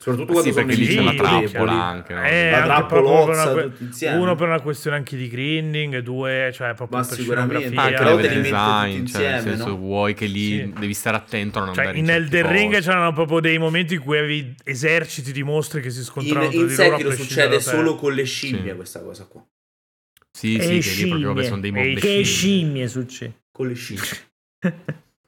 [SPEAKER 4] soprattutto
[SPEAKER 2] Ah, sì,
[SPEAKER 4] quando sono
[SPEAKER 2] perché lì c'è
[SPEAKER 1] nemici
[SPEAKER 2] la
[SPEAKER 1] deboli.
[SPEAKER 2] trappola anche, no?
[SPEAKER 1] Eh,
[SPEAKER 4] la
[SPEAKER 1] anche
[SPEAKER 4] trappolozza
[SPEAKER 1] proprio una-
[SPEAKER 4] tutti insieme
[SPEAKER 1] Uno per una questione anche di grinding, e due, cioè proprio
[SPEAKER 4] Ma
[SPEAKER 1] per
[SPEAKER 4] sicuramente,
[SPEAKER 1] scenografia.
[SPEAKER 2] Ah, anche
[SPEAKER 4] però
[SPEAKER 2] level
[SPEAKER 4] te li metti
[SPEAKER 2] design,
[SPEAKER 4] tutti
[SPEAKER 2] cioè, nel
[SPEAKER 4] insieme,
[SPEAKER 2] senso
[SPEAKER 4] no?
[SPEAKER 2] vuoi che lì
[SPEAKER 1] Sì.
[SPEAKER 2] devi stare attento a non
[SPEAKER 1] Cioè,
[SPEAKER 2] andare
[SPEAKER 1] in
[SPEAKER 2] certi
[SPEAKER 1] Elden Ring
[SPEAKER 2] posti.
[SPEAKER 1] c'erano proprio dei momenti in cui avevi eserciti di mostri che si scontravano
[SPEAKER 4] in,
[SPEAKER 1] tra
[SPEAKER 4] in
[SPEAKER 1] di loro a
[SPEAKER 4] Sekiro
[SPEAKER 1] prescindere
[SPEAKER 4] succede
[SPEAKER 1] da te.
[SPEAKER 4] solo con le scimmie
[SPEAKER 2] Sì.
[SPEAKER 4] questa cosa qua
[SPEAKER 2] Sì, sì,
[SPEAKER 5] E
[SPEAKER 2] che lì proprio vabbè, sono
[SPEAKER 3] Eh,
[SPEAKER 2] dei
[SPEAKER 1] scimmie.
[SPEAKER 2] mob
[SPEAKER 5] Che
[SPEAKER 2] scimmie.
[SPEAKER 5] scimmie succede.
[SPEAKER 4] con
[SPEAKER 2] (laughs)
[SPEAKER 4] le scimmie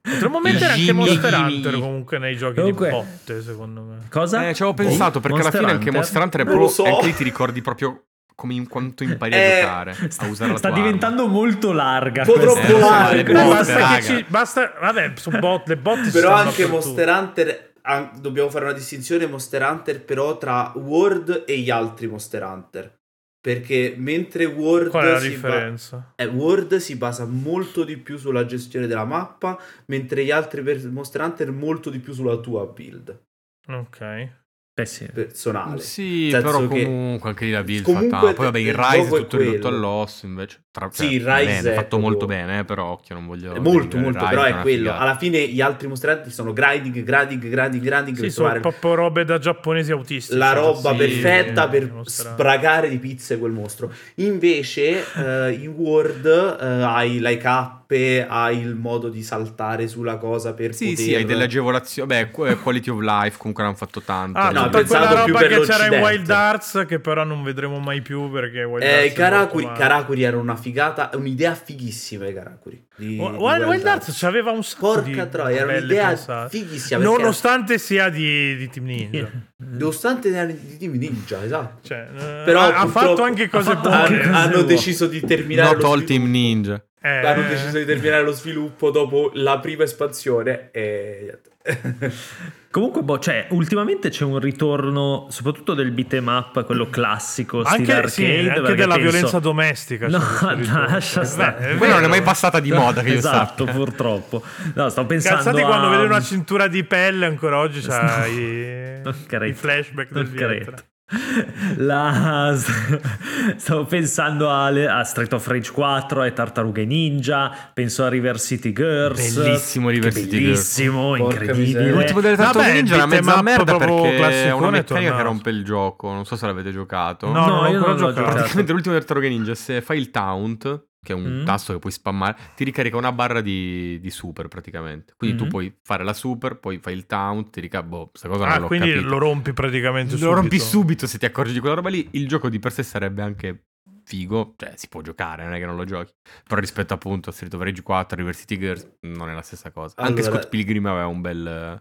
[SPEAKER 1] Potremmo mettere anche
[SPEAKER 2] Jimmy.
[SPEAKER 1] Monster Hunter comunque nei giochi
[SPEAKER 5] Comunque-
[SPEAKER 1] di botte, secondo me.
[SPEAKER 5] Cosa?
[SPEAKER 2] (laughs) Eh, ci avevo
[SPEAKER 3] Boh,
[SPEAKER 2] pensato, perché alla fine anche Monster Hunter è
[SPEAKER 4] Non lo
[SPEAKER 2] proprio...
[SPEAKER 4] so.
[SPEAKER 2] Anche lì ti ricordi proprio come in quanto impari a
[SPEAKER 4] Eh,
[SPEAKER 2] giocare, a usare la
[SPEAKER 5] sta
[SPEAKER 2] tua
[SPEAKER 5] diventando molto larga.
[SPEAKER 4] Un po'
[SPEAKER 5] questa.
[SPEAKER 4] troppo
[SPEAKER 2] Eh, sì,
[SPEAKER 4] largo.
[SPEAKER 2] botte,
[SPEAKER 1] basta che
[SPEAKER 2] raga.
[SPEAKER 1] ci... Basta... Vabbè, su bot, le botte ci
[SPEAKER 4] Però
[SPEAKER 1] stanno
[SPEAKER 4] anche
[SPEAKER 1] dappertutto.
[SPEAKER 4] Monster Hunter. an- dobbiamo fare una distinzione Monster Hunter, però, tra World e gli altri Monster Hunter. Perché mentre World
[SPEAKER 1] Qual è la
[SPEAKER 4] si ba-
[SPEAKER 1] differenza?
[SPEAKER 4] eh, World si basa molto di più sulla gestione della mappa, mentre gli altri per- Monster Hunter molto di più sulla tua build
[SPEAKER 1] Ok.
[SPEAKER 5] Beh, sì.
[SPEAKER 4] personale.
[SPEAKER 2] Sì,
[SPEAKER 4] Nel
[SPEAKER 2] però
[SPEAKER 4] senso che-
[SPEAKER 2] comunque anche lì la build
[SPEAKER 4] Comunque
[SPEAKER 2] fatta. Poi vabbè,
[SPEAKER 4] il
[SPEAKER 2] il Rise
[SPEAKER 4] gioco
[SPEAKER 2] è
[SPEAKER 4] è
[SPEAKER 2] tutto ridotto
[SPEAKER 4] quello.
[SPEAKER 2] all'osso invece. Tra...
[SPEAKER 4] Sì, il
[SPEAKER 2] cioè,
[SPEAKER 4] Rise
[SPEAKER 2] bene, fatto
[SPEAKER 4] è proprio-
[SPEAKER 2] molto bene, eh, però occhio, non voglio
[SPEAKER 4] Eh, molto,
[SPEAKER 2] denigrare
[SPEAKER 4] molto,
[SPEAKER 2] Rise,
[SPEAKER 4] però
[SPEAKER 2] che
[SPEAKER 4] è
[SPEAKER 2] una
[SPEAKER 4] quello.
[SPEAKER 2] figata.
[SPEAKER 4] Alla fine gli altri Monster Hunter sono grinding, grinding, grinding, grinding.
[SPEAKER 1] Sì, sono
[SPEAKER 4] per trovare
[SPEAKER 1] proprio robe da giapponesi autisti.
[SPEAKER 4] la
[SPEAKER 1] Sì, certo,
[SPEAKER 4] roba
[SPEAKER 1] sì, eh,
[SPEAKER 4] perfetta
[SPEAKER 1] sì,
[SPEAKER 4] per
[SPEAKER 1] Monster Hunter.
[SPEAKER 4] spragare di pizze quel mostro. Invece eh, in Word eh, hai le cappe, hai il modo di saltare sulla cosa per
[SPEAKER 2] Sì,
[SPEAKER 4] poter... Eh,
[SPEAKER 2] sì, hai delle agevolazioni. Beh, qu- quality of life comunque l'hanno fatto tanto.
[SPEAKER 1] Ah,
[SPEAKER 4] No,
[SPEAKER 1] no,
[SPEAKER 2] Cioè,
[SPEAKER 1] poi
[SPEAKER 4] pensavo
[SPEAKER 1] quella
[SPEAKER 4] più
[SPEAKER 1] roba
[SPEAKER 4] per
[SPEAKER 1] che c'era in
[SPEAKER 4] l'Occidente.
[SPEAKER 1] Wild Arts, che però non vedremo mai più perché Wild
[SPEAKER 4] Eh, i
[SPEAKER 1] Arts. è
[SPEAKER 4] Karakuri,
[SPEAKER 1] morto, ma-
[SPEAKER 4] Karakuri era una figata, un'idea fighissima i Karakuri. di- di
[SPEAKER 1] Wa- Wild, Arts c'aveva un sacco
[SPEAKER 4] Porca
[SPEAKER 1] di
[SPEAKER 4] troia, era
[SPEAKER 1] belle
[SPEAKER 4] un'idea
[SPEAKER 1] pensate.
[SPEAKER 4] fighissima. perché era-
[SPEAKER 1] Nonostante sia di, di Team Ninja.
[SPEAKER 4] Nonostante era di Team Ninja, esatto.
[SPEAKER 1] Cioè, eh,
[SPEAKER 4] Però
[SPEAKER 1] ha, ha fatto
[SPEAKER 4] purtroppo-
[SPEAKER 1] anche cose
[SPEAKER 5] ha fatto
[SPEAKER 1] buone.
[SPEAKER 5] anche
[SPEAKER 4] (laughs) Hanno,
[SPEAKER 5] cose
[SPEAKER 4] hanno
[SPEAKER 5] vuoi.
[SPEAKER 4] deciso di terminare
[SPEAKER 2] Not
[SPEAKER 4] lo
[SPEAKER 2] all
[SPEAKER 4] sviluppo.
[SPEAKER 2] team ninja.
[SPEAKER 1] Eh,
[SPEAKER 4] hanno deciso di terminare lo sviluppo dopo la prima espansione e
[SPEAKER 5] Comunque, boh, cioè, ultimamente c'è un ritorno, soprattutto del beat'em up, quello classico, stile
[SPEAKER 1] anche,
[SPEAKER 5] arcade.
[SPEAKER 1] sì, anche
[SPEAKER 5] perché
[SPEAKER 1] della
[SPEAKER 5] penso-
[SPEAKER 1] violenza domestica.
[SPEAKER 5] No,
[SPEAKER 1] c'è questo ritorno.
[SPEAKER 5] (laughs) lascia
[SPEAKER 1] Eh,
[SPEAKER 5] stare.
[SPEAKER 1] beh,
[SPEAKER 2] Quella non
[SPEAKER 1] vero.
[SPEAKER 2] è mai passata di moda che io
[SPEAKER 5] (laughs) Esatto,
[SPEAKER 2] sappia.
[SPEAKER 5] purtroppo. No, stavo pensando
[SPEAKER 1] Cazzate
[SPEAKER 5] a...
[SPEAKER 1] quando vedi una cintura di pelle ancora oggi c'ha i,
[SPEAKER 5] (laughs) Non
[SPEAKER 1] i
[SPEAKER 5] credo.
[SPEAKER 1] flashback del
[SPEAKER 5] Non credo.
[SPEAKER 1] Vietnam.
[SPEAKER 5] La- (laughs) Stavo pensando alle- a, Street of Rage 4, ai Tartarughe Ninja, penso a River City Girls.
[SPEAKER 2] Bellissimo River
[SPEAKER 5] Che
[SPEAKER 2] City
[SPEAKER 5] bellissimo,
[SPEAKER 4] Girls. Porca miseria.
[SPEAKER 5] incredibile.
[SPEAKER 2] L'ultimo delle tartarughe
[SPEAKER 1] Eh, Vabbè, il
[SPEAKER 2] ninja era
[SPEAKER 1] beat'em
[SPEAKER 2] mezza
[SPEAKER 1] up
[SPEAKER 2] merda
[SPEAKER 1] proprio
[SPEAKER 2] perché è una
[SPEAKER 1] classicone è
[SPEAKER 2] meccanica che
[SPEAKER 1] tornato.
[SPEAKER 2] rompe il gioco. Non so se l'avete giocato.
[SPEAKER 1] No,
[SPEAKER 2] (laughs)
[SPEAKER 1] non ho
[SPEAKER 5] io
[SPEAKER 1] ancora
[SPEAKER 5] non l'ho
[SPEAKER 1] giocato.
[SPEAKER 5] giocato.
[SPEAKER 2] Praticamente l'ultimo delle tartarughe ninja, se fai il taunt, che è un
[SPEAKER 5] Mm.
[SPEAKER 2] tasto che puoi spammare, ti ricarica una barra di, di super praticamente. Quindi tu
[SPEAKER 5] Mhm.
[SPEAKER 2] puoi fare la super, poi fai il taunt, ti ricarica... Boh, questa cosa
[SPEAKER 1] Mm-hmm. Ah,
[SPEAKER 2] non l'ho
[SPEAKER 1] quindi
[SPEAKER 2] capito.
[SPEAKER 1] lo rompi praticamente
[SPEAKER 2] Lo
[SPEAKER 1] subito.
[SPEAKER 2] rompi subito se ti accorgi di quella roba lì. Il gioco di per sé sarebbe anche figo, cioè si può giocare, non è che non lo giochi. Però rispetto appunto a Street of Rage 4, River City Girls, non è la stessa cosa. anche
[SPEAKER 4] Allora-
[SPEAKER 2] Scott Pilgrim aveva un bel...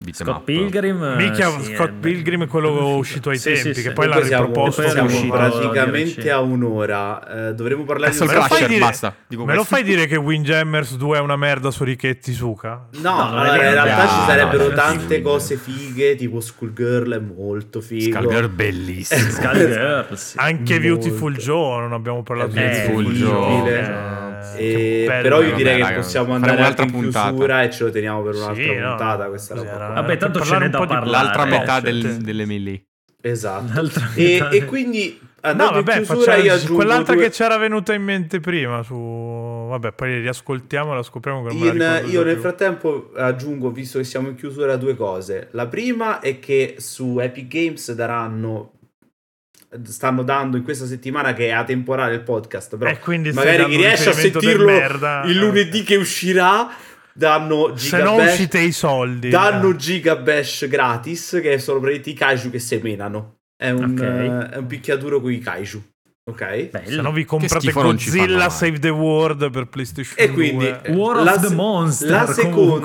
[SPEAKER 2] beat'em
[SPEAKER 5] Scott
[SPEAKER 2] up.
[SPEAKER 5] Pilgrim. eh,
[SPEAKER 1] Micchia
[SPEAKER 5] sì,
[SPEAKER 1] Scott
[SPEAKER 5] è-
[SPEAKER 1] Pilgrim, quello uscito ai
[SPEAKER 5] Sì, sì,
[SPEAKER 1] tempi,
[SPEAKER 5] sì.
[SPEAKER 1] che poi l'ha
[SPEAKER 4] Comunque siamo-
[SPEAKER 1] riproposto.
[SPEAKER 5] poi
[SPEAKER 4] siamo
[SPEAKER 1] come-
[SPEAKER 5] uscito-
[SPEAKER 4] praticamente
[SPEAKER 5] DLC.
[SPEAKER 4] a un'ora. Eh, dovremmo parlare di
[SPEAKER 2] Castle
[SPEAKER 1] Me lo fai
[SPEAKER 2] Crusher,
[SPEAKER 1] dire-
[SPEAKER 2] basta. Dico
[SPEAKER 1] Me lo
[SPEAKER 2] questo.
[SPEAKER 1] fai dire che Windjammers 2 è una merda su Richetti Suka?
[SPEAKER 4] No,
[SPEAKER 5] No, non è
[SPEAKER 4] allora,
[SPEAKER 5] vero.
[SPEAKER 4] in realtà
[SPEAKER 2] No,
[SPEAKER 4] ci
[SPEAKER 2] no,
[SPEAKER 4] sarebbero
[SPEAKER 5] no,
[SPEAKER 4] tante
[SPEAKER 2] sì.
[SPEAKER 4] cose fighe, tipo Skullgirl è molto figo.
[SPEAKER 2] Scalder
[SPEAKER 1] Eh,
[SPEAKER 2] bellissimo.
[SPEAKER 5] Skullgirls.
[SPEAKER 1] (laughs) Anche
[SPEAKER 4] Molto.
[SPEAKER 1] Beautiful Joe, non abbiamo parlato di
[SPEAKER 5] Eh,
[SPEAKER 1] Beautiful
[SPEAKER 2] Beautiful
[SPEAKER 1] Joe.
[SPEAKER 2] Joe.
[SPEAKER 1] Eh,
[SPEAKER 4] E-
[SPEAKER 1] che bello.
[SPEAKER 4] però io
[SPEAKER 2] Vabbè,
[SPEAKER 4] direi che
[SPEAKER 2] raga,
[SPEAKER 4] possiamo
[SPEAKER 2] faremo
[SPEAKER 4] andare
[SPEAKER 2] un'altra
[SPEAKER 4] in
[SPEAKER 2] puntata.
[SPEAKER 4] chiusura e ce lo teniamo per
[SPEAKER 1] Sì,
[SPEAKER 4] un'altra
[SPEAKER 1] no,
[SPEAKER 4] puntata questa
[SPEAKER 1] così era-
[SPEAKER 4] roba.
[SPEAKER 5] Vabbè,
[SPEAKER 1] per
[SPEAKER 5] tanto ce
[SPEAKER 1] parlare
[SPEAKER 5] n'è
[SPEAKER 1] un
[SPEAKER 5] da
[SPEAKER 1] po' di-
[SPEAKER 5] parlare.
[SPEAKER 2] L'altra
[SPEAKER 5] Ah, eh,
[SPEAKER 2] metà
[SPEAKER 5] cioè,
[SPEAKER 2] del-
[SPEAKER 5] te-
[SPEAKER 2] delle melee.
[SPEAKER 1] (laughs)
[SPEAKER 4] Esatto.
[SPEAKER 5] L'altra
[SPEAKER 4] E,
[SPEAKER 5] metà-
[SPEAKER 4] e quindi
[SPEAKER 1] No,
[SPEAKER 4] andando in
[SPEAKER 1] vabbè,
[SPEAKER 4] chiusura io
[SPEAKER 1] facciamo
[SPEAKER 4] aggiungo
[SPEAKER 1] quell'altra
[SPEAKER 4] due-
[SPEAKER 1] che c'era venuta in mente prima su... Vabbè, poi riascoltiamo e la scopriamo che non me
[SPEAKER 4] In-
[SPEAKER 1] la ricordo
[SPEAKER 4] io nel
[SPEAKER 1] più.
[SPEAKER 4] frattempo aggiungo, visto che siamo in chiusura, due cose. La prima è che su Epic Games daranno stanno dando in questa settimana che è atemporale il podcast, però
[SPEAKER 1] E Eh, quindi stai
[SPEAKER 4] magari
[SPEAKER 1] dando
[SPEAKER 4] chi
[SPEAKER 1] un
[SPEAKER 4] riesce a
[SPEAKER 1] riferimento del
[SPEAKER 4] sentirlo
[SPEAKER 1] merda.
[SPEAKER 4] il lunedì che uscirà danno
[SPEAKER 1] ah, Se no
[SPEAKER 4] Gigabash-
[SPEAKER 1] uscite i soldi.
[SPEAKER 4] danno
[SPEAKER 1] eh.
[SPEAKER 4] Gigabash gratis, che sono praticamente i kaiju che semenano. È un,
[SPEAKER 5] Ok.
[SPEAKER 4] eh, è un picchiaduro con i kaiju, ok?
[SPEAKER 5] Bello.
[SPEAKER 1] Se no vi comprate
[SPEAKER 2] schifo non ci fanno
[SPEAKER 1] Godzilla
[SPEAKER 2] mai.
[SPEAKER 1] Save the World per PlayStation
[SPEAKER 4] E quindi,
[SPEAKER 1] 2.
[SPEAKER 4] eh,
[SPEAKER 5] War of
[SPEAKER 4] la
[SPEAKER 5] the
[SPEAKER 4] se-
[SPEAKER 5] Monster.
[SPEAKER 4] La
[SPEAKER 5] comunque,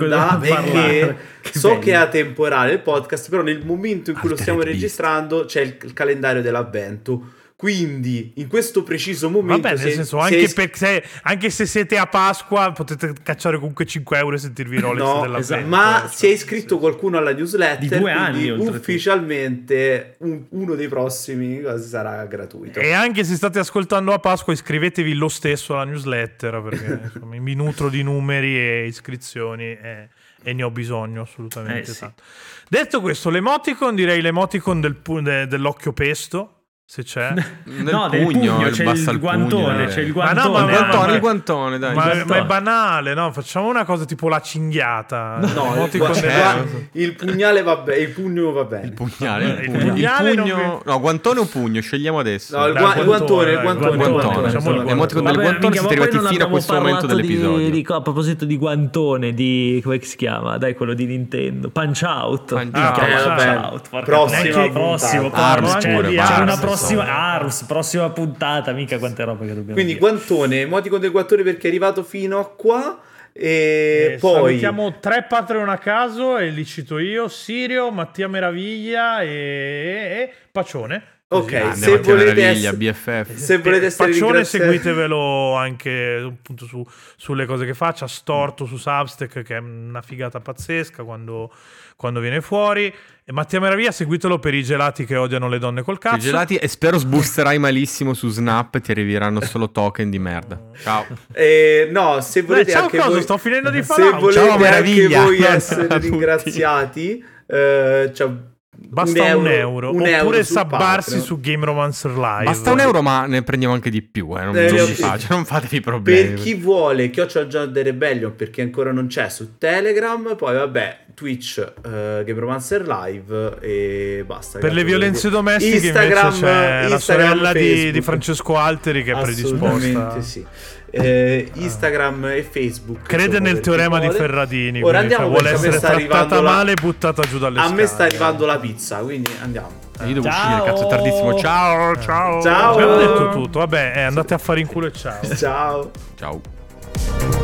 [SPEAKER 4] seconda
[SPEAKER 5] dobbiamo
[SPEAKER 4] è che
[SPEAKER 5] parlare.
[SPEAKER 4] (laughs) so
[SPEAKER 5] bello.
[SPEAKER 4] che è atemporale il podcast, però nel momento in cui lo
[SPEAKER 2] Altered
[SPEAKER 4] stiamo
[SPEAKER 2] Beast.
[SPEAKER 4] registrando c'è il, il calendario dell'avvento. Quindi in questo preciso
[SPEAKER 1] Va
[SPEAKER 4] momento...
[SPEAKER 1] bene,
[SPEAKER 4] se-
[SPEAKER 1] nel senso,
[SPEAKER 4] se-
[SPEAKER 1] anche, per- se, anche se siete a Pasqua potete cacciare comunque 5 euro e
[SPEAKER 4] (laughs)
[SPEAKER 1] sentirvi i Rolex
[SPEAKER 4] No,
[SPEAKER 1] della
[SPEAKER 4] esatto,
[SPEAKER 1] Vento,
[SPEAKER 4] ma
[SPEAKER 1] cioè,
[SPEAKER 4] si è iscritto qualcuno alla newsletter
[SPEAKER 5] Di due anni,
[SPEAKER 4] quindi
[SPEAKER 5] oltretutto.
[SPEAKER 4] ufficialmente un- uno dei prossimi sarà gratuito.
[SPEAKER 1] E anche se state ascoltando a Pasqua, iscrivetevi lo stesso alla newsletter
[SPEAKER 4] (laughs)
[SPEAKER 1] perché insomma, mi nutro di numeri e iscrizioni e, e ne ho bisogno assolutamente.
[SPEAKER 5] Eh, sì.
[SPEAKER 1] tanto. Detto questo, l'emoticon direi l'emoticon del pu- de- dell'occhio pesto, se
[SPEAKER 4] (laughs)
[SPEAKER 1] c'è.
[SPEAKER 2] Nel
[SPEAKER 5] No, del pugno, c'è
[SPEAKER 2] basta
[SPEAKER 5] il
[SPEAKER 2] al pugno,
[SPEAKER 5] guantone,
[SPEAKER 2] eh.
[SPEAKER 5] c'è il
[SPEAKER 1] Ma no, ma-
[SPEAKER 5] guantone.
[SPEAKER 1] ma-
[SPEAKER 5] vabbè.
[SPEAKER 2] guantone, il guantone, dai.
[SPEAKER 1] ma,
[SPEAKER 5] giusto.
[SPEAKER 1] ma è banale, no? Facciamo una cosa tipo la cinghiata.
[SPEAKER 4] No, il,
[SPEAKER 1] l'emoticon
[SPEAKER 4] gua-
[SPEAKER 1] del-
[SPEAKER 4] gua- il pugnale va bene, il pugno va bene.
[SPEAKER 2] Il pugnale, il
[SPEAKER 1] Il
[SPEAKER 2] pugno.
[SPEAKER 1] pugnale
[SPEAKER 2] Il
[SPEAKER 1] non
[SPEAKER 2] pugno-
[SPEAKER 1] vi-
[SPEAKER 2] No, guantone o pugno? Scegliamo adesso.
[SPEAKER 4] No, il,
[SPEAKER 1] Dai,
[SPEAKER 4] gua- il guantone, il
[SPEAKER 1] guantone,
[SPEAKER 4] guantone,
[SPEAKER 1] dai,
[SPEAKER 4] il
[SPEAKER 1] guantone,
[SPEAKER 4] guantone.
[SPEAKER 1] facciamo il guantone.
[SPEAKER 2] L'emoticon del
[SPEAKER 5] Vabbè,
[SPEAKER 2] guantone
[SPEAKER 5] minchia, ma
[SPEAKER 2] siete
[SPEAKER 5] poi
[SPEAKER 2] arrivati
[SPEAKER 5] non
[SPEAKER 2] fino a
[SPEAKER 5] abbiamo
[SPEAKER 2] questo momento
[SPEAKER 5] parlato di-
[SPEAKER 2] dell'episodio.
[SPEAKER 5] di co- a proposito di guantone, di come si chiama? Dai, quello di Nintendo. Punch Out.
[SPEAKER 2] Punch
[SPEAKER 5] Ah,
[SPEAKER 2] Out.
[SPEAKER 5] Punch
[SPEAKER 1] Eh,
[SPEAKER 4] vabbè.
[SPEAKER 5] Out, porca
[SPEAKER 4] Prossima
[SPEAKER 5] puttana.
[SPEAKER 4] puntata.
[SPEAKER 5] prossimo,
[SPEAKER 2] Arms
[SPEAKER 5] porca-
[SPEAKER 2] pure,
[SPEAKER 5] c'è,
[SPEAKER 2] Arms,
[SPEAKER 5] una prossima
[SPEAKER 2] insomma.
[SPEAKER 5] Arms, prossima puntata, mica quante robe che dobbiamo
[SPEAKER 4] Quindi
[SPEAKER 5] dire.
[SPEAKER 4] guantone, emoticon del guantone perché è arrivato fino a qua e
[SPEAKER 1] Eh,
[SPEAKER 4] poi
[SPEAKER 1] Salutiamo tre Patreon a caso e li cito io, Sirio, Mattia Meraviglia e, e Pacione.
[SPEAKER 4] Ok,
[SPEAKER 2] Grande,
[SPEAKER 4] se
[SPEAKER 2] Mattia
[SPEAKER 4] volete
[SPEAKER 2] Meraviglia,
[SPEAKER 4] ess-
[SPEAKER 2] BFF.
[SPEAKER 4] se
[SPEAKER 1] Eh,
[SPEAKER 4] volete essere
[SPEAKER 1] Pacione
[SPEAKER 4] ringraziati-
[SPEAKER 1] seguitevelo anche appunto su- sulle cose che faccia, storto su Substack che è una figata pazzesca quando, quando viene fuori. E Mattia Meraviglia seguitelo per i gelati che odiano le donne col
[SPEAKER 2] I
[SPEAKER 1] cazzo.
[SPEAKER 2] gelati e spero sboosterai malissimo su Snap, ti arriveranno solo token di merda. Ciao.
[SPEAKER 4] Eh, no, se volete
[SPEAKER 1] ciao,
[SPEAKER 4] anche
[SPEAKER 1] cosa?
[SPEAKER 4] voi-
[SPEAKER 1] Sto finendo di
[SPEAKER 4] se
[SPEAKER 1] fare out.
[SPEAKER 4] volete
[SPEAKER 2] Ciao,
[SPEAKER 4] anche
[SPEAKER 2] meraviglia. (laughs)
[SPEAKER 4] voi
[SPEAKER 2] Ciao
[SPEAKER 4] essere
[SPEAKER 2] a tutti.
[SPEAKER 4] ringraziati eh, cioè,
[SPEAKER 1] Basta un euro,
[SPEAKER 4] un euro
[SPEAKER 1] oppure
[SPEAKER 4] sul
[SPEAKER 1] sabbarsi
[SPEAKER 4] Patreon.
[SPEAKER 1] su Game Romancer Live.
[SPEAKER 2] Basta un euro, ma ne prendiamo anche di più. eh, Non,
[SPEAKER 4] Eh,
[SPEAKER 2] non
[SPEAKER 4] ok.
[SPEAKER 2] vi fa- cioè, non fatevi problemi.
[SPEAKER 4] Per chi vuole, Chiocciola John The Rebellion perché ancora non c'è su Telegram, poi vabbè, Twitch, eh, Gameromancer Live e basta.
[SPEAKER 1] Per le
[SPEAKER 4] Grazie.
[SPEAKER 1] violenze domestiche
[SPEAKER 4] Instagram,
[SPEAKER 1] invece c'è la
[SPEAKER 4] Instagram,
[SPEAKER 1] sorella di,
[SPEAKER 4] Facebook.
[SPEAKER 1] di Francesco Alteri che è predisposta. Ah.
[SPEAKER 4] Assolutamente sì. Eh, Instagram e Facebook.
[SPEAKER 1] Crede
[SPEAKER 4] insomma,
[SPEAKER 1] nel
[SPEAKER 4] per chi
[SPEAKER 1] teorema di
[SPEAKER 4] vuole.
[SPEAKER 1] Ferradini.
[SPEAKER 4] Ora
[SPEAKER 1] quindi,
[SPEAKER 4] andiamo
[SPEAKER 1] cioè,
[SPEAKER 4] perché
[SPEAKER 1] vuole
[SPEAKER 4] a me
[SPEAKER 1] essere
[SPEAKER 4] sta arrivando
[SPEAKER 1] trattata
[SPEAKER 4] la-
[SPEAKER 1] male e buttata giù dalle
[SPEAKER 4] A
[SPEAKER 1] scale.
[SPEAKER 4] me sta arrivando la pizza, quindi andiamo.
[SPEAKER 1] (laughs)
[SPEAKER 2] Io devo
[SPEAKER 5] Ciao.
[SPEAKER 2] uscire, cazzo, è tardissimo. Ciao, ciao.
[SPEAKER 4] Ciao.
[SPEAKER 1] Abbiamo detto tutto. Vabbè, eh, andate a fare in culo e ciao.
[SPEAKER 4] Ciao.
[SPEAKER 2] Ciao.